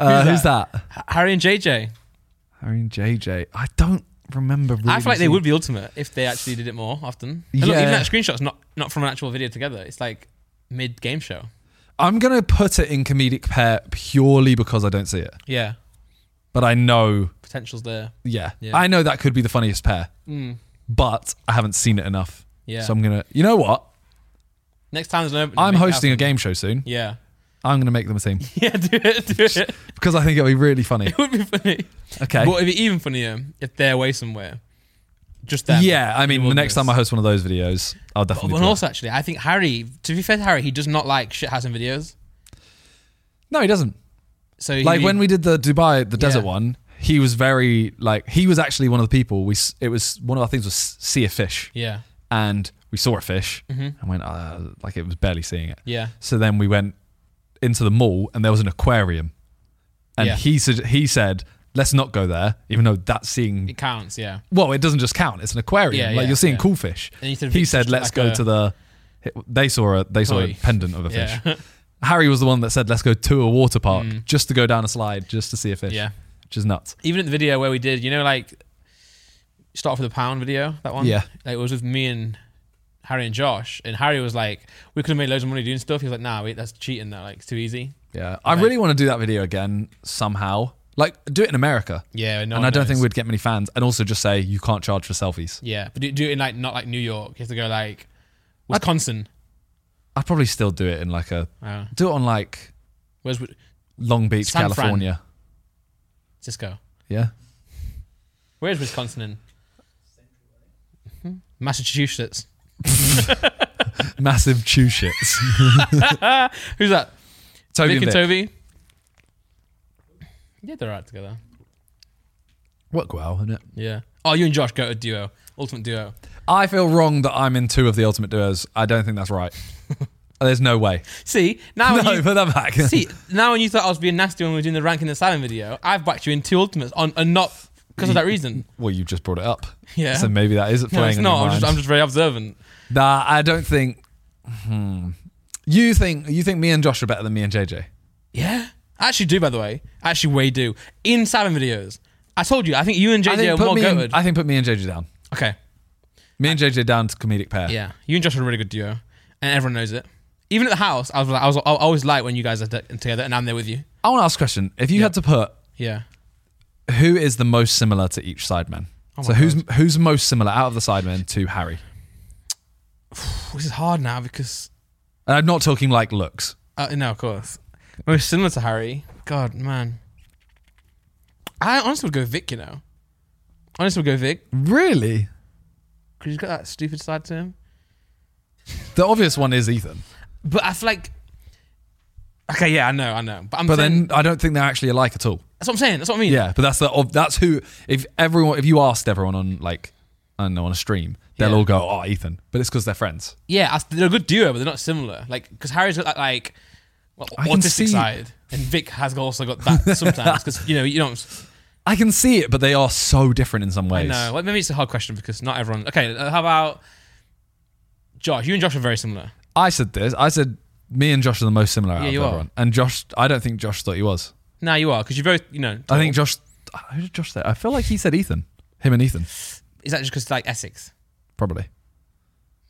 Speaker 2: Uh,
Speaker 1: Who's
Speaker 2: who's that?
Speaker 1: Harry and JJ.
Speaker 2: I mean, JJ. I don't remember. Really
Speaker 1: I feel like they
Speaker 2: seeing-
Speaker 1: would be ultimate if they actually did it more often. And look,
Speaker 2: Yeah.
Speaker 1: even that screenshot's not not from an actual video together. It's like mid game show.
Speaker 2: I'm gonna put it in comedic pair purely because I don't see it,
Speaker 1: Yeah,
Speaker 2: but I know.
Speaker 1: potential's there.
Speaker 2: Yeah,
Speaker 1: Yeah.
Speaker 2: I know that could be the funniest pair,
Speaker 1: Mm.
Speaker 2: but I haven't seen it enough.
Speaker 1: Yeah.
Speaker 2: So I'm gonna. You know what?
Speaker 1: Next time there's no. make
Speaker 2: I'm
Speaker 1: it
Speaker 2: hosting a
Speaker 1: happen.
Speaker 2: game show soon.
Speaker 1: Yeah.
Speaker 2: I'm gonna make them a team
Speaker 1: Yeah, do it. Do it.
Speaker 2: because I think it'll be really funny.
Speaker 1: It would be funny.
Speaker 2: Okay.
Speaker 1: But it'd be even funnier if they're away somewhere. Just them.
Speaker 2: yeah, I mean, the
Speaker 1: wilderness.
Speaker 2: next time I host one of those videos, I'll
Speaker 1: But,
Speaker 2: definitely.
Speaker 1: but
Speaker 2: do it.
Speaker 1: also, actually, I think Harry, to be fair to Harry, he does not like shithousing videos.
Speaker 2: no, he doesn't.
Speaker 1: So he'd
Speaker 2: like
Speaker 1: be-
Speaker 2: when we did the Dubai, the desert
Speaker 1: Yeah.
Speaker 2: one, he was very like he was actually one of the people we. s- It was one of our things was see a fish,
Speaker 1: Yeah.
Speaker 2: and we saw a fish
Speaker 1: Mhm.
Speaker 2: and went uh, like it was barely seeing it.
Speaker 1: Yeah.
Speaker 2: So then we went into the mall and there was an aquarium, and
Speaker 1: Yeah.
Speaker 2: he said he said let's not go there, even though that's seeing.
Speaker 1: It counts. Yeah.
Speaker 2: Well, it doesn't just count; it's an aquarium.
Speaker 1: Yeah,
Speaker 2: like
Speaker 1: yeah,
Speaker 2: you're seeing
Speaker 1: yeah.
Speaker 2: cool fish.
Speaker 1: And he said,
Speaker 2: He said let's
Speaker 1: like
Speaker 2: go
Speaker 1: a-
Speaker 2: to the. They saw a they saw a
Speaker 1: Toy.
Speaker 2: pendant of a fish.
Speaker 1: Yeah.
Speaker 2: Harry was the one that said, "Let's go to a water park just to go down a slide, just to see a fish."
Speaker 1: Mm. Yeah.
Speaker 2: which is nuts.
Speaker 1: Even at the video where we did, you know, like start off with a pound video, that one.
Speaker 2: Yeah.
Speaker 1: Like, it was with me and Harry and Josh, and Harry was like, "We could have made loads of money doing stuff." He was like, "Nah, wait, that's cheating. That like it's too easy."
Speaker 2: Yeah, I really want to do that video again somehow. Like, do it in America,
Speaker 1: Yeah. No
Speaker 2: and
Speaker 1: one
Speaker 2: I don't
Speaker 1: knows.
Speaker 2: think we'd get many fans. And also, just say you can't charge for selfies.
Speaker 1: Yeah, but do, do it in like not like New York. You have to go like Wisconsin.
Speaker 2: I'd probably still do it in like a
Speaker 1: Uh,
Speaker 2: do it on like
Speaker 1: where's Wi-
Speaker 2: Long Beach,
Speaker 1: San Fran.
Speaker 2: California.
Speaker 1: Cisco?
Speaker 2: Yeah,
Speaker 1: Where's Wisconsin in? Mhm. Massachusetts.
Speaker 2: massive chew shits.
Speaker 1: Who's that?
Speaker 2: Toby
Speaker 1: Vic
Speaker 2: and
Speaker 1: and
Speaker 2: Vic.
Speaker 1: Toby. Yeah, they're right together.
Speaker 2: work well, innit?
Speaker 1: Yeah. Oh, you and Josh go to duo, ultimate duo.
Speaker 2: I feel wrong that I'm in two of the Ultimate Duos. I don't think that's right. There's no way.
Speaker 1: See now,
Speaker 2: no,
Speaker 1: when you,
Speaker 2: put that back.
Speaker 1: see now when you thought I was being nasty when we were doing the ranking the silent video, I've backed you in two ultimates on and not because of that reason.
Speaker 2: well, you just brought it up.
Speaker 1: Yeah.
Speaker 2: So maybe that is playing.
Speaker 1: No, it's
Speaker 2: in your
Speaker 1: not. I'm
Speaker 2: mind.
Speaker 1: just, I'm just very observant.
Speaker 2: Nah, I don't think. Hmm. You think you think me and Josh are better than me and JJ?
Speaker 1: Yeah. I actually do, by the way. I actually way do. In salmon videos. I told you, I think you and
Speaker 2: I
Speaker 1: JJ
Speaker 2: think
Speaker 1: are
Speaker 2: put
Speaker 1: more
Speaker 2: me and-
Speaker 1: goated.
Speaker 2: I think put me and JJ down.
Speaker 1: Okay.
Speaker 2: Me and JJ down to comedic pair.
Speaker 1: Yeah. You and Josh are a really good duo. And everyone knows it. Even at the house, I was like, I was I always like when you guys are t- together and I'm there with you.
Speaker 2: I want to ask a question. If you had to put
Speaker 1: Yeah.
Speaker 2: who is the most similar to each sideman?
Speaker 1: Oh
Speaker 2: so
Speaker 1: my
Speaker 2: who's who's most similar out of the sidemen to Harry?
Speaker 1: This is hard now because
Speaker 2: And I'm not talking like looks.
Speaker 1: uh, no, of course. Most similar to Harry. God, man. I honestly would go Vic, you know. Honestly would go Vic.
Speaker 2: Really?
Speaker 1: Because he's got that stupid side to him.
Speaker 2: The obvious one is Ethan.
Speaker 1: But I feel like Okay, yeah, I know, I know. But I'm
Speaker 2: But
Speaker 1: saying,
Speaker 2: then I don't think they're actually alike at all.
Speaker 1: that's what I'm saying. That's what I mean.
Speaker 2: Yeah, but that's the ob- that's who if everyone if you asked everyone on like I don't know on a stream, they'll
Speaker 1: Yeah.
Speaker 2: all go, "Oh, Ethan." But it's cuz they're friends.
Speaker 1: Yeah, I- they're a good duo, but they're not similar. Like, because Harry's got that like well,
Speaker 2: I can
Speaker 1: autistic
Speaker 2: see-
Speaker 1: side, and Vic has also got that sometimes. Because you know, you don't.
Speaker 2: I can see it, but they are so different in some
Speaker 1: I
Speaker 2: ways.
Speaker 1: know. Well, maybe it's a hard question because not everyone. Okay, uh, how about Josh? You and Josh are very similar.
Speaker 2: I said this. I said me and Josh are the most similar out
Speaker 1: Yeah,
Speaker 2: of
Speaker 1: you are.
Speaker 2: everyone. And Josh, I don't think Josh thought he was.
Speaker 1: Now you are because you both. You know,
Speaker 2: I think
Speaker 1: tall.
Speaker 2: Josh. Who did Josh say? I feel like he said Ethan. Him and Ethan,
Speaker 1: is that just because like Essex?
Speaker 2: probably.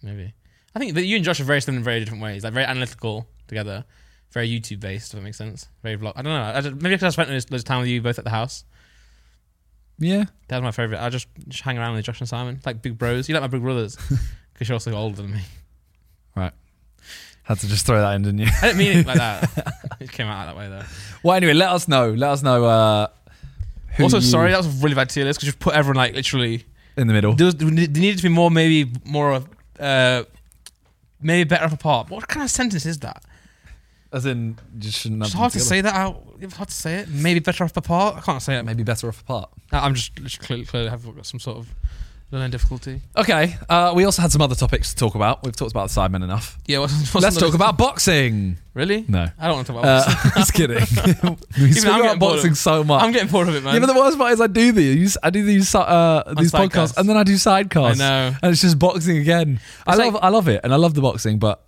Speaker 1: Maybe. I think that you and Josh are very similar in very different ways. Like very analytical together, very YouTube based. If that makes sense. Very vlog. I don't know. I just, maybe because I spent loads loads of time with you both at the house.
Speaker 2: Yeah.
Speaker 1: That was my favorite. I just, just hang around with Josh and Simon, like big bros. You like my big brothers because you're also older than me.
Speaker 2: Right. Had to just throw that in, didn't you?
Speaker 1: I didn't mean it like that. it came out that way though.
Speaker 2: well, anyway, let us know. Let us know. Uh, who
Speaker 1: also,
Speaker 2: you-
Speaker 1: sorry, uh, that was a really bad tier list because you've put everyone like literally.
Speaker 2: in the middle.
Speaker 1: There, was, there needed to be more, maybe more of, uh, maybe better off apart. What kind of sentence is that?
Speaker 2: As in, just shouldn't.
Speaker 1: It's
Speaker 2: have
Speaker 1: hard
Speaker 2: them
Speaker 1: to
Speaker 2: together.
Speaker 1: say that out. It's hard to say it. Maybe better off apart. I can't say it.
Speaker 2: Maybe better off apart.
Speaker 1: I- I'm just, just clearly, clearly have got some sort of Learn difficulty.
Speaker 2: Okay, uh, we also had some other topics to talk about. We've talked about the Sidemen enough.
Speaker 1: Yeah, what's, what's
Speaker 2: Let's
Speaker 1: another-
Speaker 2: talk about boxing.
Speaker 1: Really?
Speaker 2: No.
Speaker 1: I don't want to talk about.
Speaker 2: Uh, just kidding. we
Speaker 1: I'm
Speaker 2: speak about
Speaker 1: getting bored
Speaker 2: boxing
Speaker 1: of-
Speaker 2: so much.
Speaker 1: I'm getting bored of it, man.
Speaker 2: yeah, but the worst part is I do these. I do these uh, these podcasts,
Speaker 1: sidecasts.
Speaker 2: and then I do sidecasts.
Speaker 1: I know.
Speaker 2: and it's just boxing again. I
Speaker 1: It's
Speaker 2: love,
Speaker 1: like-
Speaker 2: I love it, and I love the boxing, but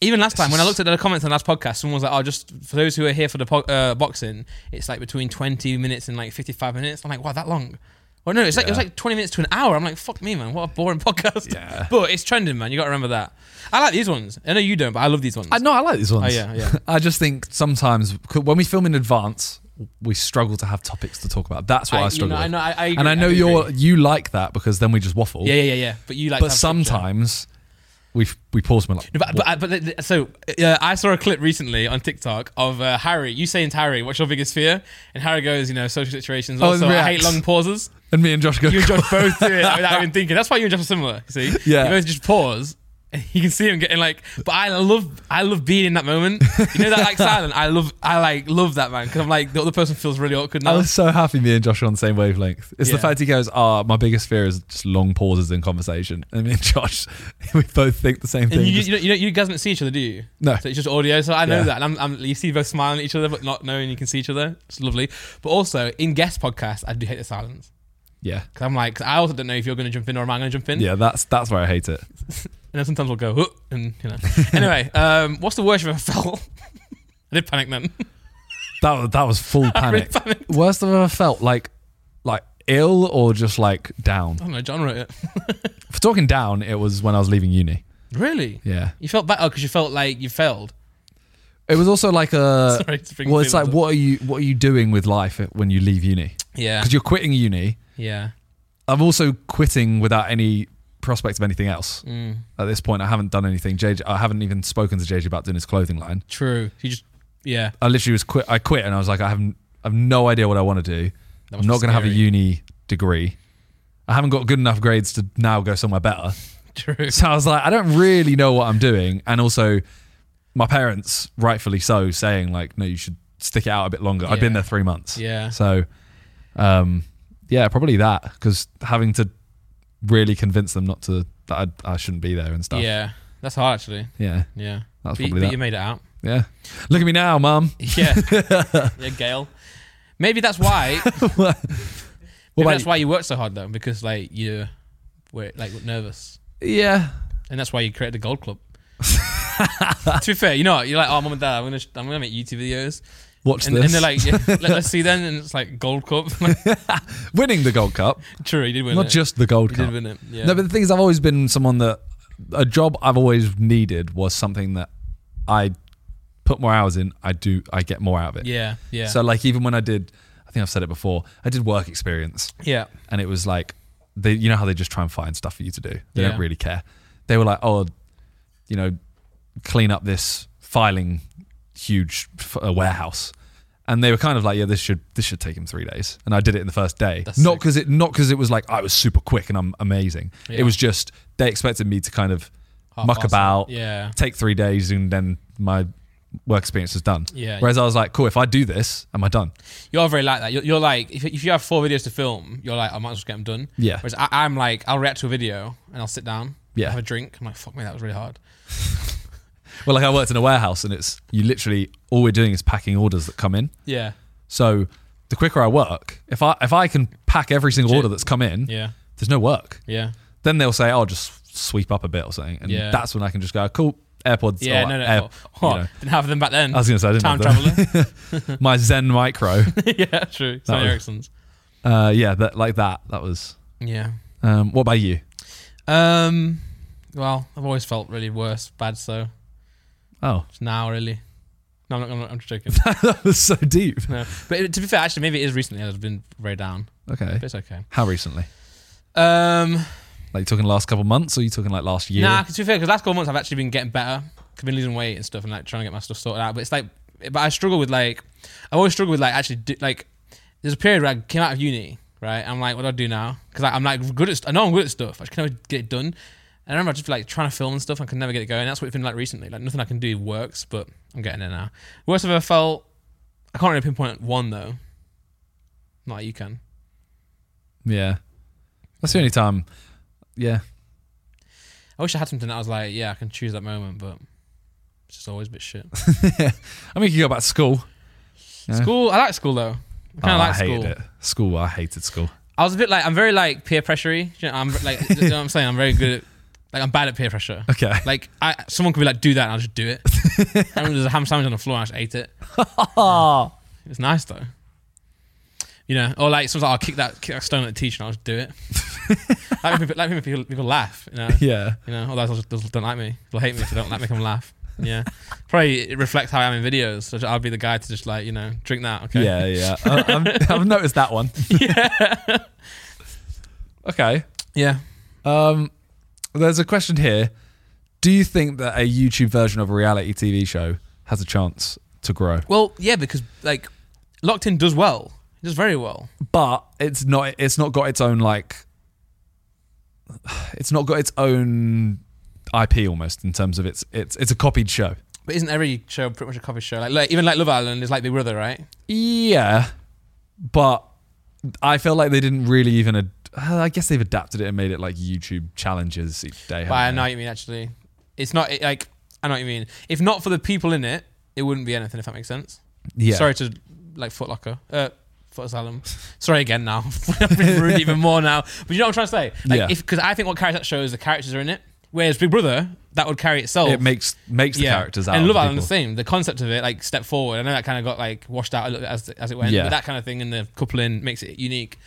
Speaker 1: Even last time, when I
Speaker 2: just-
Speaker 1: looked at the comments on last podcast, someone was like, "Oh, just for those who are here for the po- uh, boxing, it's like between twenty minutes and like fifty-five minutes." I'm like, "Wow, that long?" Well, no, it's like it was
Speaker 2: Yeah.
Speaker 1: like twenty minutes to an hour. I'm like, "Fuck me, man! What a boring podcast."
Speaker 2: Yeah.
Speaker 1: but it's trending, man. You got to remember that. I like these ones. I know you don't, but I love these ones.
Speaker 2: I no, I like these ones.
Speaker 1: Oh, yeah, yeah.
Speaker 2: I just think sometimes c- when we film in advance, we struggle to have topics to talk about. That's what I,
Speaker 1: you know,
Speaker 2: struggle with.
Speaker 1: I know, I, I agree,
Speaker 2: and I know
Speaker 1: do
Speaker 2: you're
Speaker 1: agree.
Speaker 2: you like that because then we just waffle.
Speaker 1: Yeah, yeah, yeah, yeah. But you like, to
Speaker 2: but
Speaker 1: have structure.
Speaker 2: sometimes we f- we pause and we're like,
Speaker 1: No, but,
Speaker 2: "What?"
Speaker 1: but, I- but the- the- so uh, I saw a clip recently on TikTok of uh, Harry. You saying to Harry, "What's your biggest fear?" And Harry goes, "You know, social situations.
Speaker 2: Oh,
Speaker 1: Also,
Speaker 2: and
Speaker 1: I hate
Speaker 2: reacts.
Speaker 1: long pauses."
Speaker 2: and me and Josh go,
Speaker 1: you and Josh both do it without even thinking. That's why you and Josh are similar. You see,
Speaker 2: Yeah.
Speaker 1: you both just pause. And you can see him getting like, but I love, I love being in that moment. You know that like silent. I love, I like love that man because I'm like the other person feels really awkward
Speaker 2: I
Speaker 1: now.
Speaker 2: was so happy me and Josh are on the same wavelength. It's the
Speaker 1: Yeah.
Speaker 2: fact he goes, ah, my biggest fear is just long pauses in conversation. And me and Josh, we both think the same thing.
Speaker 1: and you,
Speaker 2: just-
Speaker 1: you, know, you, know, you guys don't see each other, do you?
Speaker 2: No.
Speaker 1: So it's just audio. So I know
Speaker 2: Yeah.
Speaker 1: that. And I'm, I'm, you see both smiling at each other, but not knowing you can see each other. It's lovely. But also in guest podcasts, I do hate the silence
Speaker 2: yeah.
Speaker 1: because I'm like, 'cause I also don't know if you're going to jump in or am I going to jump in?
Speaker 2: Yeah, that's that's where I hate it.
Speaker 1: And then sometimes we'll go, "Huh," and you know. anyway, um, what's the worst you've ever felt? I did panic then.
Speaker 2: That was, that was full panic.
Speaker 1: panicked.
Speaker 2: Worst I've ever felt, like like ill or just like down.
Speaker 1: I don't know, John wrote it.
Speaker 2: For talking down, it was when I was leaving uni.
Speaker 1: Really?
Speaker 2: Yeah,
Speaker 1: You felt bad because you felt like you failed.
Speaker 2: it was also like a.
Speaker 1: Sorry to bring
Speaker 2: well, it's like
Speaker 1: feelings up.
Speaker 2: what are you what are you doing with life when you leave uni?
Speaker 1: Yeah.
Speaker 2: Because you're quitting uni.
Speaker 1: Yeah.
Speaker 2: I'm also quitting without any prospect of anything else.
Speaker 1: Mm.
Speaker 2: At this point, I haven't done anything. JJ, I haven't even spoken to JJ about doing his clothing line.
Speaker 1: True. You just. Yeah.
Speaker 2: I literally was quit. I quit, and I was like, I have, I've no idea what I want to do.
Speaker 1: That
Speaker 2: I'm
Speaker 1: must
Speaker 2: not
Speaker 1: be
Speaker 2: going to have a
Speaker 1: scary.
Speaker 2: uni degree. I haven't got good enough grades to now go somewhere better.
Speaker 1: True.
Speaker 2: So I was like, I don't really know what I'm doing. And also, my parents, rightfully so, saying like, no, you should stick it out a bit longer. I've been
Speaker 1: Yeah.
Speaker 2: there three months.
Speaker 1: Yeah.
Speaker 2: So, um, yeah, probably that because having to really convince them not to that I, I shouldn't be there and stuff.
Speaker 1: Yeah. That's hard actually.
Speaker 2: Yeah,
Speaker 1: Yeah.
Speaker 2: that's
Speaker 1: But, you-
Speaker 2: probably
Speaker 1: but
Speaker 2: that.
Speaker 1: you made it out.
Speaker 2: yeah, look at me now, mum.
Speaker 1: Yeah. yeah, Gail. Maybe that's why.
Speaker 2: What
Speaker 1: maybe
Speaker 2: about
Speaker 1: that's why you worked so hard though, because like you were like nervous,
Speaker 2: Yeah,
Speaker 1: and that's why you created the Gold Club. to be fair, you know, what? you're like, oh, mum and dad, I'm gonna, sh- I'm gonna make YouTube videos,
Speaker 2: watch
Speaker 1: and,
Speaker 2: this.
Speaker 1: and they're like, yeah, let, us see then, and it's like Gold Cup.
Speaker 2: winning the gold cup,
Speaker 1: True, you did win
Speaker 2: not
Speaker 1: it.
Speaker 2: just the gold
Speaker 1: you
Speaker 2: cup.
Speaker 1: did win it. Yeah.
Speaker 2: No, but the thing is, I've always been someone that a job I've always needed was something that I put more hours in. I do, I get more out of it.
Speaker 1: yeah, yeah,
Speaker 2: So like even when I did, I think I've said it before. I did work experience,
Speaker 1: yeah.
Speaker 2: and it was like they, you know how they just try and find stuff for you to do. They
Speaker 1: Yeah.
Speaker 2: don't really care. They were like, oh, you know, clean up this filing huge f- uh, warehouse. And they were kind of like, yeah, this should this should take him three days, and I did it in the first day.
Speaker 1: That's
Speaker 2: not
Speaker 1: sick.
Speaker 2: because it not because it was like I was super quick and I'm amazing.
Speaker 1: Yeah.
Speaker 2: It was just they expected me to kind of
Speaker 1: Half
Speaker 2: muck
Speaker 1: past.
Speaker 2: about,
Speaker 1: Yeah,
Speaker 2: take three days, and then my work experience is done.
Speaker 1: Yeah.
Speaker 2: Whereas I was like, cool, if I do this, am I done?
Speaker 1: you are very like that. You're, you're like, if, if you have four videos to film, you're like, I might as well get them done.
Speaker 2: Yeah.
Speaker 1: Whereas I, I'm like, I'll react to a video and I'll sit down.
Speaker 2: Yeah.
Speaker 1: Have a drink. I'm like, fuck me, that was really hard.
Speaker 2: Well, like I worked in a warehouse and it's you literally all we're doing is packing orders that come in.
Speaker 1: Yeah.
Speaker 2: So the quicker I work, if I if I can pack every single order that's come in,
Speaker 1: Yeah.
Speaker 2: there's no work.
Speaker 1: Yeah.
Speaker 2: Then they'll say, "Oh, just sweep up a bit or something," and
Speaker 1: Yeah.
Speaker 2: that's when I can just go, "Cool, AirPods."
Speaker 1: Yeah.
Speaker 2: or
Speaker 1: no. No.
Speaker 2: Air-
Speaker 1: oh,
Speaker 2: Uh, you know.
Speaker 1: Didn't have them back then.
Speaker 2: I was gonna say I didn't
Speaker 1: Time
Speaker 2: have them.
Speaker 1: traveler.
Speaker 2: my Zen Micro.
Speaker 1: yeah. True. Sony
Speaker 2: was-
Speaker 1: Ericsson's.
Speaker 2: uh, yeah, that like that. That was.
Speaker 1: Yeah.
Speaker 2: Um, what about you?
Speaker 1: Um. Well, I've always felt really worse, bad. So
Speaker 2: Oh,
Speaker 1: it's now really. No, I'm not. I'm, not, I'm just joking.
Speaker 2: that was so deep.
Speaker 1: no. But it, to be fair, actually, maybe it is recently. I've been very down,
Speaker 2: Okay,
Speaker 1: but it's okay.
Speaker 2: how recently?
Speaker 1: Um.
Speaker 2: Like you talking last couple months, or you talking like last year?
Speaker 1: Nah, 'cause to be fair, because last couple of months I've actually been getting better. 'Cause I've been losing weight and stuff, and like trying to get my stuff sorted out. But it's like, but I struggle with like, I always struggle with like actually do, like. There's a period where I came out of uni, right? I'm like, what do I do now? Because I'm like good at, st- I know I'm good at stuff. I just can never get it done. And I remember I just like trying to film and stuff. I could never get it going. That's what it's been like recently. Like nothing I can do works, but I'm getting there now. Worst I've ever felt. I can't really pinpoint one though. Not like you can.
Speaker 2: Yeah. That's the only time yeah.
Speaker 1: I wish I had something that I was like, yeah, I can choose that moment, but it's just always a bit shit.
Speaker 2: I mean, you go back to school. Yeah.
Speaker 1: School, I like school though. I kind of
Speaker 2: Oh,
Speaker 1: like
Speaker 2: I hated
Speaker 1: school.
Speaker 2: it. School, I hated school.
Speaker 1: I was a bit like, I'm very like peer pressury. You know, I'm like, you know what I'm saying? I'm very good at, like, I'm bad at peer pressure.
Speaker 2: Okay.
Speaker 1: Like, I someone could be like, do that, and I'll just do it. I remember there's a ham sandwich on the floor, and I just ate it. It was nice though. You know, or like sometimes I'll kick that, kick that stone at the teacher, and I'll just do it. like, people, like people, people laugh, you know.
Speaker 2: yeah.
Speaker 1: You know, otherwise they'll, just- they'll- don't like me. They'll hate me if they don't like make them laugh. Yeah, probably it reflects how I am in videos. So I'll be the guy to just like you know drink that. Okay.
Speaker 2: Yeah, yeah. I, I'm, I've noticed that one. okay.
Speaker 1: Yeah.
Speaker 2: Um, there's a question here. Do you think that a YouTube version of a reality TV show has a chance to grow?
Speaker 1: Well, yeah, because like Locked In does well. It does very well.
Speaker 2: But it's not. It's not got its own like. It's not got its own IP almost in terms of its. It's it's a copied show.
Speaker 1: But isn't every show pretty much a copy show? Like, like even like Love Island is like Big Brother, right?
Speaker 2: Yeah, but I feel like they didn't really even. Ad- uh, I guess they've adapted it and made it like YouTube challenges each day.
Speaker 1: But I
Speaker 2: haven't
Speaker 1: know
Speaker 2: they?
Speaker 1: what you mean. Actually, it's not it, like I know what you mean. If not for the people in it, it wouldn't be anything. If that makes sense.
Speaker 2: Yeah.
Speaker 1: Sorry to like Foot Locker. Uh, Foot Asylum. Sorry again now. I've been rude even more now. But you know what I'm trying to say? Like
Speaker 2: Yeah.
Speaker 1: if because I think what carries that show is the characters are in it. Whereas Big Brother, that would carry itself.
Speaker 2: It makes makes the characters out.
Speaker 1: And
Speaker 2: of
Speaker 1: Love
Speaker 2: the
Speaker 1: Island the
Speaker 2: people.
Speaker 1: same. The concept of it, like step forward. I know that kind of got like washed out a little bit as as it went.
Speaker 2: Yeah.
Speaker 1: But that kind of thing in the coupling makes it unique.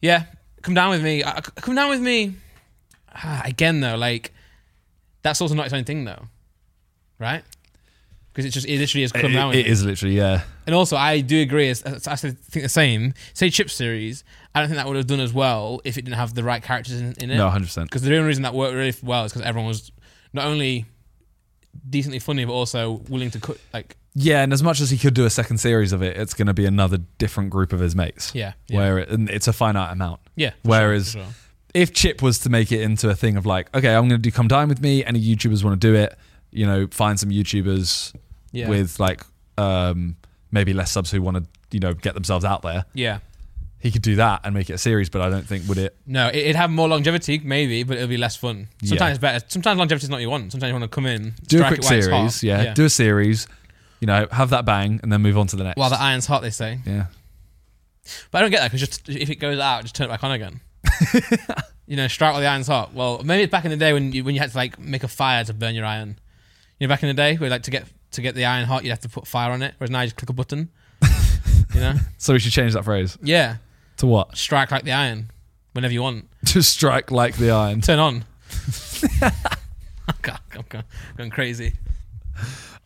Speaker 1: Yeah, come down with me. I, I- come down with me. Ah, again though, like that's also not its own thing though, right? Because it's just it literally is come down
Speaker 2: It-
Speaker 1: with
Speaker 2: it
Speaker 1: me.
Speaker 2: is literally yeah.
Speaker 1: And also, I do agree. as- as- I actually think the same. Say Chip Series, I don't think that would have done as well if it didn't have the right characters in, in it.
Speaker 2: No, hundred percent.
Speaker 1: Because the only reason that worked really well is because everyone was not only decently funny but also willing to cut. Like,
Speaker 2: Yeah, and as much as he could do a second series of it, it's going to be another different group of his mates.
Speaker 1: Yeah, yeah.
Speaker 2: where it, and it's a finite amount.
Speaker 1: yeah. for
Speaker 2: Whereas
Speaker 1: sure, for sure.
Speaker 2: if Chip was to make it into a thing of like, okay, I'm going to do come dine with me. Any YouTubers want to do it? You know, find some YouTubers
Speaker 1: Yeah.
Speaker 2: with like um, maybe less subs who want to you know get themselves out there.
Speaker 1: yeah,
Speaker 2: He could do that and make it a series, but I don't think would it.
Speaker 1: no, it, it'd have more longevity maybe, but it'll be less fun. Sometimes
Speaker 2: Yeah.
Speaker 1: it's better. Sometimes longevity's not what you want. Sometimes you want to come in,
Speaker 2: Do
Speaker 1: strike
Speaker 2: a quick
Speaker 1: it while it's hot.
Speaker 2: series, yeah, Do a series, you know, have that bang, and then move on to the next.
Speaker 1: while the iron's hot, they say.
Speaker 2: yeah,
Speaker 1: But I don't get that because just if it goes out, just turn it back on again. you know, strike while the iron's hot. Well, maybe it's back in the day when you when you had to like make a fire to burn your iron. You know, back in the day where like to get to get the iron hot, you'd have to put fire on it. Whereas now you just click a button. you know,
Speaker 2: so we should change that phrase
Speaker 1: yeah,
Speaker 2: to what?
Speaker 1: strike like the iron whenever you want.
Speaker 2: To strike like the iron.
Speaker 1: Turn on. God, I'm going, going crazy.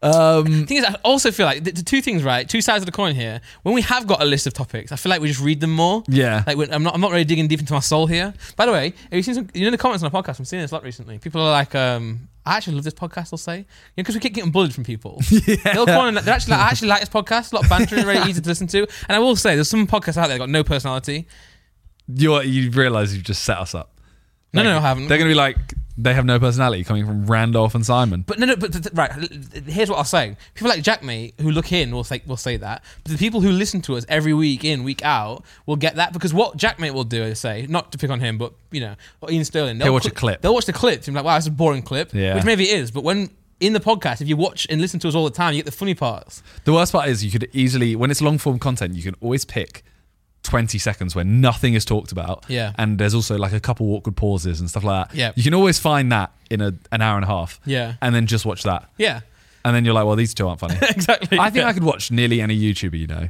Speaker 2: Um,
Speaker 1: thing is, I also feel like the, the two things, right? Two sides of the coin here. When we have got a list of topics, I feel like we just read them more.
Speaker 2: yeah,
Speaker 1: Like when, I'm not, I'm not really digging deep into my soul here. By the way, have you seen some, you know, in the comments on our podcast, I'm seeing this a lot recently. People are like, um, I actually love this podcast. They'll say, because we keep getting bullied from people. They'll come on and they're actually like, I actually like this podcast. A lot of banter, very easy to listen to. And I will say, there's some podcasts out there that got no personality.
Speaker 2: you you realize you've just set us up.
Speaker 1: No, no,
Speaker 2: Like,
Speaker 1: no, I haven't.
Speaker 2: They're gonna be like they have no personality coming from Randolph and Simon.
Speaker 1: But no, no. But th- th- right, l- th- here's what I'll say. People like Jack, me, who look in, will say will say that. But the people who listen to us every week in, week out, will get that because what Jack, mate, will do is say, not to pick on him, but you know, or Ian Sterling. They'll
Speaker 2: He'll watch
Speaker 1: cl-
Speaker 2: a clip.
Speaker 1: They'll watch the clip. And be like, wow, it's a boring clip.
Speaker 2: Yeah.
Speaker 1: Which maybe it is, but when in the podcast, if you watch and listen to us all the time, you get the funny parts.
Speaker 2: The worst part is you could easily, when it's long form content, you can always pick 20 seconds where nothing is talked about.
Speaker 1: Yeah.
Speaker 2: And there's also like a couple awkward pauses and stuff like that.
Speaker 1: Yeah.
Speaker 2: You can always find that in a, an hour and a half.
Speaker 1: Yeah.
Speaker 2: And then just watch that.
Speaker 1: Yeah,
Speaker 2: And then you're like, well, these two aren't funny.
Speaker 1: exactly.
Speaker 2: I think
Speaker 1: yeah.
Speaker 2: I could watch nearly any YouTuber, you know,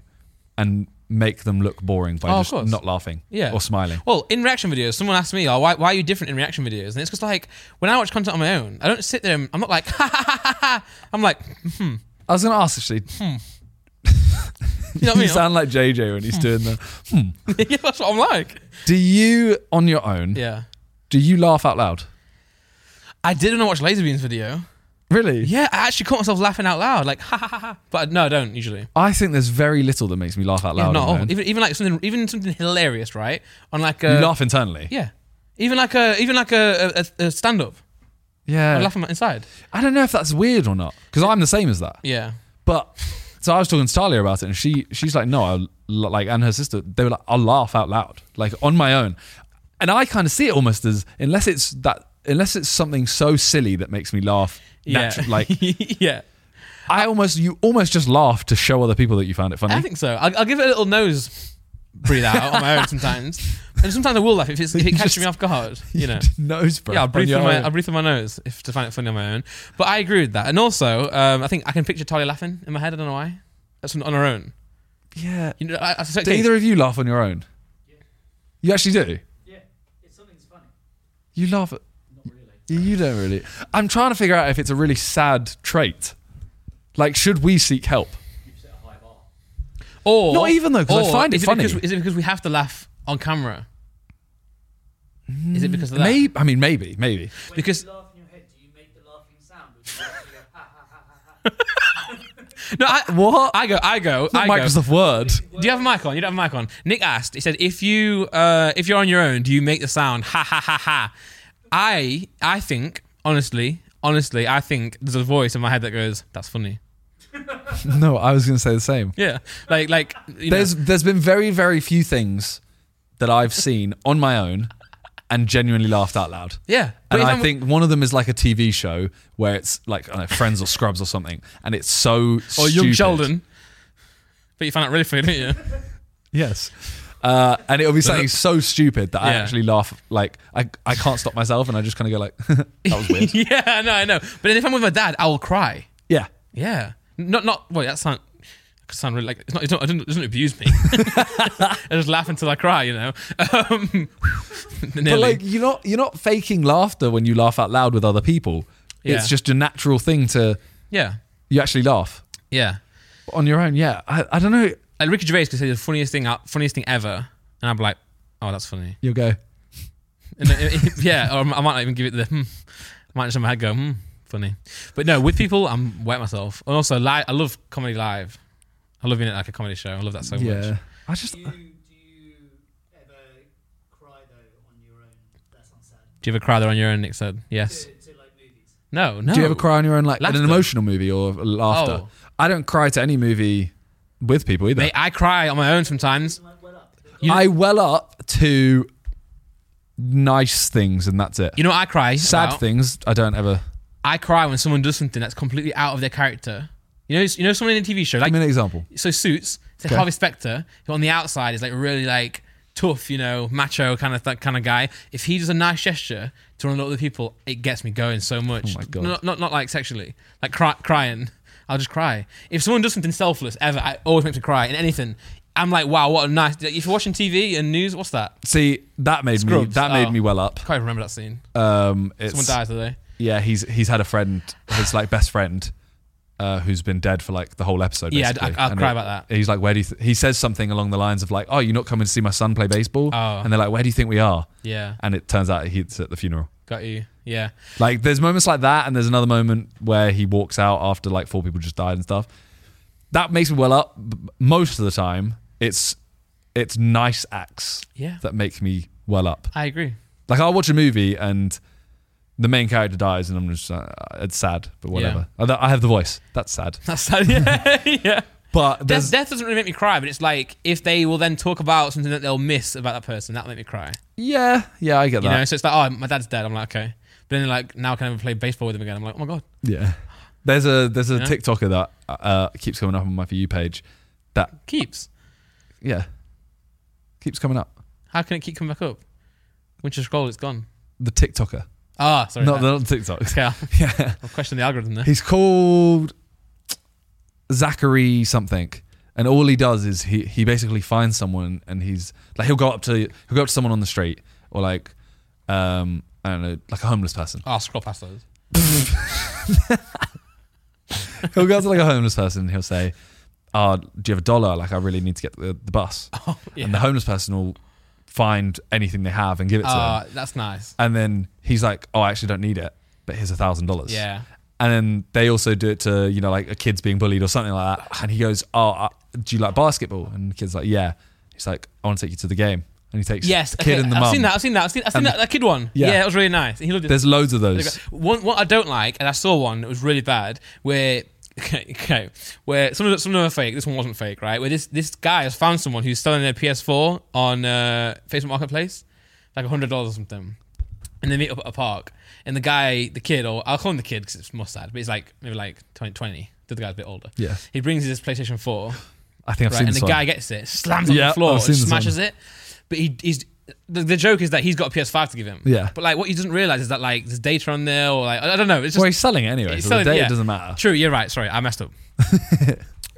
Speaker 2: and make them look boring by
Speaker 1: Oh, of
Speaker 2: just
Speaker 1: course.
Speaker 2: not laughing
Speaker 1: Yeah.
Speaker 2: or smiling.
Speaker 1: Well, in reaction videos, someone asked me, oh, why, why are you different in reaction videos? And it's because, like, when I watch content on my own, I don't sit there and I'm not like, ha ha ha ha ha. I'm like, hmm.
Speaker 2: I was going to ask actually,
Speaker 1: You know what I
Speaker 2: you
Speaker 1: mean?
Speaker 2: sound like JJ when he's doing the. uh,
Speaker 1: yeah, that's what I'm like.
Speaker 2: Do you, on your own,
Speaker 1: Yeah.
Speaker 2: do you laugh out loud?
Speaker 1: I did when I watched Laserbeam's video.
Speaker 2: Really?
Speaker 1: Yeah, I actually caught myself laughing out loud, like ha ha ha ha. But no, I don't usually.
Speaker 2: I think there's very little that makes me laugh out
Speaker 1: Yeah,
Speaker 2: loud.
Speaker 1: not
Speaker 2: on my
Speaker 1: all.
Speaker 2: own.
Speaker 1: Even, even like something, even something hilarious, right? On like
Speaker 2: you
Speaker 1: a
Speaker 2: laugh internally.
Speaker 1: yeah, even like a even like a, a, a stand up. I
Speaker 2: Yeah.
Speaker 1: laugh at my inside.
Speaker 2: I don't know if that's weird or not because I'm the same as that.
Speaker 1: Yeah,
Speaker 2: But so I was talking to Talia about it, and she she's like, no, I like, and her sister, they were like, I'll laugh out loud, like on my own. and I kind of see it almost as unless it's that unless it's something so silly that makes me laugh.
Speaker 1: Yeah.
Speaker 2: Natu- like
Speaker 1: yeah.
Speaker 2: I almost you almost just laugh to show other people that you found it funny.
Speaker 1: I think so. I'll, I'll give it a little nose breathe out on my own sometimes, and sometimes I will laugh if, it's, if it catches
Speaker 2: Just-
Speaker 1: me off guard. You know.
Speaker 2: nose breath.
Speaker 1: Yeah, I'll breathe
Speaker 2: on your
Speaker 1: through my
Speaker 2: own.
Speaker 1: I'll breathe through my nose if to find it funny on my own. But I agree with that, and also um, I think I can picture Tali laughing in my head. I don't know why. That's on, on her own.
Speaker 2: yeah.
Speaker 1: You know, I, I suspect
Speaker 2: Do either of you laugh on your own? You actually do.
Speaker 3: Yeah, if something's funny,
Speaker 2: You laugh at.
Speaker 3: not really.
Speaker 2: You- You don't really. I'm trying to figure out if it's a really sad trait. Like, should we seek help?
Speaker 3: You've set a high bar.
Speaker 1: or
Speaker 2: Not even though, 'cause I
Speaker 1: or
Speaker 2: find it
Speaker 1: is
Speaker 2: funny.
Speaker 1: because, is it because we have to laugh on camera? Is it because of that?
Speaker 2: Maybe. I mean, maybe, maybe.
Speaker 3: When
Speaker 1: Because-
Speaker 3: you laugh in your head, do you make the laughing sound? Or do you actually go, ha ha ha ha ha?
Speaker 1: No, I,
Speaker 2: What?
Speaker 1: I go, I go, I
Speaker 2: Not
Speaker 1: go.
Speaker 2: Microsoft Word.
Speaker 1: Do you have a mic on? You don't have a mic on. Nick asked. He said, "If you uh, if you're on your own, do you make the sound ha ha ha ha?" I I think honestly, honestly, I think there's a voice in my head that goes, "That's funny."
Speaker 2: No, I was going to say the same.
Speaker 1: Yeah, like like you know,
Speaker 2: There's there's been very very few things that I've seen on my own and genuinely laughed out loud.
Speaker 1: yeah.
Speaker 2: And
Speaker 1: if
Speaker 2: I
Speaker 1: I'm-
Speaker 2: think one of them is like a TV show where it's like I don't know, Friends or Scrubs or something, and it's so
Speaker 1: or young
Speaker 2: stupid.
Speaker 1: Sheldon. But you find that really funny, don't you?
Speaker 2: Yes. Uh, and it'll be something so stupid that I
Speaker 1: Yeah.
Speaker 2: actually laugh like I, I can't stop myself and I just kind of go like that was weird.
Speaker 1: yeah, I know, I know. But then if I'm with my dad, I will cry.
Speaker 2: yeah.
Speaker 1: Yeah, not not. Well, that sound could sound really like it's not. It's not. It doesn't, it doesn't abuse me. I just laugh until I cry. You know. Um,
Speaker 2: But
Speaker 1: nearly.
Speaker 2: like you're not you're not faking laughter when you laugh out loud with other people.
Speaker 1: Yeah.
Speaker 2: It's just a natural thing to
Speaker 1: yeah,
Speaker 2: you actually laugh
Speaker 1: yeah.
Speaker 2: on your own. Yeah. I, I don't know.
Speaker 1: Like Ricky Gervais could say the funniest thing, out- funniest thing ever, and I'm like, oh, that's funny.
Speaker 2: You'll go.
Speaker 1: And then- yeah, or I might not even give it the. Hmm. I might just in my head go, hmm, funny. But no, with people, I'm wet myself. And also, live, I love comedy live. I love being at like a comedy show. I love that so much.
Speaker 2: Yeah. I just
Speaker 3: Do you, do you ever cry though on your own? That's not sad.
Speaker 1: Do you ever cry there on your own? Nick said yes.
Speaker 3: To, to like movies.
Speaker 1: No, no.
Speaker 2: Do you ever cry on your own, like at
Speaker 1: Laughter.
Speaker 2: an emotional movie or laughter?
Speaker 1: Oh.
Speaker 2: I don't cry to any movie with people either.
Speaker 1: Mate, I cry on my own sometimes.
Speaker 3: Like well up.
Speaker 1: you-
Speaker 2: I well up to nice things, and that's it.
Speaker 1: You know, what I cry.
Speaker 2: Sad
Speaker 1: about?
Speaker 2: things, I don't ever.
Speaker 1: I cry when someone does something that's completely out of their character. You know, you know, someone in a TV show like
Speaker 2: Give me an example.
Speaker 1: so suits. It's like
Speaker 2: Okay.
Speaker 1: Harvey Specter, who on the outside is like really like tough, you know, macho kind of that kind of guy. If he does a nice gesture to one of the other people, it gets me going so much.
Speaker 2: Oh my God.
Speaker 1: Not not, not like sexually, like cry, crying. I'll just cry. If someone does something selfless ever, I always makes me cry in anything. I'm like, wow, what a nice. If you're watching TV and news, what's that?
Speaker 2: See, that made me
Speaker 1: Scrubs,
Speaker 2: that made
Speaker 1: oh.
Speaker 2: me well up.
Speaker 1: I can't even remember that scene.
Speaker 2: Um, it's,
Speaker 1: Someone dies today.
Speaker 2: Yeah, he's he's had a friend, his like best friend, uh, who's been dead for like the whole episode.
Speaker 1: Yeah, I-
Speaker 2: basically.
Speaker 1: I'll
Speaker 2: And
Speaker 1: cry
Speaker 2: it-
Speaker 1: about
Speaker 2: He's like, where do you? Th-? he says something along the lines of like, oh, you're not coming to see my son play baseball,
Speaker 1: Oh.
Speaker 2: and they're like, where do you think we are?
Speaker 1: Yeah,
Speaker 2: And it turns out he's at the funeral.
Speaker 1: got you. Yeah.
Speaker 2: Like there's moments like that, and there's another moment where he walks out after like four people just died and stuff. That makes me well up. B- Most of the time, it's it's nice acts
Speaker 1: Yeah.
Speaker 2: that make me well up.
Speaker 1: I agree.
Speaker 2: Like I'll watch a movie and the main character dies, and I'm just uh, it's sad, but whatever. I I have the voice. That's sad.
Speaker 1: That's sad. Yeah. yeah.
Speaker 2: But
Speaker 1: Death,
Speaker 2: there's
Speaker 1: death doesn't really make me cry, but it's like if they will then talk about something that they'll miss about that person, that'll make me cry.
Speaker 2: yeah, yeah, I get
Speaker 1: You know,
Speaker 2: that.
Speaker 1: so it's like, oh, my dad's dead. I'm like, okay. But then like now I can never play baseball with him again. I'm like, oh my god.
Speaker 2: Yeah. There's a there's a
Speaker 1: Yeah.
Speaker 2: TikToker that uh, keeps coming up on my for you page. That
Speaker 1: Keeps.
Speaker 2: yeah keeps coming up.
Speaker 1: How can it keep coming back up? Once you scroll, it's gone.
Speaker 2: The TikToker,
Speaker 1: Ah, sorry.
Speaker 2: not
Speaker 1: that-
Speaker 2: the not TikTok.
Speaker 1: okay, I'll,
Speaker 2: Yeah.
Speaker 1: I'll question the algorithm there.
Speaker 2: He's called Zachary something. And all he does is he, he basically finds someone and he's like he'll go up to he'll go up to someone on the street or like um I don't know, like a homeless person.
Speaker 1: Oh, I'll scroll past those.
Speaker 2: He'll go up to like a homeless person and he'll say, Oh, do you have a dollar? Like I really need to get the, the bus.
Speaker 1: Oh, Yeah.
Speaker 2: And the homeless person will find anything they have and give it to
Speaker 1: Ah,
Speaker 2: them.
Speaker 1: that's nice.
Speaker 2: And then he's like, Oh, I actually don't need it, but here's a thousand dollars.
Speaker 1: Yeah.
Speaker 2: and then they also do it to you know like a kid's being bullied or something like that and he goes oh uh, do you like basketball and the kid's like yeah he's like i want to take you to the game and he takes
Speaker 1: Yes.
Speaker 2: the kid
Speaker 1: okay,
Speaker 2: and the
Speaker 1: I've
Speaker 2: mum
Speaker 1: seen that. I've seen that. I've seen, I've seen
Speaker 2: And-
Speaker 1: that, that kid one.
Speaker 2: Yeah.
Speaker 1: Yeah. that was really nice. He loved it.
Speaker 2: there's loads of those
Speaker 1: One, what I don't like, and I saw one that was really bad, where okay, okay where some of the, some of them are fake. This one wasn't fake, right? Where this this guy has found someone who's selling their PS4 on uh, Facebook Marketplace like hundred dollars or something, and they meet up at a park. And the guy, the kid, or I'll call him the kid because it's Mossad, but he's like maybe like 20, 20. The other guy's a bit older.
Speaker 2: Yeah.
Speaker 1: He brings his PlayStation Four,
Speaker 2: I think
Speaker 1: right,
Speaker 2: I've seen
Speaker 1: and
Speaker 2: this
Speaker 1: the
Speaker 2: one.
Speaker 1: guy gets it, slams on
Speaker 2: Yeah,
Speaker 1: the floor,
Speaker 2: I've
Speaker 1: and
Speaker 2: seen this
Speaker 1: smashes it. But he, he's the, the joke is that he's got a PS5 to give him.
Speaker 2: Yeah.
Speaker 1: But like what he doesn't realize is that like there's data on there, or like I I don't know. It's just
Speaker 2: well, he's selling it anyway,
Speaker 1: He's
Speaker 2: so
Speaker 1: selling-
Speaker 2: the data
Speaker 1: yeah.
Speaker 2: doesn't matter.
Speaker 1: True, you're right. Sorry, I messed up.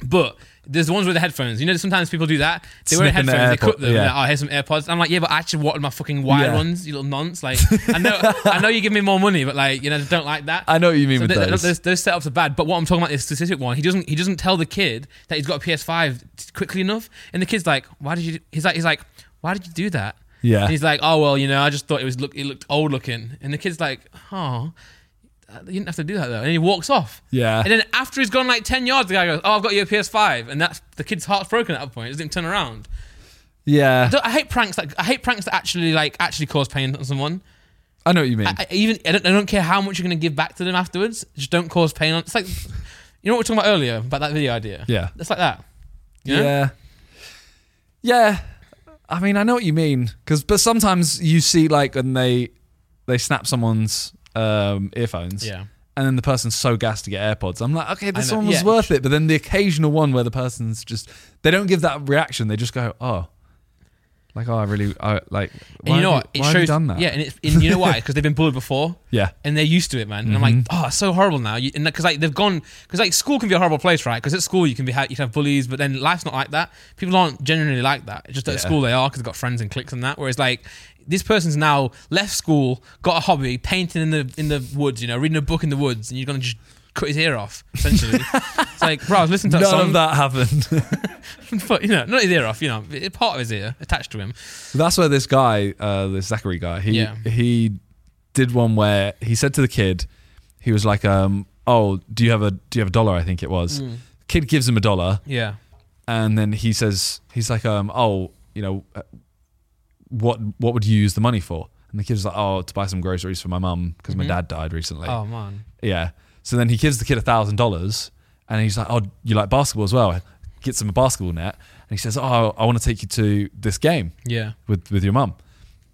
Speaker 1: but there's the ones with the headphones. You know, sometimes people do that. They wear
Speaker 2: Snipping their
Speaker 1: headphones, they
Speaker 2: AirPod-
Speaker 1: cut them.
Speaker 2: yeah.
Speaker 1: Yeah. Like, oh, here's some AirPods. I'm like, yeah, but I actually wanted my fucking wired
Speaker 2: Yeah.
Speaker 1: ones, you little nonce. Like, I know, I know you give me more money, but like, you know, I don't like that.
Speaker 2: I know what you mean with
Speaker 1: th- th-
Speaker 2: those.
Speaker 1: those. Those setups are bad. But what I'm talking about is specific one. He doesn't. He doesn't tell the kid that he's got a PS5 t- quickly enough, and the kid's like, why did you? do-" He's like, he's like, why did you do that?
Speaker 2: Yeah.
Speaker 1: And he's like, oh well, you know, I just thought it was look, it looked old looking, and the kid's like, oh, you didn't have to do that though. And he walks off.
Speaker 2: Yeah.
Speaker 1: And then after he's gone like 10 yards, the guy goes, Oh, I've got you a PS5. And that's the kid's heart's broken at that point. He doesn't even turn around.
Speaker 2: Yeah,
Speaker 1: So I hate pranks that I hate pranks that actually like actually cause pain on someone.
Speaker 2: I know what you mean.
Speaker 1: I, I even I don't, I don't care how much you're gonna give back to them afterwards. Just don't cause pain on it's like you know what we were talking about earlier about that video idea?
Speaker 2: yeah.
Speaker 1: It's like that. You know?
Speaker 2: Yeah. Yeah. I mean, I know what you mean cuz but sometimes you see like when they they snap someone's um earphones
Speaker 1: Yeah.
Speaker 2: and then the person's so gassed to get AirPods. I'm like, okay, this
Speaker 1: know,
Speaker 2: one was
Speaker 1: yeah.
Speaker 2: worth it. But then the occasional one where the person's just they don't give that reaction. They just go, "Oh." Like, "Oh, I really I like
Speaker 1: And
Speaker 2: why
Speaker 1: you know
Speaker 2: have
Speaker 1: what?
Speaker 2: why have you done that?"
Speaker 1: Yeah, and it's and you know why? Because they've been bullied before.
Speaker 2: Yeah.
Speaker 1: and they're used to it, man. And I'm like,
Speaker 2: Mm-hmm.
Speaker 1: oh, it's so horrible now. You, and because like they've gone, because like school can be a horrible place, right? Because at school you can be ha- you can have bullies, but then life's not like that. People aren't generally like that. It's just that at
Speaker 2: Yeah.
Speaker 1: school they are because they've got friends and cliques and that. Whereas like this person's now left school, got a hobby, painting in the in the woods, you know, reading a book in the woods, and you're gonna just cut his ear off essentially. it's like, bro, I was listening to that
Speaker 2: None
Speaker 1: song,
Speaker 2: of that happened.
Speaker 1: but you know, not his ear off, you know, it- part of his ear attached to him.
Speaker 2: That's where this guy, uh, this Zachary guy, he
Speaker 1: Yeah.
Speaker 2: he did one where he said to the kid, he was like, um, "Oh, do you have a do you have a dollar?" I think it was.
Speaker 1: Mm.
Speaker 2: Kid gives him a dollar,
Speaker 1: Yeah,
Speaker 2: and then he says, he's like, um, "Oh, you know, uh, what what would you use the money for?" And the kid's like, "Oh, to buy some groceries for my mum because my dad died recently."
Speaker 1: Mm-hmm. oh man,
Speaker 2: Yeah. So then he gives the kid a thousand dollars, and he's like, "Oh, you like basketball as well?" Gets him a basketball net, and he says, "Oh, I want to take you to this game."
Speaker 1: yeah,
Speaker 2: with with your mum.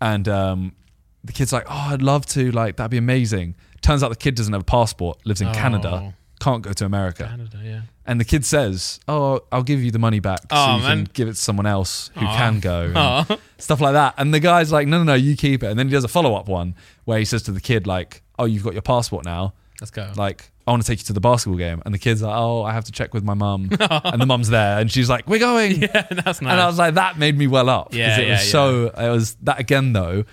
Speaker 2: And um, the kid's like, "Oh, I'd love to. Like, that'd be amazing." Turns out the kid doesn't have a passport, lives in
Speaker 1: Oh.
Speaker 2: Canada, can't go to America.
Speaker 1: Canada, yeah.
Speaker 2: And the kid says, "Oh, I'll give you the money back so
Speaker 1: Oh,
Speaker 2: you
Speaker 1: man. Oh.
Speaker 2: can give it to someone else who
Speaker 1: Aw.
Speaker 2: can go." and
Speaker 1: Aw.
Speaker 2: Stuff like that. And the guy's like, "No, no, no, you keep it." And then he does a follow up one where he says to the kid, "Like, oh, you've got your passport now.
Speaker 1: Let's go.
Speaker 2: Like." I want to take you to the basketball game, and the kid's like, "Oh, I have to check with my mum," and the mum's there, and she's like, "We're going."
Speaker 1: yeah, that's nice.
Speaker 2: And I was like, that made me well up. 'cause
Speaker 1: Yeah,
Speaker 2: it was
Speaker 1: yeah,
Speaker 2: so it was that again though.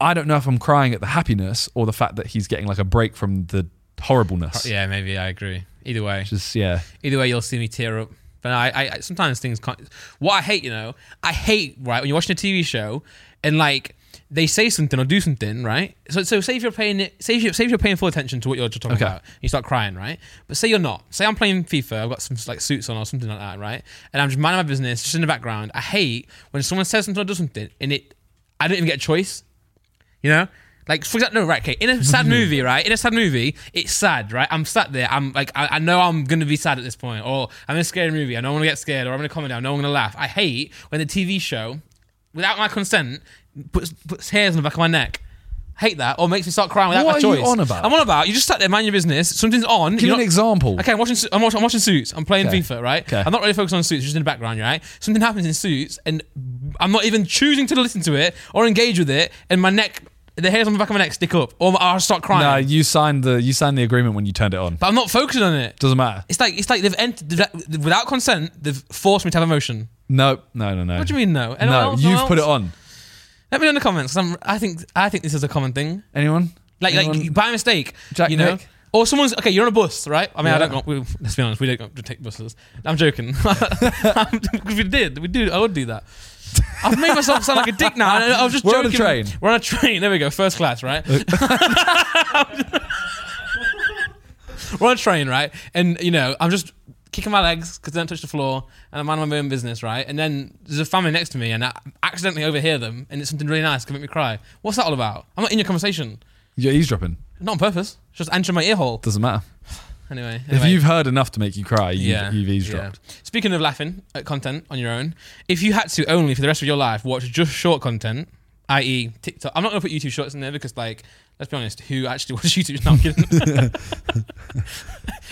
Speaker 2: I don't know if I'm crying at the happiness or the fact that he's getting like a break from the horribleness.
Speaker 1: yeah, maybe I agree. Either way,
Speaker 2: Just yeah.
Speaker 1: Either way, you'll see me tear up. But I, I, I sometimes things can't. What I hate, you know, I hate right when you're watching a TV show and like they say something or do something, right? So, so say if you're paying it, say if you're, say if you're paying full attention to what you're just talking
Speaker 2: Okay.
Speaker 1: about, and you start crying, right? But say you're not. Say I'm playing FIFA, I've got some like suits on or something like that, right? And I'm just minding my business, just in the background. I hate when someone says something or does something, and it, I don't even get a choice. You know? Like, for example, no, right, okay, in a sad movie, right? In a sad movie, it's sad, right? I'm sat there, I'm like, I, I know I'm gonna be sad at this point, or I'm in a scary movie, I know I'm gonna get scared, or I'm in a comedy, I know I'm gonna laugh. I hate when the TV show, without my consent, puts, puts hairs on the back of my neck. I hate that, or makes me start crying without
Speaker 2: What
Speaker 1: my
Speaker 2: are you
Speaker 1: choice.
Speaker 2: on about?
Speaker 1: I'm on about, you just sat there, mind your business, something's on.
Speaker 2: Give
Speaker 1: you're
Speaker 2: me an
Speaker 1: not-
Speaker 2: example.
Speaker 1: Okay, I'm watching. Su- I'm watching, I'm watching Suits. I'm playing
Speaker 2: Okay.
Speaker 1: FIFA, right?
Speaker 2: Okay.
Speaker 1: I'm not really focused on Suits. Just in the background, right? Something happens in Suits, and I'm not even choosing to listen to it or engage with it, and my neck, the hairs on the back of my neck stick up, or I start crying.
Speaker 2: No, you signed the you signed the agreement when you turned it on.
Speaker 1: But I'm not focusing on it.
Speaker 2: Doesn't matter.
Speaker 1: It's like it's like they've entered they've- without consent. They've forced me to have emotion.
Speaker 2: No, no, no, no.
Speaker 1: What do you mean, no? Anyone
Speaker 2: No,
Speaker 1: else?
Speaker 2: you've
Speaker 1: Anyone
Speaker 2: put it
Speaker 1: else?
Speaker 2: on.
Speaker 1: Let me know in the comments. 'cause I'm, I think I think this is a common thing.
Speaker 2: Anyone?
Speaker 1: Like
Speaker 2: Anyone?
Speaker 1: like by mistake,
Speaker 2: Jack
Speaker 1: you know.
Speaker 2: Nick?
Speaker 1: Or someone's okay. You're on a bus, right? I mean, I
Speaker 2: Yeah.
Speaker 1: don't. Go, we, let's be honest. We don't go to take buses. I'm joking. Because we did. We do. I would do that. I've made myself sound like a dick now. and I was just
Speaker 2: We're on a
Speaker 1: joking.
Speaker 2: train.
Speaker 1: We're on a train. There we go. First class, right?
Speaker 2: Uh.
Speaker 1: We're on a train, right? And you know, I'm just kicking my legs because they don't touch the floor, and I'm minding my own business, right? And then there's a family next to me, and I accidentally overhear them, and it's something really nice, can make me cry. What's that all about? I'm not in your conversation.
Speaker 2: You're eavesdropping.
Speaker 1: Not on purpose. Just enter my ear hole.
Speaker 2: Doesn't matter.
Speaker 1: Anyway,
Speaker 2: If
Speaker 1: anyway.
Speaker 2: you've heard enough to make you cry, you've, you've
Speaker 1: yeah.
Speaker 2: eavesdropped.
Speaker 1: Speaking of laughing at content on your own, if you had to only for the rest of your life watch just short content, i.e. TikTok. I'm not gonna put YouTube Shorts in there because, like, let's be honest, who actually watches YouTube? No, I'm kidding. Have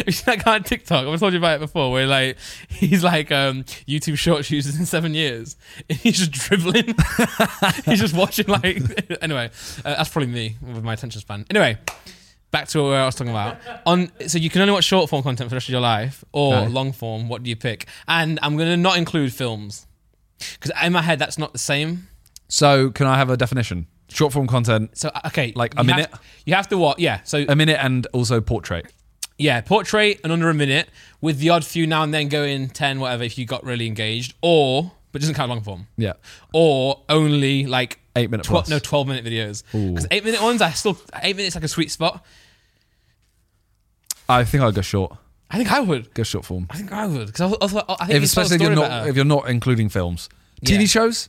Speaker 1: you seen that guy on TikTok? I've told you about it before. Where like he's like um, YouTube Shorts users in seven years, and he's just dribbling. he's just watching like anyway. Uh, that's probably me with my attention span. Anyway. Back to where I was talking about. On so you can only watch short form content for the rest of your life or
Speaker 2: Okay.
Speaker 1: long form. What do you pick? And I'm gonna not include films because in my head that's not the same.
Speaker 2: So, can I have a definition? Short form content,
Speaker 1: So uh, okay,
Speaker 2: Like a
Speaker 1: you have
Speaker 2: minute? Um,
Speaker 1: to- you have to what? Yeah. So
Speaker 2: a minute, and also portrait.
Speaker 1: yeah, portrait and under a minute, with the odd few now and then going ten, whatever, if you got really engaged, or but it doesn't count long form,
Speaker 2: Yeah,
Speaker 1: or only like
Speaker 2: eight minute
Speaker 1: twelve
Speaker 2: plus.
Speaker 1: no twelve minute videos
Speaker 2: Ooh.
Speaker 1: because eight minute ones I still eight minutes like a sweet spot.
Speaker 2: I think I'd go short.
Speaker 1: I think I would.
Speaker 2: Go short form.
Speaker 1: I think I would because I, I, I think
Speaker 2: If,
Speaker 1: you tell the
Speaker 2: especially if you're
Speaker 1: story
Speaker 2: not
Speaker 1: better.
Speaker 2: if you're not including films, TV
Speaker 1: Yeah.
Speaker 2: shows.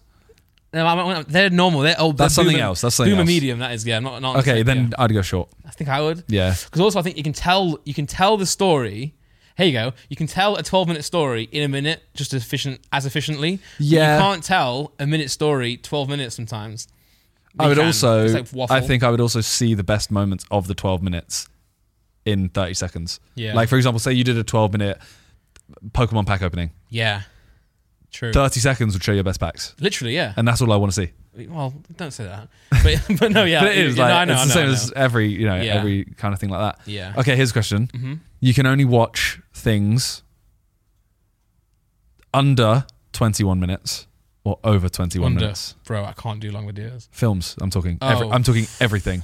Speaker 1: No, I'm- I'm- they're normal. They're old.
Speaker 2: That's
Speaker 1: they're
Speaker 2: something
Speaker 1: boomer-
Speaker 2: else, that's something
Speaker 1: boomer
Speaker 2: else.
Speaker 1: medium. That is yeah. Not, not
Speaker 2: Okay,
Speaker 1: yeah.
Speaker 2: then I'd go short.
Speaker 1: I think I would.
Speaker 2: Yeah,
Speaker 1: Because also, I think you can tell you can tell the story. Here you go. You can tell a twelve-minute story in a minute, just as efficient as efficiently. But
Speaker 2: Yeah.
Speaker 1: You can't tell a minute story twelve minutes sometimes.
Speaker 2: I
Speaker 1: You
Speaker 2: would
Speaker 1: can.
Speaker 2: also.
Speaker 1: It's like waffle.
Speaker 2: I think I would also see the best moments of the 12 minutes in 30 seconds.
Speaker 1: Yeah.
Speaker 2: Like for example, say you did a 12 minute Pokemon pack opening.
Speaker 1: Yeah. True.
Speaker 2: 30 seconds would show your best packs,
Speaker 1: Literally, yeah.
Speaker 2: and that's all I want to see.
Speaker 1: Well, don't say that. But, but no, yeah.
Speaker 2: but it is
Speaker 1: Uh, yeah,
Speaker 2: like
Speaker 1: no, I know,
Speaker 2: it's the
Speaker 1: I know,
Speaker 2: same
Speaker 1: I
Speaker 2: as
Speaker 1: know.
Speaker 2: every you know
Speaker 1: Yeah.
Speaker 2: every kind of thing like that.
Speaker 1: Yeah. Mm-hmm.
Speaker 2: Okay, here's a question. You can only watch things under 21 minutes or over 21
Speaker 1: Under.
Speaker 2: minutes.
Speaker 1: Bro, I can't do long videos.
Speaker 2: Films. I'm talking. Every,
Speaker 1: Oh.
Speaker 2: I'm talking everything.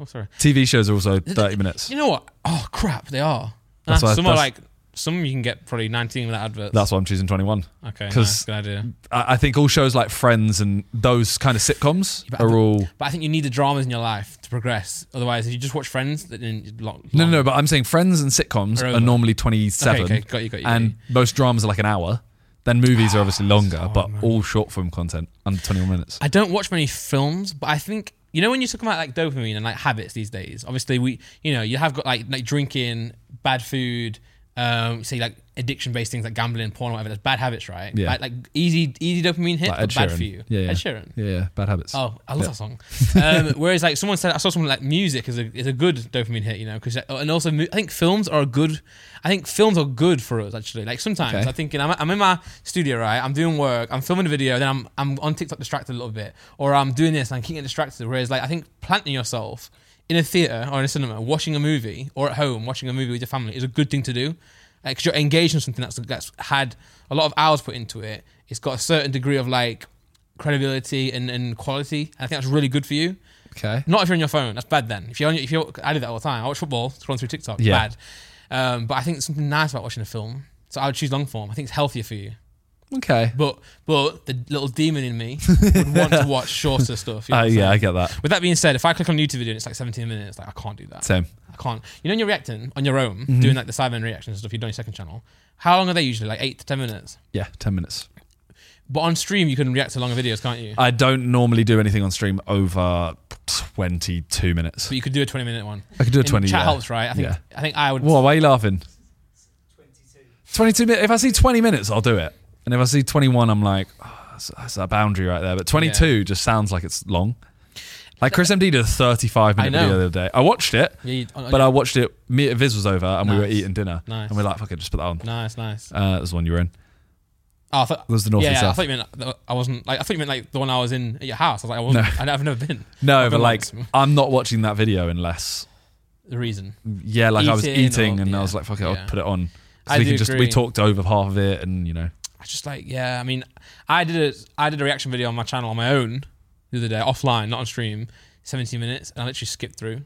Speaker 1: Oh, sorry.
Speaker 2: TV shows are also 30 minutes.
Speaker 1: You know what? Oh crap, they are.
Speaker 2: That's
Speaker 1: Ah,
Speaker 2: why-
Speaker 1: some are like
Speaker 2: that's-
Speaker 1: some you can get probably nineteen without adverts.
Speaker 2: That's why I'm choosing 21.
Speaker 1: okay.
Speaker 2: 'cause-
Speaker 1: Nice, good idea.
Speaker 2: I, I think all shows like Friends and those kind of sitcoms are all.
Speaker 1: But I think you need the dramas in your life to progress. Otherwise, if you just watch Friends, then you long,
Speaker 2: No, no, no. But I'm saying Friends and sitcoms
Speaker 1: Are
Speaker 2: are,
Speaker 1: over.
Speaker 2: normally 27,
Speaker 1: Okay, okay, got you, got you, got
Speaker 2: and Ah,
Speaker 1: you.
Speaker 2: most dramas are like an hour. Then movies are obviously longer, but all short form content under 21 minutes.
Speaker 1: I don't watch many films, but I think you know when you're talking about like dopamine and like habits these days. Obviously, we you know you have got like like drinking, bad food, um, say like addiction based things like gambling, porn, whatever. That's bad habits, right?
Speaker 2: Yeah.
Speaker 1: Like, like easy easy dopamine hit,
Speaker 2: Like
Speaker 1: but
Speaker 2: Ed
Speaker 1: bad
Speaker 2: Sheeran.
Speaker 1: for you.
Speaker 2: Yeah, yeah.
Speaker 1: Ed Sheeran.
Speaker 2: Yeah, yeah, bad habits.
Speaker 1: Oh, I love
Speaker 2: Yeah.
Speaker 1: that song. Um, whereas, like someone said, I saw someone like music is a is a good dopamine hit, you know, because and also mu- I think films are a good. I think films are good for us actually. Like sometimes
Speaker 2: Okay.
Speaker 1: I think you know, I'm, I'm in my studio, right? I'm doing work, I'm filming a video, then I'm I'm on TikTok distracted a little bit, or I'm doing this and I keep getting distracted. Whereas, like I think planting yourself in a theater or in a cinema, watching a movie, or at home watching a movie with your family is a good thing to do because you're engaged in something that's that's had a lot of hours put into it. It's got a certain degree of like credibility and, and quality. I think that's really good for you.
Speaker 2: Okay.
Speaker 1: Not if you're on your phone. That's bad then. If you're on your, if you're, I do that all the time. I watch football, scrolling through TikTok.
Speaker 2: Yeah.
Speaker 1: Bad. Um, but I think there's something nice about watching a film. So I would choose long form. I think it's healthier for you.
Speaker 2: Okay.
Speaker 1: But but the little demon in me would want to watch shorter stuff. you know
Speaker 2: Uh,
Speaker 1: what I'm
Speaker 2: yeah, I
Speaker 1: saying?
Speaker 2: get that.
Speaker 1: With that being said, if I click on a YouTube video and it's like 17 minutes, like I can't do that.
Speaker 2: Same. Mm-hmm.
Speaker 1: I can't. You know, when you're reacting on your own, doing like the Sidemen reactions and stuff you do on your second channel, how long are they usually? Like eight to 10 minutes.
Speaker 2: Yeah, 10 minutes.
Speaker 1: But on stream, you can react to longer videos, can't you?
Speaker 2: I don't normally do anything on stream over 22 minutes.
Speaker 1: but you could do a 20 minute one.
Speaker 2: I could do a
Speaker 1: And
Speaker 2: 20.
Speaker 1: Chat
Speaker 2: yeah.
Speaker 1: helps, right? I think
Speaker 2: Yeah.
Speaker 1: I think I would.
Speaker 2: Whoa, why are you laughing?
Speaker 3: 22.
Speaker 2: 22 minutes. If I see 20 minutes, I'll do it. And if I see 21, I'm like, oh, that's, that's a boundary right there. But 22 just sounds like it's long. Like Chris MD did a 35 minute
Speaker 1: I know.
Speaker 2: video the other day. I watched it,
Speaker 1: Yeah, you- on- on
Speaker 2: but
Speaker 1: your-
Speaker 2: I watched it. Me at Viz was over and we were
Speaker 1: Nice.
Speaker 2: eating dinner.
Speaker 1: Nice.
Speaker 2: And we're like, fuck it, just put that on.
Speaker 1: nice, nice.
Speaker 2: Uh, that was the one you were in.
Speaker 1: Oh, I thought,
Speaker 2: That was the North
Speaker 1: yeah,
Speaker 2: and
Speaker 1: yeah, I
Speaker 2: South.
Speaker 1: thought you meant the- I wasn't like I thought you meant like the one I was in at your house. I was like I wasn't. I, I've never been.
Speaker 2: No,
Speaker 1: I've
Speaker 2: but
Speaker 1: been
Speaker 2: like,
Speaker 1: once.
Speaker 2: I'm not watching that video unless,
Speaker 1: the reason.
Speaker 2: yeah, like I was
Speaker 1: Eating or-
Speaker 2: eating and
Speaker 1: yeah,
Speaker 2: I was like, fuck it,
Speaker 1: yeah.
Speaker 2: I'll put it on. So
Speaker 1: I
Speaker 2: we
Speaker 1: do
Speaker 2: could just,
Speaker 1: agree.
Speaker 2: we talked over half of it and, you know,
Speaker 1: I just like yeah. I mean, I did a I did a reaction video on my channel on my own the other day, offline, not on stream, 17 minutes, and I literally skipped through.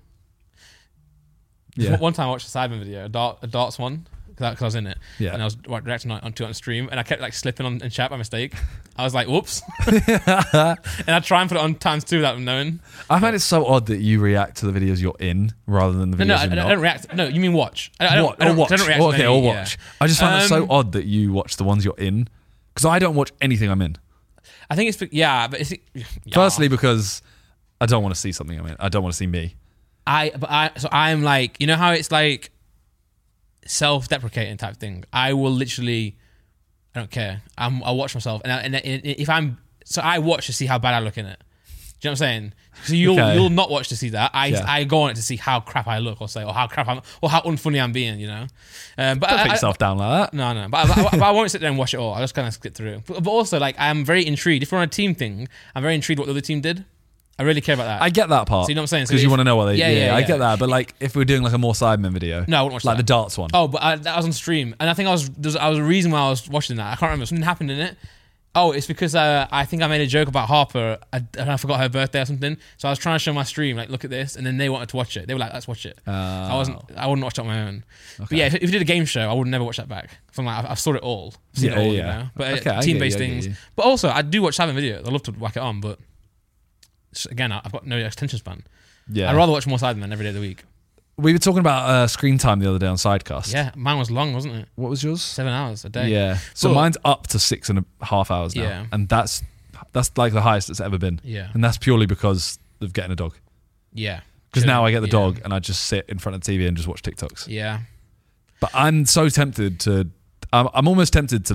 Speaker 2: yeah.
Speaker 1: One time I watched a Sidemen video, a, dart, a darts one, because I was in it.
Speaker 2: Yeah.
Speaker 1: And I was like, reacting on, onto it on stream, and I kept like slipping on in chat by mistake. I was like, whoops. and I try and put it on times two without them knowing.
Speaker 2: I find it so odd that you react to the videos you're in rather than the
Speaker 1: No,
Speaker 2: videos
Speaker 1: no, I, I
Speaker 2: you're not.
Speaker 1: don't react. No, you mean watch? I, I don't,
Speaker 2: What-
Speaker 1: I don't,
Speaker 2: or watch.
Speaker 1: I don't react
Speaker 2: Or-
Speaker 1: to
Speaker 2: okay,
Speaker 1: any,
Speaker 2: or
Speaker 1: yeah.
Speaker 2: watch. I just find it so
Speaker 1: Um,
Speaker 2: odd that you watch the ones you're in because I don't watch anything I'm in.
Speaker 1: I think it's be- yeah, but it's, yeah.
Speaker 2: Firstly, because I don't want to see something I'm in. I don't want to see me.
Speaker 1: I but I so I'm like you know how it's like self-deprecating type thing. I will literally I don't care. I'm I watch myself and, I, and i- if I'm so I watch to see how bad I look in it. Do you know what I'm saying? So you'll
Speaker 2: Okay.
Speaker 1: you'll not watch to see that. I
Speaker 2: Yeah.
Speaker 1: I go on it to see how crap I look, or say, or how crap I'm, or how unfunny I'm being. You know, um, but
Speaker 2: Don't
Speaker 1: I,
Speaker 2: put
Speaker 1: I-
Speaker 2: yourself down like that.
Speaker 1: no, no, but I, but I won't sit there and watch it all. I'll just kind of skip through. But, but also, like, I'm very intrigued. If we're on a team thing, I'm very intrigued what the other team did. I really care about that.
Speaker 2: I get that part.
Speaker 1: So you know what I'm saying? So
Speaker 2: Because you
Speaker 1: if-
Speaker 2: want to know what they
Speaker 1: Yeah,
Speaker 2: yeah,
Speaker 1: yeah,
Speaker 2: I
Speaker 1: yeah.
Speaker 2: get that. But like if we're doing like a more Sidemen video.
Speaker 1: No, I wouldn't watch
Speaker 2: Like
Speaker 1: that.
Speaker 2: the darts one.
Speaker 1: Oh, but I, that was on stream, and I think I was there was, I was a reason why I was watching that. I can't remember something happened in it. Oh, it's because uh, I think I made a joke about Harper I- and I forgot her birthday or something. So I was trying to show my stream, like, look at this, and then they wanted to watch it. They were like, let's watch it. So I wasn't,
Speaker 2: Oh.
Speaker 1: I wouldn't watch it on my own. But yeah, if, if you did a game show, I would never watch that back. 'Cause I'm like, I've, I've saw it all, I've seen
Speaker 2: Yeah,
Speaker 1: it all,
Speaker 2: yeah.
Speaker 1: you know. But
Speaker 2: Okay, I
Speaker 1: uh
Speaker 2: get
Speaker 1: team based
Speaker 2: you, I get
Speaker 1: things.
Speaker 2: you.
Speaker 1: But also, I do watch seven videos. I love to whack it on, but s- again, I- I've got no attention span.
Speaker 2: yeah.
Speaker 1: I'd rather watch more Sidemen every day of the week.
Speaker 2: we were talking about uh, screen time the other day on Sidecast.
Speaker 1: Yeah, mine was long, wasn't it?
Speaker 2: What was yours?
Speaker 1: Seven hours a day.
Speaker 2: Yeah. So
Speaker 1: But-
Speaker 2: mine's up to six and a half hours now,
Speaker 1: Yeah.
Speaker 2: and that's that's like the highest it's ever been,
Speaker 1: Yeah.
Speaker 2: and that's purely because of getting a dog.
Speaker 1: Yeah.
Speaker 2: Because
Speaker 1: Chilling.
Speaker 2: now I get the
Speaker 1: Yeah.
Speaker 2: dog and I just sit in front of the TV and just watch TikToks.
Speaker 1: Yeah.
Speaker 2: But I'm so tempted to, I'm, I'm almost tempted to.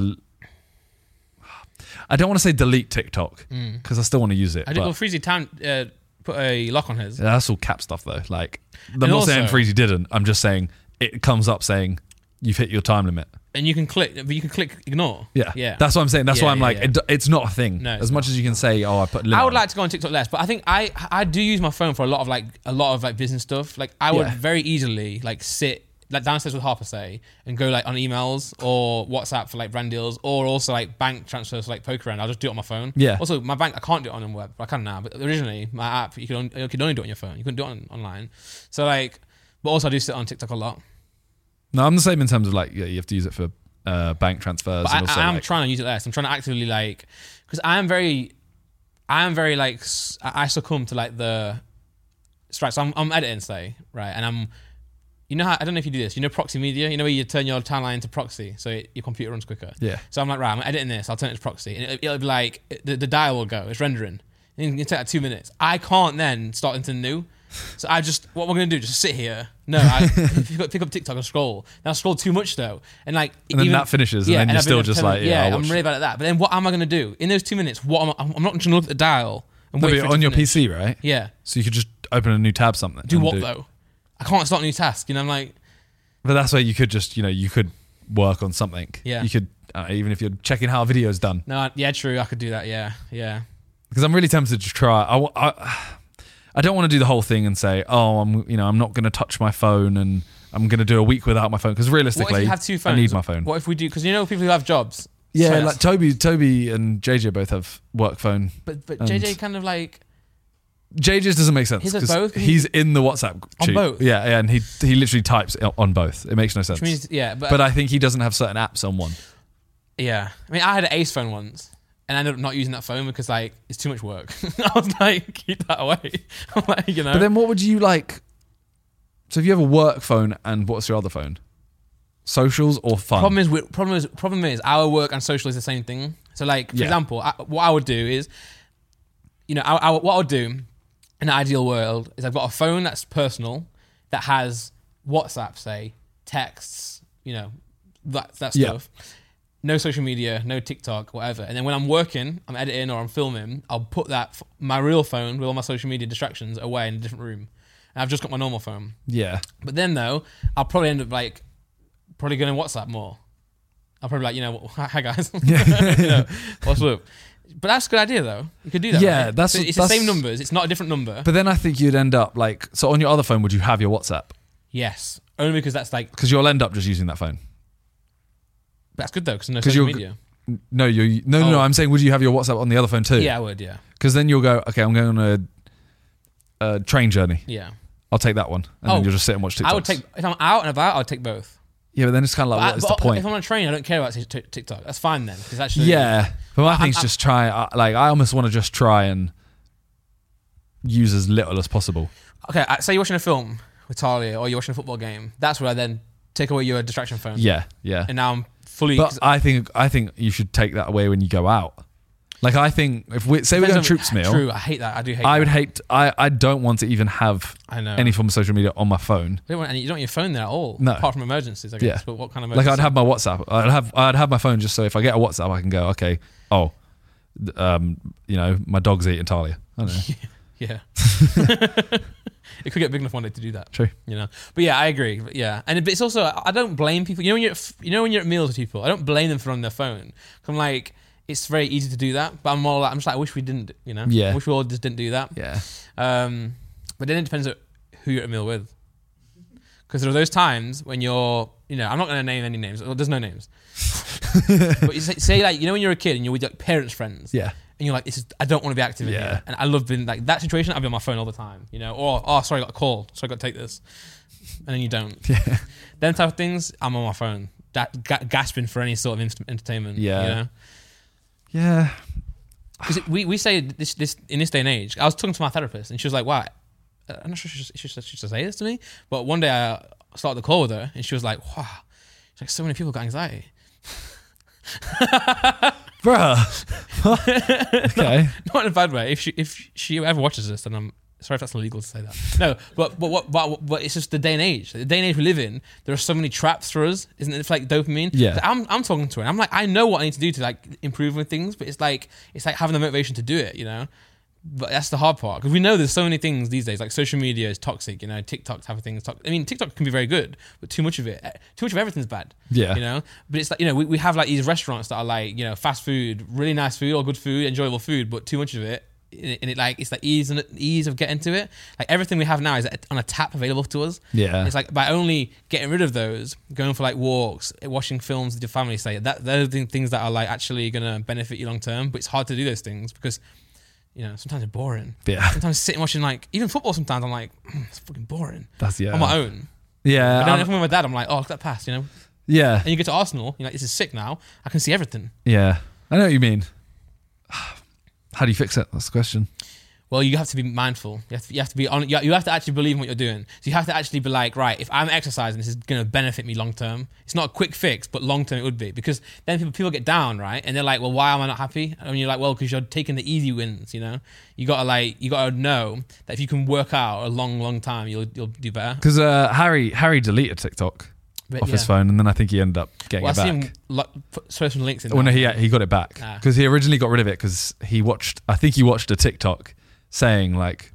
Speaker 2: I don't want to say delete TikTok because I still want to use it.
Speaker 1: Mm. I did. Well,
Speaker 2: But
Speaker 1: Freezy Town uh, put a lock on his.
Speaker 2: that's all cap stuff though. Like I'm
Speaker 1: And
Speaker 2: not saying
Speaker 1: also-
Speaker 2: Freezy didn't. I'm just saying it comes up saying you've hit your time limit.
Speaker 1: And you can click, but you can click ignore.
Speaker 2: Yeah,
Speaker 1: Yeah.
Speaker 2: That's what I'm saying. That's
Speaker 1: Yeah,
Speaker 2: why I'm
Speaker 1: yeah,
Speaker 2: like,
Speaker 1: yeah.
Speaker 2: It, it's not a thing.
Speaker 1: No, it's
Speaker 2: as much as you can say, oh, I put. a limit
Speaker 1: I would
Speaker 2: on it.
Speaker 1: like to go on TikTok less, but I think I I do use my phone for a lot of like a lot of like business stuff. Like I would
Speaker 2: Yeah.
Speaker 1: very easily like sit like downstairs with Harper say and go like on emails or WhatsApp for like brand deals or also like bank transfers for like poker and I'll just do it on my phone.
Speaker 2: Yeah.
Speaker 1: Also my bank I can't do it on the web, but I can now. But originally my app you could on, you could only do it on your phone. You couldn't do it on, online. So like, but also I do sit on TikTok a lot.
Speaker 2: No, I'm the same in terms of like yeah, you have to use it for uh, bank transfers.
Speaker 1: But I,
Speaker 2: and also,
Speaker 1: I am
Speaker 2: like-
Speaker 1: trying to use it less. I'm trying to actively like, because I am very, I am very like, s- I I succumb to like the, right. So I'm, I'm editing say right, and I'm, you know how I don't know if you do this. You know proxy media. You know where you turn your timeline to proxy, so it, your computer runs quicker.
Speaker 2: Yeah.
Speaker 1: So I'm like, right, I'm editing this. I'll turn it to proxy, and it, it'll be like the, the dial will go. It's rendering. And you can take that two minutes. I can't then start into new. So I just what we're gonna do? Just sit here. No, I pick, up, pick up TikTok and scroll. Now I scroll too much though, and like
Speaker 2: And then that finishes, and then you're
Speaker 1: I've been
Speaker 2: still
Speaker 1: up
Speaker 2: just
Speaker 1: 10
Speaker 2: like,
Speaker 1: minutes-
Speaker 2: yeah, I'll
Speaker 1: I'm
Speaker 2: watch
Speaker 1: really bad at that. But then what am I gonna do in those two minutes? What am I, I'm- I'm not gonna look at the dial and
Speaker 2: No,
Speaker 1: wait
Speaker 2: but
Speaker 1: for it to
Speaker 2: on your
Speaker 1: finish.
Speaker 2: PC, right?
Speaker 1: Yeah,
Speaker 2: So you could just open a new tab, something.
Speaker 1: do
Speaker 2: and
Speaker 1: what though? I can't start a new task. You know, I'm like,
Speaker 2: But that's where you could just you know you could work on something.
Speaker 1: Yeah.
Speaker 2: You could uh, even if you're checking how a video's done.
Speaker 1: no, I- yeah, true, I could do that. Yeah, yeah,
Speaker 2: Because I'm really tempted to try. I, wa- I, I don't want to do the whole thing and say, oh, I'm you know I'm not going to touch my phone and I'm going to do a week without my phone because
Speaker 1: What
Speaker 2: realistically,
Speaker 1: if you have two phones?
Speaker 2: I need my phone.
Speaker 1: What if we do? Because you know people who have jobs.
Speaker 2: Yeah,
Speaker 1: Sorry,
Speaker 2: like Toby, Toby and JJ both have work phone.
Speaker 1: but but
Speaker 2: and-
Speaker 1: JJ kind of like
Speaker 2: JJ's doesn't make sense.
Speaker 1: He's at
Speaker 2: 'cause
Speaker 1: both?
Speaker 2: He's in the WhatsApp
Speaker 1: On
Speaker 2: sheet.
Speaker 1: both?
Speaker 2: Yeah, yeah, and he he literally types it on both. It makes no sense.
Speaker 1: which means yeah, but,
Speaker 2: but I think he doesn't have certain apps on one.
Speaker 1: yeah. I mean, I had an Ace phone once. And I ended up not using that phone because like it's too much work. I was like, keep that away. I'm like, you know.
Speaker 2: But then what would you like? So if you have a work phone and what's your other phone? Socials or fun?
Speaker 1: Problem is, we- problem is, problem is, our work and social is the same thing. So, like for
Speaker 2: Yeah.
Speaker 1: example, I, what I would do is, you know, I, I, what I would do in the ideal world is I've got a phone that's personal that has WhatsApp, say texts, you know, that that
Speaker 2: Yeah.
Speaker 1: stuff. No social media, no TikTok, whatever. And then when I'm working, I'm editing or I'm filming, I'll put that f- my real phone with all my social media distractions away in a different room. And I've just got my normal phone.
Speaker 2: yeah,
Speaker 1: But then though, I'll probably end up like probably going to WhatsApp more. I'll probably be like you know hi guys, You know, what's up? But that's a good idea though. You could do that.
Speaker 2: Yeah,
Speaker 1: right?
Speaker 2: that's-
Speaker 1: So it's the
Speaker 2: that's-
Speaker 1: same numbers. It's not a different number.
Speaker 2: but then I think you'd end up like so on your other phone. Would you have your WhatsApp?
Speaker 1: yes, only because that's like
Speaker 2: Because you'll end up just using that phone.
Speaker 1: that's good though because no
Speaker 2: 'Cause
Speaker 1: social
Speaker 2: you're-
Speaker 1: media.
Speaker 2: No, you no no, no.
Speaker 1: Oh.
Speaker 2: I'm saying would you have your WhatsApp on the other phone too?
Speaker 1: Yeah, I would. Yeah,
Speaker 2: Because then you'll go okay. I'm going on a, a train journey.
Speaker 1: yeah.
Speaker 2: I'll take that one, and
Speaker 1: Oh.
Speaker 2: then you'll just sit and watch TikToks.
Speaker 1: I would take if I'm out and about. I'd take both.
Speaker 2: Yeah, but then it's kind of like,
Speaker 1: But I-
Speaker 2: what is
Speaker 1: but
Speaker 2: Oh, the point?
Speaker 1: If I'm on a train, I don't care about t- t- TikTok. That's fine then because actually
Speaker 2: yeah, but my thing's just try. I- Like, I almost want to just try and use as little as possible.
Speaker 1: Okay, I- say you're watching a film with Talia or you're watching a football game. That's where I then take away your distraction phone.
Speaker 2: Yeah, yeah.
Speaker 1: And now I'm fully.
Speaker 2: But I think I think you should take that away when you go out. Like, I think if we say we're going
Speaker 1: Depends on-
Speaker 2: troops meal,
Speaker 1: True, I hate that. I do hate.
Speaker 2: I would
Speaker 1: that.
Speaker 2: hate. I I don't want to even have
Speaker 1: I know.
Speaker 2: any form of social media on my phone.
Speaker 1: You don't, want any, you don't want your phone there at all.
Speaker 2: No.
Speaker 1: Apart from emergencies, I guess.
Speaker 2: Yeah.
Speaker 1: But what kind of
Speaker 2: Like,
Speaker 1: emergency?
Speaker 2: I'd have my WhatsApp. I'd have I'd have my phone just so if I get a WhatsApp, I can go. Okay, oh, th- um, you know, my dog's eating Talia. I don't know.
Speaker 1: Yeah. it could get big enough one day to do that.
Speaker 2: True.
Speaker 1: You know. But yeah, I agree. But yeah, and it- but it's also I I don't blame people. You know when you're at, f- you know when you're at meals with people, I don't blame them for on their phone. 'Cause I'm like, it's very easy to do that, but I'm more like I'm just like I wish we didn't. You know.
Speaker 2: Yeah.
Speaker 1: I wish we all just didn't do that.
Speaker 2: Yeah.
Speaker 1: Um, but then it depends on who you're at a meal with. Because there are those times when you're, you know, I'm not going to name any names. Well, there's no names. but you say, say like, you know, when you're a kid and you're with like parents' friends,
Speaker 2: Yeah.
Speaker 1: and you're like, this is, I don't want to be active in
Speaker 2: Yeah.
Speaker 1: here. And I love being like that situation. I've been on my phone all the time, you know, or, oh, sorry, I got a call, so I got to take this. And then you don't.
Speaker 2: Yeah.
Speaker 1: Them type of things, I'm on my phone, that, ga- gasping for any sort of instant entertainment.
Speaker 2: Yeah.
Speaker 1: You know?
Speaker 2: Yeah.
Speaker 1: because we, we say this this in this day and age. I was talking to my therapist, and she was like, "Wow, I'm not sure she should, she should, she should say this to me." But one day I started the call with her, and she was like, "Wow, she's like so many people got anxiety."
Speaker 2: Bruh. okay.
Speaker 1: Not in a bad way. If she if she ever watches this, then I'm sorry if that's illegal to say that. No, but but what but, but it's just the day and age. The day and age we live in, there are so many traps for us, isn't it? It's like dopamine.
Speaker 2: Yeah.
Speaker 1: So I'm I'm talking to her. And I'm like, I know what I need to do to like improve with things, but it's like it's like having the motivation to do it, you know. But that's the hard part because we know there's so many things these days. Like social media is toxic, you know. TikTok type of things. Tox- I mean, TikTok can be very good, but too much of it, eh, too much of everything's bad.
Speaker 2: Yeah.
Speaker 1: You know, but it's like you know we, we have like these restaurants that are like you know fast food, really nice food or good food, enjoyable food, but too much of it, and it, and it like it's the ease and ease of getting to it. Like everything we have now is on a tap available to us.
Speaker 2: Yeah.
Speaker 1: It's like by only getting rid of those, going for like walks, watching films with your family, say that those are the things that are like actually gonna benefit you long term. But it's hard to do those things because you know sometimes it's boring.
Speaker 2: Yeah.
Speaker 1: Sometimes sitting watching like even football. Sometimes I'm like "Hmm, it's fucking boring
Speaker 2: That's yeah. Um,
Speaker 1: on my own.
Speaker 2: Yeah.
Speaker 1: But then
Speaker 2: I'm-
Speaker 1: if I'm with my dad, I'm like oh look at that pass, you know.
Speaker 2: yeah.
Speaker 1: And you get to Arsenal, you're like this is sick now. I can see everything.
Speaker 2: Yeah. I know what you mean. How do you fix it? That's the question.
Speaker 1: Well, you have to be mindful. You have to, you have to be on. You you have to actually believe in what you're doing. So you have to actually be like, right, if I'm exercising, this is going to benefit me long term. It's not a quick fix, but long term it would be because then people people get down, right? And they're like, well, why am I not happy? And you're like, well, because you're taking the easy wins. You know, you gotta like, you gotta know that if you can work out a long, long time, you'll you'll do better.
Speaker 2: Because uh, Harry Harry deleted TikTok
Speaker 1: But
Speaker 2: off his
Speaker 1: yeah.
Speaker 2: phone, and then I think he ended up getting
Speaker 1: Well, I
Speaker 2: it
Speaker 1: see
Speaker 2: back.
Speaker 1: him lo- put throw some links in.
Speaker 2: Well, no,
Speaker 1: there.
Speaker 2: he he got it back
Speaker 1: Ah.
Speaker 2: because he originally got rid of it because he watched. I think he watched a TikTok saying like,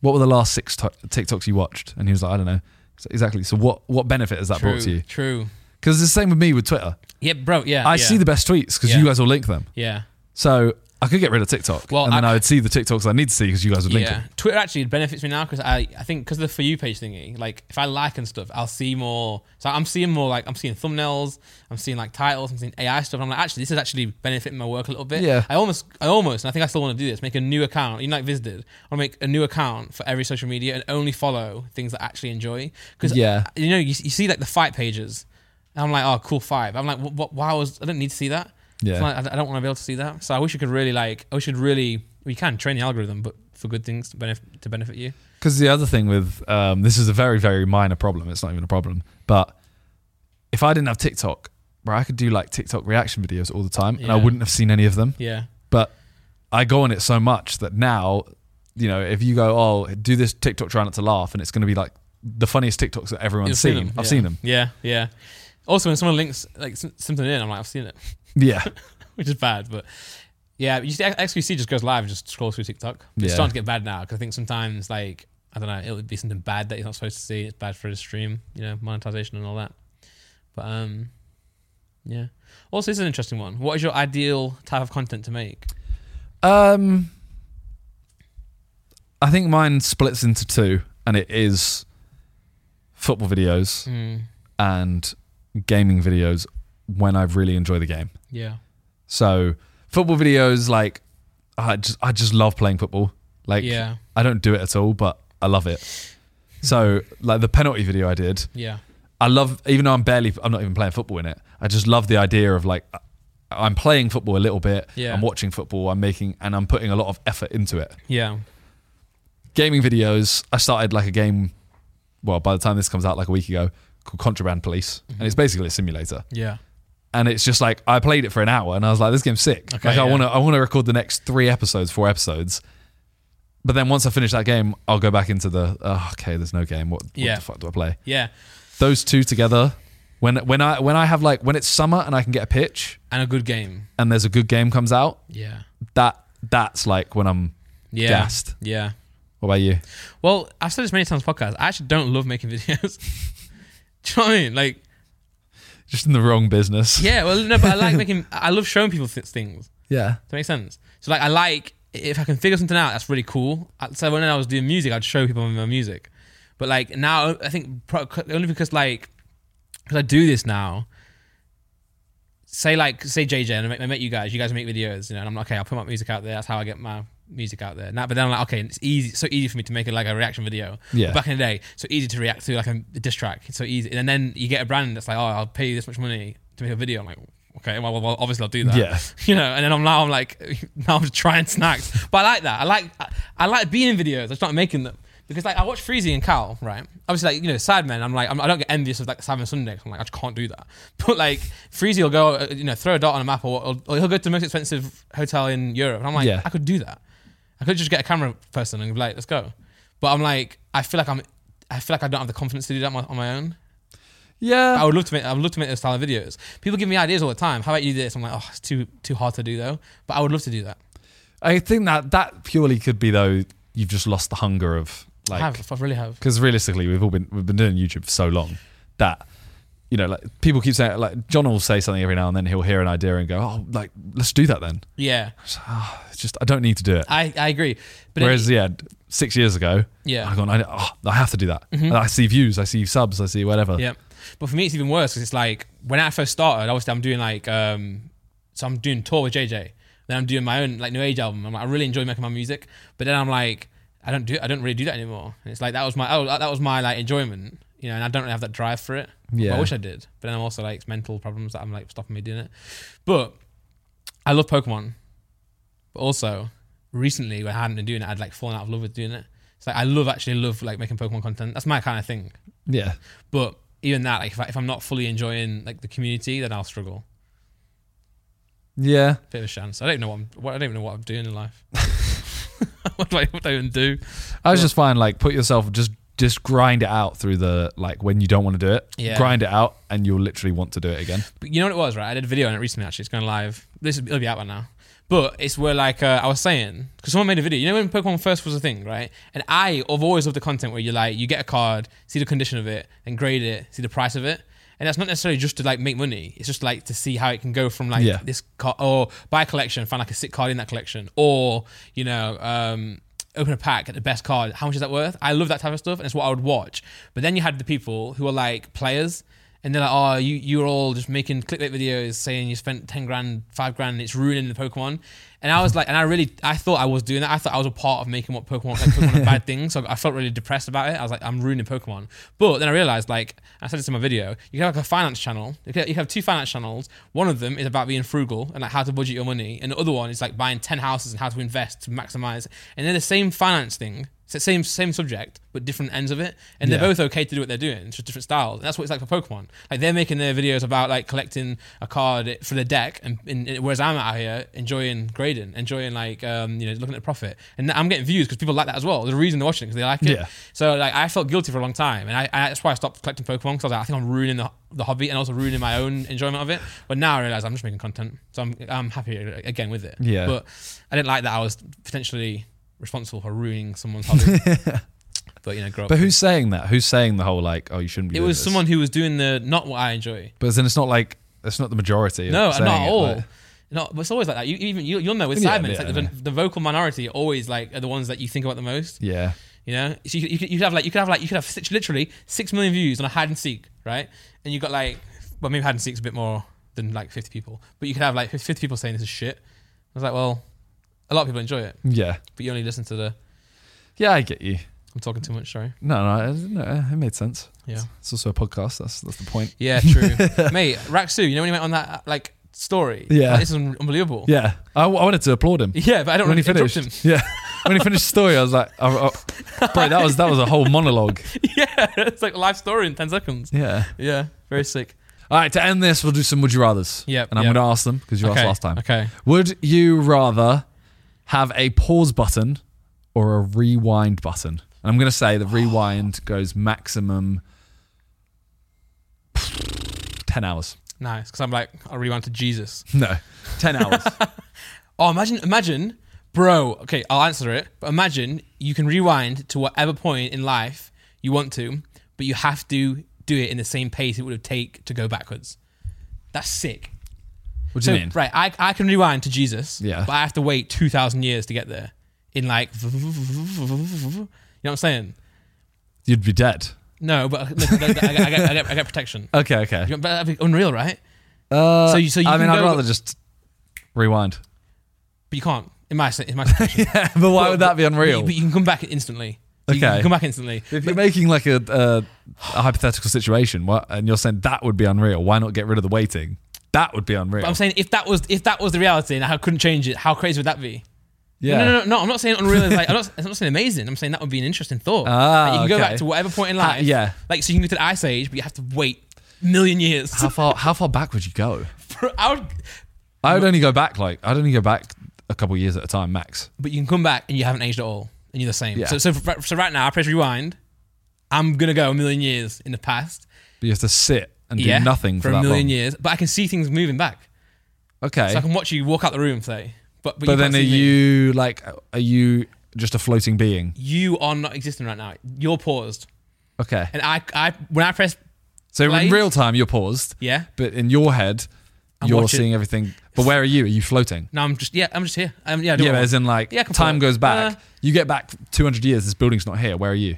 Speaker 2: "What were the last six to- TikToks you watched?" And he was like, "I don't know." So exactly. So what what benefit has that
Speaker 1: true,
Speaker 2: brought to you?
Speaker 1: True.
Speaker 2: Because it's the same with me with Twitter.
Speaker 1: Yeah, bro. Yeah,
Speaker 2: I
Speaker 1: yeah,
Speaker 2: see the best tweets because
Speaker 1: Yeah.
Speaker 2: you guys will link them.
Speaker 1: yeah.
Speaker 2: So I could get rid of TikTok,
Speaker 1: Well,
Speaker 2: and then
Speaker 1: I-
Speaker 2: I, would see the TikToks I need to see because you guys would link
Speaker 1: yeah,
Speaker 2: them.
Speaker 1: Twitter actually benefits me now because I, I think because of the for you page thingy. Like if I like and stuff, I'll see more. So I'm seeing more like I'm seeing thumbnails, I'm seeing like titles, I'm seeing AI stuff. And I'm like, actually, this is actually benefiting my work a little bit.
Speaker 2: Yeah.
Speaker 1: I almost, I almost, and I think I still want to do this. Make a new account. You know, like Viz did. I'll make a new account for every social media and only follow things that I actually enjoy. Because
Speaker 2: Yeah.
Speaker 1: you know, you, you see like the fight pages. And I'm like, oh, cool five. I'm like, what? what why was I don't need to see that.
Speaker 2: Yeah.
Speaker 1: So, like, I, I don't want to be able to see that. So I wish you could really like. I wish you'd really. We can train the algorithm, but for good things to benefit to benefit you.
Speaker 2: Because the other thing with um, this is a very very minor problem. It's not even a problem, but if I didn't have TikTok, bro, I could do like TikTok reaction videos all the time, and I
Speaker 1: Yeah.
Speaker 2: wouldn't have seen any of them.
Speaker 1: Yeah.
Speaker 2: But I go on it so much that now, you know, if you go, oh, do this TikTok, try not to laugh, and it's going to be like the funniest TikToks that everyone's
Speaker 1: You've
Speaker 2: seen.
Speaker 1: them,
Speaker 2: I've
Speaker 1: yeah.
Speaker 2: seen them.
Speaker 1: Yeah. Yeah. Also, when someone links like s- something in, I'm like, I've seen it,
Speaker 2: Yeah,
Speaker 1: which is bad, but. Yeah, you see, XQC just goes live and just scrolls through TikTok. It's
Speaker 2: Yeah.
Speaker 1: starting to get bad now because I think sometimes, like, I don't know, it would be something bad that you're not supposed to see. It's bad for the stream, you know, monetization and all that. But, um, yeah. Also, this is an interesting one. What is your ideal type of content to make?
Speaker 2: Um, I think mine splits into two, and it is football videos
Speaker 1: Mm,
Speaker 2: and gaming videos when I really enjoy the game.
Speaker 1: yeah.
Speaker 2: So football videos, like I just I just love playing football. Like
Speaker 1: yeah.
Speaker 2: I don't do it at all, but I love it. So like the penalty video I did,
Speaker 1: Yeah.
Speaker 2: I love even though I'm barely I'm not even playing football in it. I just love the idea of like I'm playing football a little bit.
Speaker 1: Yeah.
Speaker 2: I'm watching football. I'm making and I'm putting a lot of effort into it.
Speaker 1: Yeah.
Speaker 2: Gaming videos. I started like a game. Well, by the time this comes out, like a week ago, called Contraband Police,
Speaker 1: Mm-hmm.
Speaker 2: and it's basically a simulator.
Speaker 1: Yeah.
Speaker 2: And it's just like I played it for an hour, and I was like, "This game's sick."
Speaker 1: Okay,
Speaker 2: like I
Speaker 1: yeah.
Speaker 2: want to, I want to record the next three episodes, four episodes. But then once I finish that game, I'll go back into the. Oh, okay, there's no game. What, what
Speaker 1: Yeah.
Speaker 2: the fuck do I play?
Speaker 1: Yeah.
Speaker 2: those two together when when I when I have like when it's summer and I can get a pitch
Speaker 1: And a good game.
Speaker 2: and there's a good game comes out
Speaker 1: Yeah.
Speaker 2: that that's like when I'm
Speaker 1: Yeah.
Speaker 2: gassed
Speaker 1: Yeah.
Speaker 2: What about you?
Speaker 1: Well, I've said this many times on podcasts. I actually don't love making videos. Do you know what I mean? Like,
Speaker 2: Just in the wrong business.
Speaker 1: yeah, well, no, but I like making, I love showing people th- things.
Speaker 2: Yeah.
Speaker 1: Does that make sense? So, like, I like, if I can figure something out, that's really cool. I- So, when I was doing music, I'd show people my music. But, like, now, I think pro- only because, like, because I do this now, say, like, say JJ, and I met, I met you guys, you guys make videos, you know, and I'm like, okay, I'll put my music out there. That's how I get my music out there. Now, but then I'm like, okay, it's easy, so easy for me to make it like a reaction video
Speaker 2: Yeah.
Speaker 1: back in the day, so easy to react to like a diss track. It's so easy, and then you get a brand that's like, oh, I'll pay you this much money to make a video. I'm like, okay, well, well obviously I'll do that.
Speaker 2: Yeah.
Speaker 1: you know. And then I'm now I'm like, now I'm trying snacks, but I like that. I like I, I like being in videos. I just not making them because like I watch Freezy and Cal, right? Obviously, like you know, Sidemen. I'm like, I'm, I don't get envious of like Simon Sunday. 'cause I'm like, I just can't do that. But like Freezy will go, uh, you know, throw a dot on a map, or, or he'll go to the most expensive hotel in Europe, and I'm like,
Speaker 2: Yeah.
Speaker 1: I could do that. I could just get a camera person and be like, let's go. But I'm like, I feel like I'm, I feel like I don't have the confidence to do that on my, on my own. I
Speaker 2: Yeah.
Speaker 1: would love to make, I would love to make those style of videos. People give me ideas all the time. How about you do this? I'm like, oh, it's too, too hard to do though. But I would love to do that.
Speaker 2: I think that that purely could be though you've just lost the hunger of like
Speaker 1: I have, I really have.
Speaker 2: because realistically we've all been we've been doing YouTube for so long that you know like people keep saying like John will say something every now and then he'll hear an idea and go oh like let's do that then
Speaker 1: Yeah,
Speaker 2: It's, ah, it's just I don't need to do it
Speaker 1: I, I agree. But
Speaker 2: whereas yeah six years ago
Speaker 1: Yeah. Mm-hmm.
Speaker 2: I gone I, oh, I have to do that And I see views I see subs I see whatever
Speaker 1: Yeah. But for me, it's even worse because it's like when I first started, obviously I'm doing like, um, so I'm doing tour with JJ. Then I'm doing my own like new age album. I'm like, I really enjoy making my music, but then I'm like, I don't do, I don't really do that anymore. And it's like that was my, oh, that was my like enjoyment, you know. And I don't really have that drive for it.
Speaker 2: Yeah.
Speaker 1: But I wish I did, but then I'm also like it's mental problems that I'm like stopping me doing it. But I love Pokemon, but also recently when I hadn't been doing it, I'd like fallen out of love with doing it. It's like I love actually love like making Pokemon content. That's my kind of thing.
Speaker 2: yeah
Speaker 1: But even that, like if, I, if I'm not fully enjoying like the community, then I'll struggle.
Speaker 2: yeah
Speaker 1: Bit of a chance. I don't know what I'm. What, I don't even know what I'm doing in life. what, do I, what do I even do?
Speaker 2: I was just fine. Like, put yourself just just grind it out through the like when you don't want to do it.
Speaker 1: Yeah.
Speaker 2: Grind it out, and you'll literally want to do it again.
Speaker 1: But you know what it was, right? I did a video on it recently. Actually, it's going live. This will be out by now. But it's where like uh, I was saying, because someone made a video. You know when Pokemon first was a thing, right? And I have always loved the content where you like you get a card, see the condition of it, and grade it, see the price of it. And that's not necessarily just to like make money. It's just like to see how it can go from like
Speaker 2: Yeah.
Speaker 1: this card or buy a collection, find like a sick card in that collection, or you know, um, open a pack, get the best card. How much is that worth? I love that type of stuff, and it's what I would watch. But then you had the people who are like players, and they're like, "Oh, you you're all just making clickbait videos saying you spent ten grand, five grand, and it's ruining the Pokemon." And I was like, and I really, I thought I was doing that. I thought I was a part of making what Pokemon, like Pokemon a bad thing. So I felt really depressed about it. I was like, I'm ruining Pokemon. But then I realized, like, I said this in my video, you can have like a finance channel. You can, you can have two finance channels. One of them is about being frugal and like how to budget your money, and the other one is like buying ten houses and how to invest to maximize. And they're the same finance thing. It's the same same subject, but different ends of it. And they're
Speaker 2: Yeah.
Speaker 1: both okay to do what they're doing. It's just different styles. And that's what it's like for Pokemon. Like they're making their videos about like collecting a card for the deck, and, and, and whereas I'm out here enjoying grading, enjoying like um, you know looking at profit, and I'm getting views because people like that as well. There's a reason they're watching because they like it.
Speaker 2: Yeah.
Speaker 1: So like I felt guilty for a long time, and I, I that's why I stopped collecting Pokemon because I was like I think I'm ruining the, the hobby and also ruining my own enjoyment of it. But now I realize I'm just making content, so I'm I'm happy uh, again with it.
Speaker 2: Yeah.
Speaker 1: But I didn't like that I was potentially responsible for ruining someone's hobby. but you know, grow up.
Speaker 2: But who's saying that? Who's saying the whole like, oh, you shouldn't be?
Speaker 1: It
Speaker 2: doing
Speaker 1: was
Speaker 2: this?
Speaker 1: someone who was doing the not what I enjoy.
Speaker 2: But then it's not like it's not the majority.
Speaker 1: No,
Speaker 2: saying
Speaker 1: not at
Speaker 2: it,
Speaker 1: all.
Speaker 2: like-
Speaker 1: no, but it's always like that. You even you, you'll know with
Speaker 2: Yeah,
Speaker 1: Simon, it's
Speaker 2: yeah,
Speaker 1: like the, the vocal minority are always like are the ones that you think about the most.
Speaker 2: yeah.
Speaker 1: You know, so you, you, could, you could have like you could have like you could have six, literally six million views on a hide and seek, right? And you got like, well, maybe hide and seek's a bit more than like fifty people, but you could have like fifty people saying this is shit. I was like, well, a lot of people enjoy it,
Speaker 2: Yeah.
Speaker 1: but you only listen to the.
Speaker 2: Yeah, I get you.
Speaker 1: I'm talking too much. Sorry.
Speaker 2: No, no, it- no, it made sense.
Speaker 1: Yeah.
Speaker 2: It's also a podcast. That's that's the point.
Speaker 1: Yeah, true. Mate, Raksu, you know when he went on that uh, like story?
Speaker 2: Yeah.
Speaker 1: Like, this is un- unbelievable.
Speaker 2: Yeah, I, I wanted to applaud him
Speaker 1: Yeah, but I don't
Speaker 2: when he
Speaker 1: really interrupt
Speaker 2: finished. Yeah, when he finished the story, I was like, oh, oh, bro, that was that was a whole monologue.
Speaker 1: him. yeah, it's like a life story in 10 seconds.
Speaker 2: Yeah.
Speaker 1: Yeah, very sick.
Speaker 2: All right, to end this, we'll do some would you rather's.
Speaker 1: Yep,
Speaker 2: And I'm
Speaker 1: yep.
Speaker 2: going to ask them because you asked last time.
Speaker 1: Okay.
Speaker 2: Would you rather have a pause button or a rewind button? And I'm going to say the rewind goes maximum 10 hours.
Speaker 1: Nice, because I'm like, I'll rewind to Jesus.
Speaker 2: No, 10 hours.
Speaker 1: Oh, imagine, imagine Bro, okay, I'll answer it. But imagine you can rewind to whatever point in life you want to, but you have to do it in the same pace it would have take to go backwards. That's sick.
Speaker 2: What do
Speaker 1: So
Speaker 2: you mean?
Speaker 1: right, I, I can rewind to Jesus.
Speaker 2: Yeah.
Speaker 1: But I have to wait two thousand years to get there. In like, you know what I'm saying?
Speaker 2: You'd be dead.
Speaker 1: No, but I, I, get, I, get, I, get, I get protection.
Speaker 2: Okay, okay.
Speaker 1: You know, But that'd be unreal, right?
Speaker 2: Uh,
Speaker 1: So you- so you
Speaker 2: I
Speaker 1: can
Speaker 2: mean, I'd
Speaker 1: go-
Speaker 2: rather just rewind.
Speaker 1: But you can't. In my in my situation.
Speaker 2: but why would that be
Speaker 1: But
Speaker 2: unreal?
Speaker 1: you, but you can come back instantly. You can
Speaker 2: Okay.
Speaker 1: come back instantly.
Speaker 2: if you're making like a, a, a hypothetical situation, what, and you're saying that would be unreal, why not get rid of the waiting? That would be unreal.
Speaker 1: But I'm saying if that was if that was the reality and I couldn't change it, how crazy would that be?
Speaker 2: yeah.
Speaker 1: No, no, no, no. I'm not saying unreal. Is like, I'm, not, I'm not saying amazing. I'm saying that would be an interesting thought.
Speaker 2: Ah,
Speaker 1: Like, you can go
Speaker 2: okay.
Speaker 1: back to whatever point in
Speaker 2: Ha-
Speaker 1: life.
Speaker 2: yeah.
Speaker 1: Like so you can go to the Ice Age, but you have to wait a million years.
Speaker 2: How far? How far back would you go?
Speaker 1: For- I would,
Speaker 2: I would only go back like I'd only go back a couple years at a time max.
Speaker 1: but you can come back and you haven't aged at all, and you're the same.
Speaker 2: Yeah.
Speaker 1: So, so, for- so right now, I press rewind. I'm gonna go a million years in the past.
Speaker 2: But you have to sit and do
Speaker 1: yeah,
Speaker 2: nothing
Speaker 1: for,
Speaker 2: for,
Speaker 1: a
Speaker 2: that
Speaker 1: million
Speaker 2: long.
Speaker 1: years, but I can see things moving back.
Speaker 2: Okay,
Speaker 1: So I can watch you walk out the room, say. But but,
Speaker 2: but
Speaker 1: you
Speaker 2: then
Speaker 1: can't
Speaker 2: are
Speaker 1: see me.
Speaker 2: you like are you just a floating being?
Speaker 1: you are not existing right now. You're paused,
Speaker 2: Okay,
Speaker 1: and I I when I press
Speaker 2: so
Speaker 1: Play?
Speaker 2: in real time you're paused,
Speaker 1: yeah,
Speaker 2: but in your head
Speaker 1: I'm
Speaker 2: you're
Speaker 1: watching-
Speaker 2: seeing everything. But where are you? Are you floating?
Speaker 1: now I'm just yeah I'm just here. Um, yeah, I do what I
Speaker 2: Yeah, but
Speaker 1: want.
Speaker 2: as in like
Speaker 1: Yeah, I can
Speaker 2: time
Speaker 1: follow it.
Speaker 2: goes back.
Speaker 1: Uh,
Speaker 2: you get back 200 years. This building's not here. Where are you?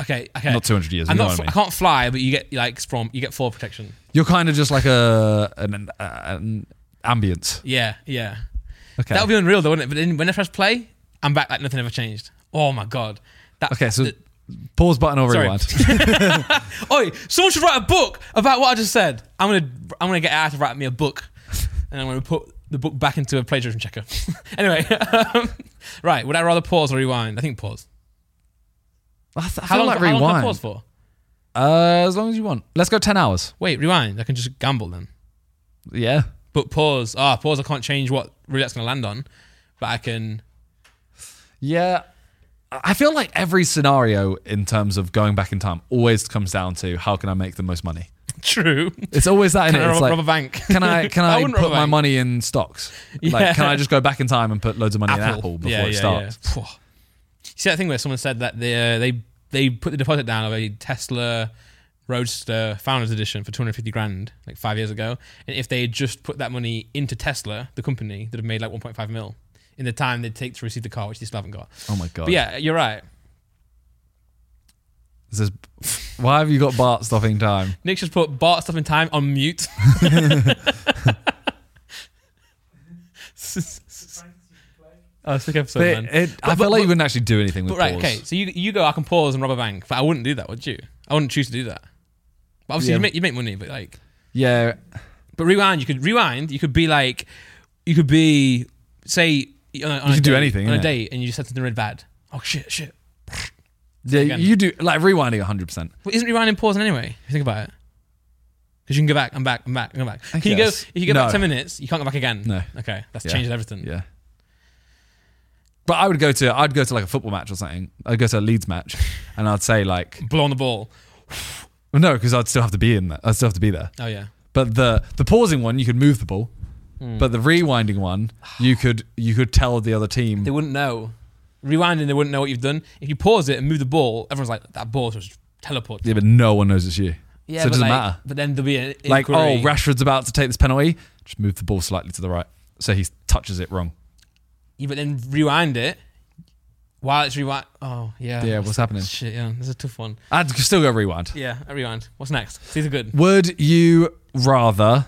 Speaker 1: Okay, okay.
Speaker 2: Not 200 years.
Speaker 1: I'm
Speaker 2: you know
Speaker 1: not. fl-
Speaker 2: what I
Speaker 1: I
Speaker 2: mean.
Speaker 1: can't fly, but you get like from you get fall protection.
Speaker 2: You're kind of just like a an, an, an ambience.
Speaker 1: Yeah, yeah.
Speaker 2: Okay.
Speaker 1: That would be unreal, though, wouldn't it? But then when I press play, I'm back like nothing ever changed. Oh my god. That,
Speaker 2: okay. So
Speaker 1: that-
Speaker 2: pause button or
Speaker 1: Sorry.
Speaker 2: rewind.
Speaker 1: oi, someone should write a book about what I just said. I'm gonna I'm gonna get AI to write me a book, and I'm gonna put the book back into a plagiarism checker. anyway, um, right? Would I rather pause or rewind? I think pause.
Speaker 2: I th- I
Speaker 1: How
Speaker 2: feel
Speaker 1: long?
Speaker 2: like
Speaker 1: how long can I
Speaker 2: rewind.
Speaker 1: pause for?
Speaker 2: Uh, as long as you want. Let's go 10 hours.
Speaker 1: Wait, rewind. I can just gamble then.
Speaker 2: Yeah.
Speaker 1: But pause. Ah, pause. I can't change what roulette's gonna land on, but I can.
Speaker 2: Yeah. I I feel like every scenario in terms of going back in time always comes down to how can I make the most money.
Speaker 1: True.
Speaker 2: It's always that in
Speaker 1: Can
Speaker 2: it.
Speaker 1: I
Speaker 2: It's
Speaker 1: rob,
Speaker 2: like,
Speaker 1: rob a bank?
Speaker 2: can I can I,
Speaker 1: wouldn't rob
Speaker 2: put
Speaker 1: a
Speaker 2: my
Speaker 1: bank.
Speaker 2: money in stocks?
Speaker 1: Yeah.
Speaker 2: Like, can I just go back in time and put loads of money in Apple before
Speaker 1: Yeah,
Speaker 2: it
Speaker 1: yeah,
Speaker 2: starts?
Speaker 1: yeah. Phew. See that thing where someone said that they uh, they they put the deposit down of a Tesla Roadster Founders Edition for 250 grand like five years ago, and if they had just put that money into Tesla, the company, that have made like 1.5 mil in the time they'd take to receive the car, which they still haven't got.
Speaker 2: Oh my god!
Speaker 1: But yeah, you're right.
Speaker 2: This is, why have you got Bart stopping time?
Speaker 1: Nick just put Bart stuff in time on mute. oh, sick episode,
Speaker 2: But
Speaker 1: man.
Speaker 2: it- I feel like you wouldn't actually do anything with
Speaker 1: But right,
Speaker 2: pause.
Speaker 1: okay. So you you go, I can pause and rob a bank, but I wouldn't do that, would you? I wouldn't choose to do that. But obviously,
Speaker 2: Yeah.
Speaker 1: you make you make money, but like,
Speaker 2: Yeah,
Speaker 1: but rewind. You could rewind. You could be like, you could be say on a, on
Speaker 2: You
Speaker 1: a
Speaker 2: could do
Speaker 1: date-
Speaker 2: anything,
Speaker 1: on a
Speaker 2: innit?
Speaker 1: date, and you just said something really bad. Oh shit, shit.
Speaker 2: yeah.
Speaker 1: Again.
Speaker 2: You do like rewinding 100. percent
Speaker 1: Well, isn't rewinding pausing anyway? If you think about it, because you can go back, I'm back, I'm back, I'm back. Can you go?
Speaker 2: guess.
Speaker 1: If you go
Speaker 2: No.
Speaker 1: back ten minutes, you can't go back again.
Speaker 2: No.
Speaker 1: Okay, that's
Speaker 2: Yeah.
Speaker 1: changes everything.
Speaker 2: Yeah. But I would go to I'd go to like a football match or something. I'd go to a Leeds match, and I'd say like
Speaker 1: Blow on the ball.
Speaker 2: well, no, because I'd still have to be in there. I'd still have to be there.
Speaker 1: Oh yeah.
Speaker 2: But the the pausing one, you could move the ball.
Speaker 1: Hmm.
Speaker 2: But the rewinding one, you could you could tell the other team.
Speaker 1: they wouldn't know. Rewinding, they wouldn't know what you've done. If you pause it and move the ball, everyone's like, that ball just teleported.
Speaker 2: Yeah, but no one knows it's you. so it doesn't
Speaker 1: like,
Speaker 2: matter.
Speaker 1: But then there'll be an
Speaker 2: Like
Speaker 1: inquiry.
Speaker 2: oh, Rashford's about to take this penalty. Just move the ball slightly to the right, so he touches it wrong.
Speaker 1: Yeah, but then rewind it while it's rewind. Oh yeah.
Speaker 2: Yeah, what's happening?
Speaker 1: Shit, yeah, this is a tough one.
Speaker 2: I'd still go rewind.
Speaker 1: Yeah, I rewind. What's next? These are good.
Speaker 2: Would you rather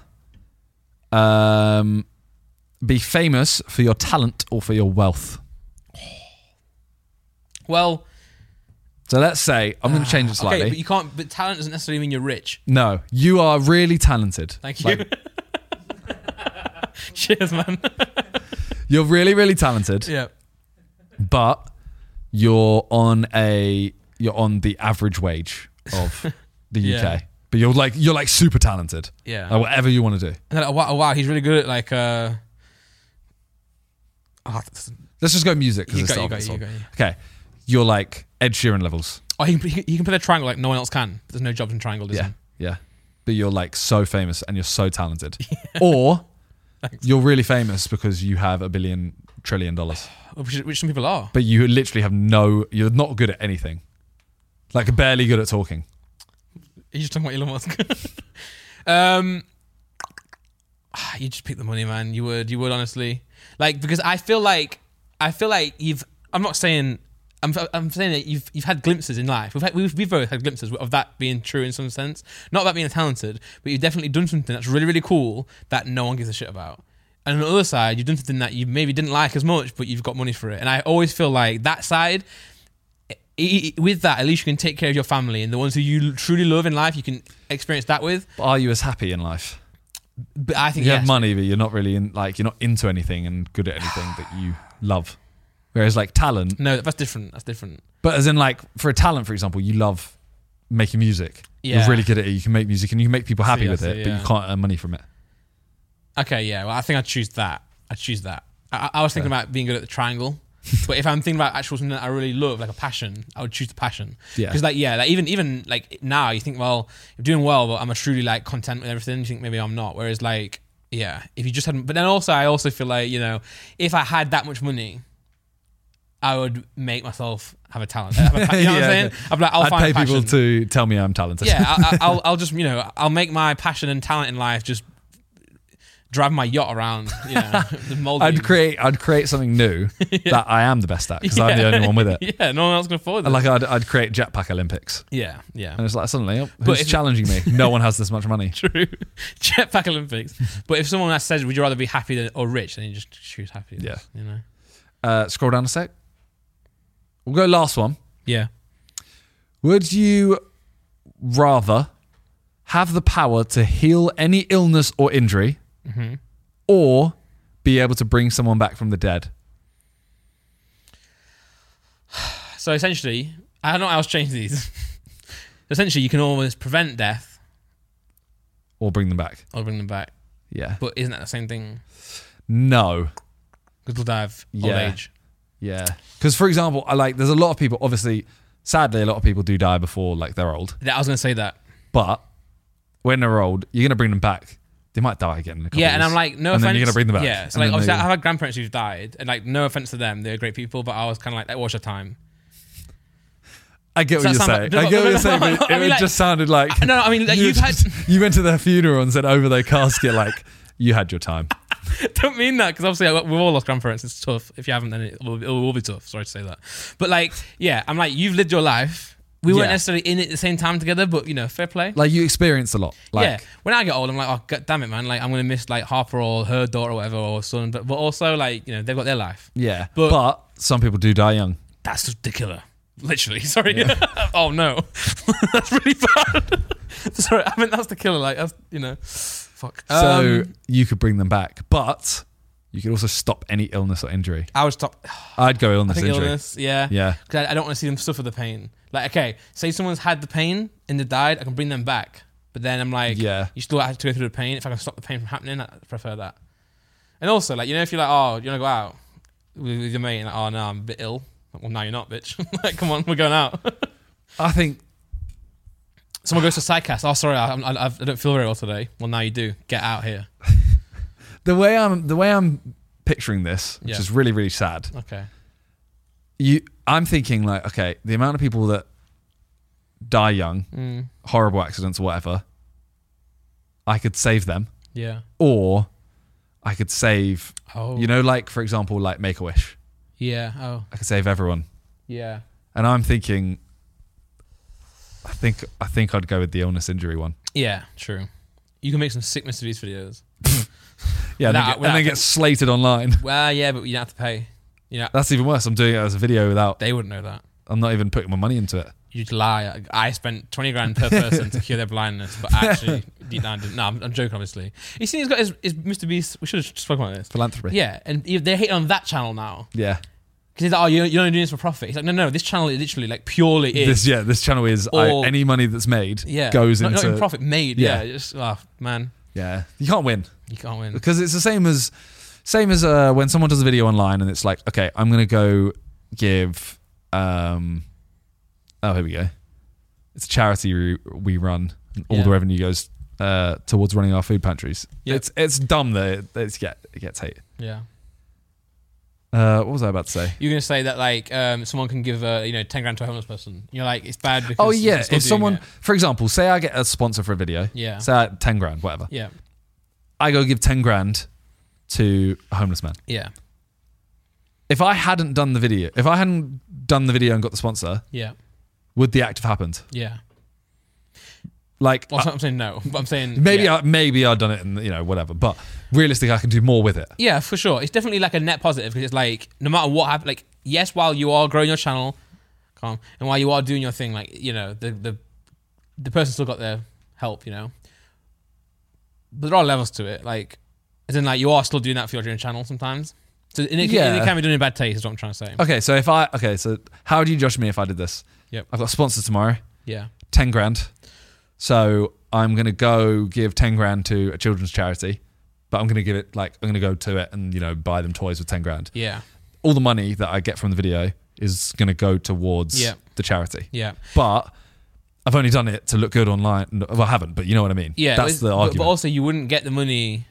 Speaker 2: um, be famous for your talent or for your wealth?
Speaker 1: Well,
Speaker 2: So let's say I'm going to change it slightly.
Speaker 1: okay, but you can't. But talent doesn't necessarily mean you're rich.
Speaker 2: no, you are really talented.
Speaker 1: Thank you. Cheers, man.
Speaker 2: You're really, really talented,
Speaker 1: yeah.
Speaker 2: but you're on a you're on the average wage of the UK.
Speaker 1: Yeah.
Speaker 2: But you're like you're like super talented.
Speaker 1: Yeah.
Speaker 2: Like, whatever you want to do.
Speaker 1: And then, oh, wow, oh, wow, he's really good at like. uh oh, that's-
Speaker 2: Let's just go music because
Speaker 1: you
Speaker 2: it's
Speaker 1: got,
Speaker 2: the
Speaker 1: you got,
Speaker 2: obvious
Speaker 1: you
Speaker 2: one.
Speaker 1: got, you
Speaker 2: Okay, you're like Ed Sheeran levels.
Speaker 1: Oh, he, he, he can play the triangle like no one else can. There's no jobs in triangle, does
Speaker 2: Yeah, yeah. But you're like so famous and you're so talented, or you're really famous because you have a billion trillion dollars.
Speaker 1: which, which some people are.
Speaker 2: But you literally have no. You're not good at anything. Like barely good at talking.
Speaker 1: You're just talking about Elon Musk. um, ah, you just pick the money, man. You would, you would honestly, like because I feel like I feel like you've. I'm not saying. I'm, I'm saying that you've you've had glimpses in life. We've, had, we've we've both had glimpses of that being true in some sense. Not that being talented, but you've definitely done something that's really really cool that no one gives a shit about. And on the other side, you've done something that you maybe didn't like as much, but you've got money for it. And I always feel like that side i- i- with that, at least you can take care of your family and the ones who you l- truly love in life. You can experience that with.
Speaker 2: But are you as happy in life?
Speaker 1: But I think
Speaker 2: You
Speaker 1: yes.
Speaker 2: have money, but you're not really in, like you're not into anything and good at anything that you love. Whereas like talent,
Speaker 1: No, that's different. That's different.
Speaker 2: but as in like for a talent, for example, you love making music.
Speaker 1: Yeah.
Speaker 2: You're really good at it. You can make music and you can make people happy
Speaker 1: I
Speaker 2: with
Speaker 1: see,
Speaker 2: it, but
Speaker 1: yeah.
Speaker 2: you can't earn money from it.
Speaker 1: Okay, yeah. Well, I think I'd choose that. I'd choose that. I, I I was thinking about being good at the triangle. but if I'm thinking about actual something that I really love, like a passion, I would choose the passion.
Speaker 2: Yeah.
Speaker 1: Because like yeah, like even even like now you think, well, you're doing well, but I'm a truly like content with everything. You think maybe I'm not. Whereas like yeah, if you just hadn't. But then also I also feel like you know if I had that much money. I would make myself have a talent. Have a pa- you know what
Speaker 2: Yeah,
Speaker 1: I'm saying? I'd be like, I'll
Speaker 2: would
Speaker 1: find
Speaker 2: pay
Speaker 1: a passion.
Speaker 2: people to tell me I'm talented.
Speaker 1: yeah, I, I- I'll, I'll just you know I'll make my passion and talent in life just drive my yacht around. You know, the Maldives.
Speaker 2: I'd create I'd create something new that I am the best at because I'm the
Speaker 1: Yeah.
Speaker 2: only one with it.
Speaker 1: Yeah, no one else can afford it.
Speaker 2: And like I'd, I'd create jetpack Olympics,
Speaker 1: yeah, yeah.
Speaker 2: and it's like suddenly, oh,
Speaker 1: But
Speaker 2: who's
Speaker 1: if-
Speaker 2: challenging me? No one has this much money.
Speaker 1: True. Jetpack Olympics. but if someone else says, "Would you rather be happy than, or rich?" then you just choose happy.
Speaker 2: Yeah.
Speaker 1: You know.
Speaker 2: Uh, scroll down a sec. We'll go last one.
Speaker 1: Yeah.
Speaker 2: Would you rather have the power to heal any illness or injury,
Speaker 1: Mm-hmm.
Speaker 2: or be able to bring someone back from the dead?
Speaker 1: So essentially, I don't know how else to change these. essentially, you can always prevent death
Speaker 2: Or bring them back.
Speaker 1: or bring them back,
Speaker 2: Yeah.
Speaker 1: but isn't that the same thing?
Speaker 2: No.
Speaker 1: Because we'll dive old
Speaker 2: Yeah.
Speaker 1: age.
Speaker 2: Yeah. Because, for example, I like, there's a lot of people, obviously, sadly, a lot of people do die before like they're old.
Speaker 1: That I was going to say that.
Speaker 2: But when they're old, you're going to bring them back. They might die again. In a couple
Speaker 1: Yeah, and
Speaker 2: years.
Speaker 1: I'm like, no
Speaker 2: And
Speaker 1: offense.
Speaker 2: then you're going to bring them back.
Speaker 1: Yeah, so
Speaker 2: And
Speaker 1: like,
Speaker 2: then
Speaker 1: obviously,
Speaker 2: they-
Speaker 1: I have grandparents who've died, and like, no offense to them, they're great people, but I was kind of like, that was your time.
Speaker 2: I get what
Speaker 1: Does
Speaker 2: you're
Speaker 1: that sound
Speaker 2: saying.
Speaker 1: like-
Speaker 2: I get what you're saying.
Speaker 1: I
Speaker 2: But it
Speaker 1: mean,
Speaker 2: would
Speaker 1: like-
Speaker 2: just sounded like
Speaker 1: I- no, I mean, like,
Speaker 2: you
Speaker 1: you've had-
Speaker 2: just- you went to their funeral and said over their casket like you had your time.
Speaker 1: don't mean that because obviously like, we've all lost grandparents. It's tough. If you haven't, then it will, it will be tough. Sorry to say that, but like, yeah, I'm like, you've lived your life. We weren't
Speaker 2: Yeah.
Speaker 1: necessarily in it at the same time together, but you know, fair play.
Speaker 2: Like you experienced a lot. Like
Speaker 1: yeah. When I get old, I'm like, oh god damn it, man! Like I'm gonna miss like Harper or her daughter or whatever or son, but but also like you know they've got their life.
Speaker 2: yeah.
Speaker 1: But-
Speaker 2: But, some people do die young.
Speaker 1: That's the killer. Literally. Sorry. oh no, that's really bad. Sorry, I mean that's the killer. Like that's you know, fuck.
Speaker 2: So
Speaker 1: Um,
Speaker 2: you could bring them back, but you could also stop any illness or injury.
Speaker 1: I would stop.
Speaker 2: I'd go
Speaker 1: I
Speaker 2: illness
Speaker 1: think
Speaker 2: injury.
Speaker 1: illness. Yeah.
Speaker 2: Yeah.
Speaker 1: because I, I don't want to see them suffer the pain. Like, okay, say someone's had the pain and they died, I can bring them back. But then I'm like,
Speaker 2: Yeah.
Speaker 1: you still have to go through the pain. If I can stop the pain from happening, I prefer that. And also, like, you know, if you're like, oh, you want to go out with, with your mate, and like, oh no, I'm a bit ill. Like, well, now you're not, bitch. like, come on, we're going out.
Speaker 2: I think
Speaker 1: Someone goes to psychast. Oh, sorry, I, I'm- I, I don't feel very well today. Well, now you do. Get out here.
Speaker 2: the way I'm the way I'm picturing this, which
Speaker 1: Yeah.
Speaker 2: is really really sad.
Speaker 1: Okay.
Speaker 2: You I'm thinking like okay, the amount of people that die young,
Speaker 1: Mm,
Speaker 2: horrible accidents or whatever, I could save them.
Speaker 1: yeah.
Speaker 2: or I could save,
Speaker 1: Oh.
Speaker 2: you know, like for example, like Make a Wish.
Speaker 1: Yeah. Oh.
Speaker 2: I could save everyone,
Speaker 1: Yeah.
Speaker 2: and I'm thinking, I think I think I'd go with the illness injury one.
Speaker 1: Yeah. True. You can make some sick Mr. Beast videos.
Speaker 2: Yeah, and,
Speaker 1: Without-
Speaker 2: then, get, and
Speaker 1: without-
Speaker 2: then get slated online.
Speaker 1: Well, yeah, but you don't have to pay. You know,
Speaker 2: That's even worse. I'm doing it as a video without.
Speaker 1: they wouldn't know that.
Speaker 2: I'm not even putting my money into it.
Speaker 1: you'd lie. I spent 20 grand per person to cure their blindness, but actually, deep down, I didn't. No, I'm, I'm joking, obviously. You see, he's got his, his Mr. Beast. We should have spoken about this.
Speaker 2: Philanthropy.
Speaker 1: Yeah, and he- they hate on that channel now.
Speaker 2: Yeah.
Speaker 1: Because he's like, oh, you're, you're only doing this for profit. He's like, no, no, this channel is literally like purely is.
Speaker 2: This yeah, this channel is I,
Speaker 1: All-
Speaker 2: any money that's made
Speaker 1: yeah,
Speaker 2: goes
Speaker 1: not,
Speaker 2: into
Speaker 1: Not even profit made. Yeah.
Speaker 2: Yeah.
Speaker 1: just, oh, man,
Speaker 2: yeah. You can't win.
Speaker 1: you can't win.
Speaker 2: Mm. because it's the same as same as uh, when someone does a video online and it's like okay i'm gonna go give um oh here we go it's a charity we, we run and all
Speaker 1: Yeah.
Speaker 2: the revenue goes uh, towards running our food pantries
Speaker 1: Yeah.
Speaker 2: it's it's dumb that it, it's get it gets hate
Speaker 1: Yeah.
Speaker 2: Uh, what was I about to say?
Speaker 1: You're gonna say that like um, someone can give uh, you know ten grand to a homeless person. You're like it's bad because
Speaker 2: Oh
Speaker 1: you
Speaker 2: yeah,
Speaker 1: can still
Speaker 2: if
Speaker 1: do
Speaker 2: someone,
Speaker 1: it.
Speaker 2: for example, say I get a sponsor for a video,
Speaker 1: Yeah.
Speaker 2: say I, ten grand, whatever,
Speaker 1: yeah
Speaker 2: I go give ten grand to a homeless man.
Speaker 1: yeah
Speaker 2: If I hadn't done the video, if I hadn't done the video and got the sponsor,
Speaker 1: yeah
Speaker 2: would the act have happened?
Speaker 1: yeah.
Speaker 2: Like
Speaker 1: Well, I'm saying no, but I'm saying
Speaker 2: Uh, maybe
Speaker 1: yeah.
Speaker 2: I maybe I'd done it and you know whatever, but realistically, I can do more with it.
Speaker 1: Yeah, for sure. It's definitely like a net positive because it's like no matter what happens, like yes, while you are growing your channel, calm, and while you are doing your thing, like you know the the the person still got their help, you know. But there are levels to it, like as in like you are still doing that for your own channel sometimes. So and it, yeah.
Speaker 2: Yeah. Uh,
Speaker 1: it can be done in bad taste. Is what I'm trying to say.
Speaker 2: Okay, so if I okay, so how do you judge me if I did this?
Speaker 1: Yep.
Speaker 2: I've got a sponsor tomorrow,
Speaker 1: Yeah,
Speaker 2: ten grand. So I'm gonna go give ten grand to a children's charity, but I'm gonna give it like I'm gonna go to it and you know buy them toys with ten grand.
Speaker 1: yeah,
Speaker 2: All the money that I get from the video is gonna go towards
Speaker 1: Yep.
Speaker 2: the charity.
Speaker 1: yeah,
Speaker 2: But I've only done it to look good online. No, Well, I haven't, but you know what I mean.
Speaker 1: yeah.
Speaker 2: that's
Speaker 1: but-
Speaker 2: the
Speaker 1: but,
Speaker 2: argument.
Speaker 1: but also, you wouldn't get the money.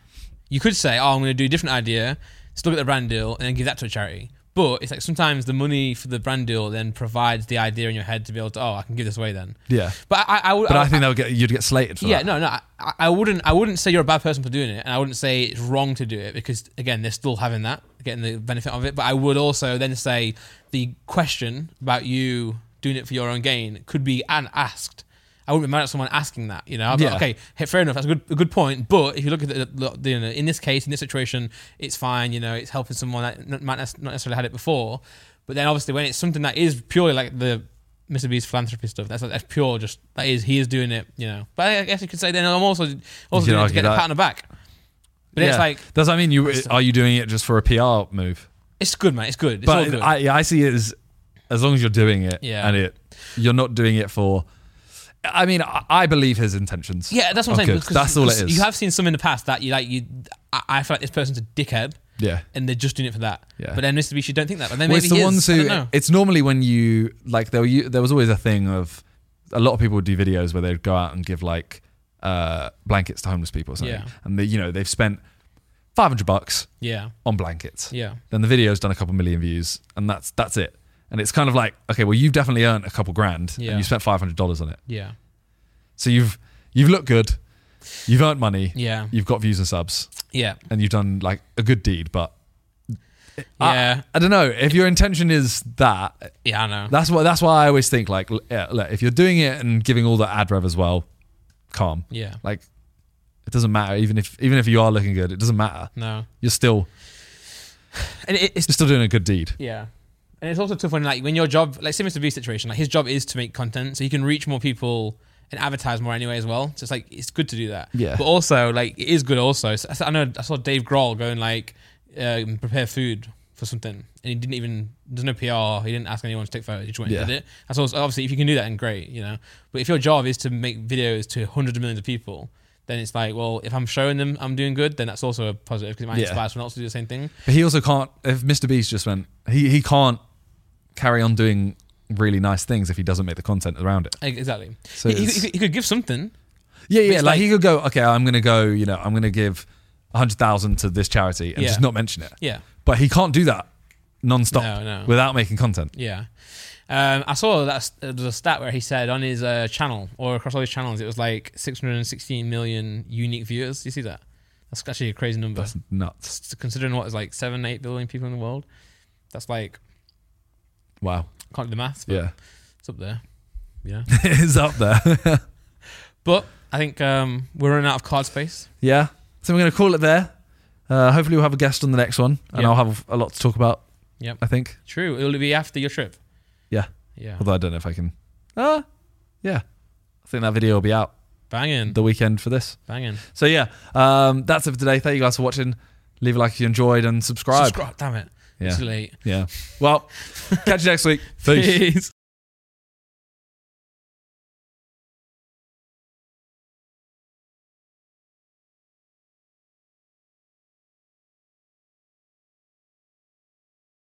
Speaker 1: You could say, "Oh, I'm going to do a different idea, still get the brand deal, and then give that to a charity." But it's like sometimes the money for the brand deal then provides the idea in your head to be able to, "Oh, I can give this away then."
Speaker 2: yeah,
Speaker 1: But I, I, I would.
Speaker 2: but I,
Speaker 1: I-
Speaker 2: think they'll get you'd get slated for
Speaker 1: yeah,
Speaker 2: that.
Speaker 1: no, no. I, I wouldn't. I wouldn't say you're a bad person for doing it, and I wouldn't say it's wrong to do it because again, they're still having that, getting the benefit of it. But I would also then say the question about you doing it for your own gain could be an asked. I wouldn't be mad at someone asking that. You know, I'd be like,
Speaker 2: Yeah.
Speaker 1: okay, hey, fair enough. That's a good, a good point. But if you look at the, the, the- you know, in this case, in this situation, it's fine. You know, it's helping someone that n- might not necessarily had it before. But then obviously, when it's something that is purely like the Mr. B's philanthropy stuff. That's that's pure. Just that is he is doing it. You know. But I guess you could say then I'm also also doing it
Speaker 2: You
Speaker 1: to
Speaker 2: argue
Speaker 1: get the
Speaker 2: that.
Speaker 1: pat on the back. But it's
Speaker 2: Yeah.
Speaker 1: like
Speaker 2: That's what I mean. You are you doing it just for a PR move?
Speaker 1: it's good, man. It's good. It's all
Speaker 2: but
Speaker 1: good.
Speaker 2: I, yeah, I see it as as long as you're doing it
Speaker 1: Yeah.
Speaker 2: and it you're not doing it for I mean I, I believe his intentions
Speaker 1: yeah, that's what
Speaker 2: are
Speaker 1: I'm saying.
Speaker 2: good. that's all it
Speaker 1: because
Speaker 2: is
Speaker 1: You have seen some in the past that you like you. I, I feel like this person's a dickhead,
Speaker 2: yeah
Speaker 1: and they're just doing it for that.
Speaker 2: Yeah.
Speaker 1: But then Mitsubishi don't think that. But then
Speaker 2: well,
Speaker 1: maybe
Speaker 2: it's the
Speaker 1: he
Speaker 2: ones
Speaker 1: is. I don't
Speaker 2: who
Speaker 1: know.
Speaker 2: it's normally when you like there, were, you, there was always a thing of a lot of people would do videos where they'd go out and give like uh, blankets to homeless people or something
Speaker 1: Yeah.
Speaker 2: and they, you know they've spent 500 bucks
Speaker 1: Yeah,
Speaker 2: on blankets
Speaker 1: yeah,
Speaker 2: then the video's done a couple million views and that's that's it and it's kind of like okay well you've definitely earned a couple grand
Speaker 1: Yeah.
Speaker 2: and you spent 500 dollars on it
Speaker 1: yeah,
Speaker 2: So you've you've looked good, you've earned money,
Speaker 1: yeah,
Speaker 2: you've got views and subs,
Speaker 1: yeah,
Speaker 2: and you've done like a good deed. But I-
Speaker 1: yeah.
Speaker 2: I don't know if your intention is that.
Speaker 1: Yeah, I know.
Speaker 2: That's what that's why I always think like l- yeah, look, if you're doing it and giving all the ad rev as well, calm.
Speaker 1: yeah,
Speaker 2: Like it doesn't matter even if even if you are looking good, it doesn't matter.
Speaker 1: no.
Speaker 2: You're still
Speaker 1: And it, it's
Speaker 2: you're still doing a good deed.
Speaker 1: Yeah. And it's also tough when like when your job like similar to B's situation, like his job is to make content, so he can reach more people and advertise more anyway as well. So it's like it's good to do that.
Speaker 2: Yeah.
Speaker 1: But also like it is good also. So I saw- I know I saw Dave Grohl going like um, prepare food for something, and he didn't even there's no PR. He didn't ask anyone to take photos. He just went and
Speaker 2: Yeah.
Speaker 1: did it. That's also, obviously if you can do that, then great, you know. But if your job is to make videos to hundreds of millions of people. Then it's like, well, if I'm showing them I'm doing good, then that's also a positive because it might
Speaker 2: Yeah.
Speaker 1: inspire someone else to do the same thing.
Speaker 2: But he also can't if Mr. Beast just went he he can't carry on doing really nice things if he doesn't make the content around it.
Speaker 1: Like, Exactly.
Speaker 2: So
Speaker 1: he, he-
Speaker 2: it's-
Speaker 1: he- he could give something,
Speaker 2: Yeah, yeah.
Speaker 1: it's
Speaker 2: Like,
Speaker 1: like-
Speaker 2: he could go, okay, I'm gonna go, you know, I'm gonna give a hundred thousand to this charity and
Speaker 1: Yeah.
Speaker 2: just not mention it.
Speaker 1: Yeah,
Speaker 2: But he can't do that non-stop
Speaker 1: No, no.
Speaker 2: without making content.
Speaker 1: yeah. Um, I saw that uh, there was a stat where he said on his uh, channel or across all his channels, it was like 616 million unique viewers. You see that? That's actually a crazy number.
Speaker 2: That's nuts.
Speaker 1: S- Considering what is like seven, eight billion people in the world, that's like
Speaker 2: Wow.
Speaker 1: can't do the maths. But
Speaker 2: Yeah.
Speaker 1: it's up there. Yeah,
Speaker 2: it is up there.
Speaker 1: but I think um, we're running out of card space.
Speaker 2: yeah. So we're gonna call it there. Uh, hopefully we'll have a guest on the next one and
Speaker 1: Yeah.
Speaker 2: I'll have a lot to talk about.
Speaker 1: Yep.
Speaker 2: I think.
Speaker 1: True, it'll be after your trip.
Speaker 2: Yeah.
Speaker 1: Yeah,
Speaker 2: Although I don't know if I can uh yeah. I think that video will be out
Speaker 1: banging,
Speaker 2: the weekend for this.
Speaker 1: banging.
Speaker 2: So yeah, um, that's it for today. Thank you guys for watching. Leave a like if you enjoyed and subscribe.
Speaker 1: Subscribe, damn it.
Speaker 2: Yeah.
Speaker 1: It's too late.
Speaker 2: Yeah. Well, catch you next week.
Speaker 1: Peace.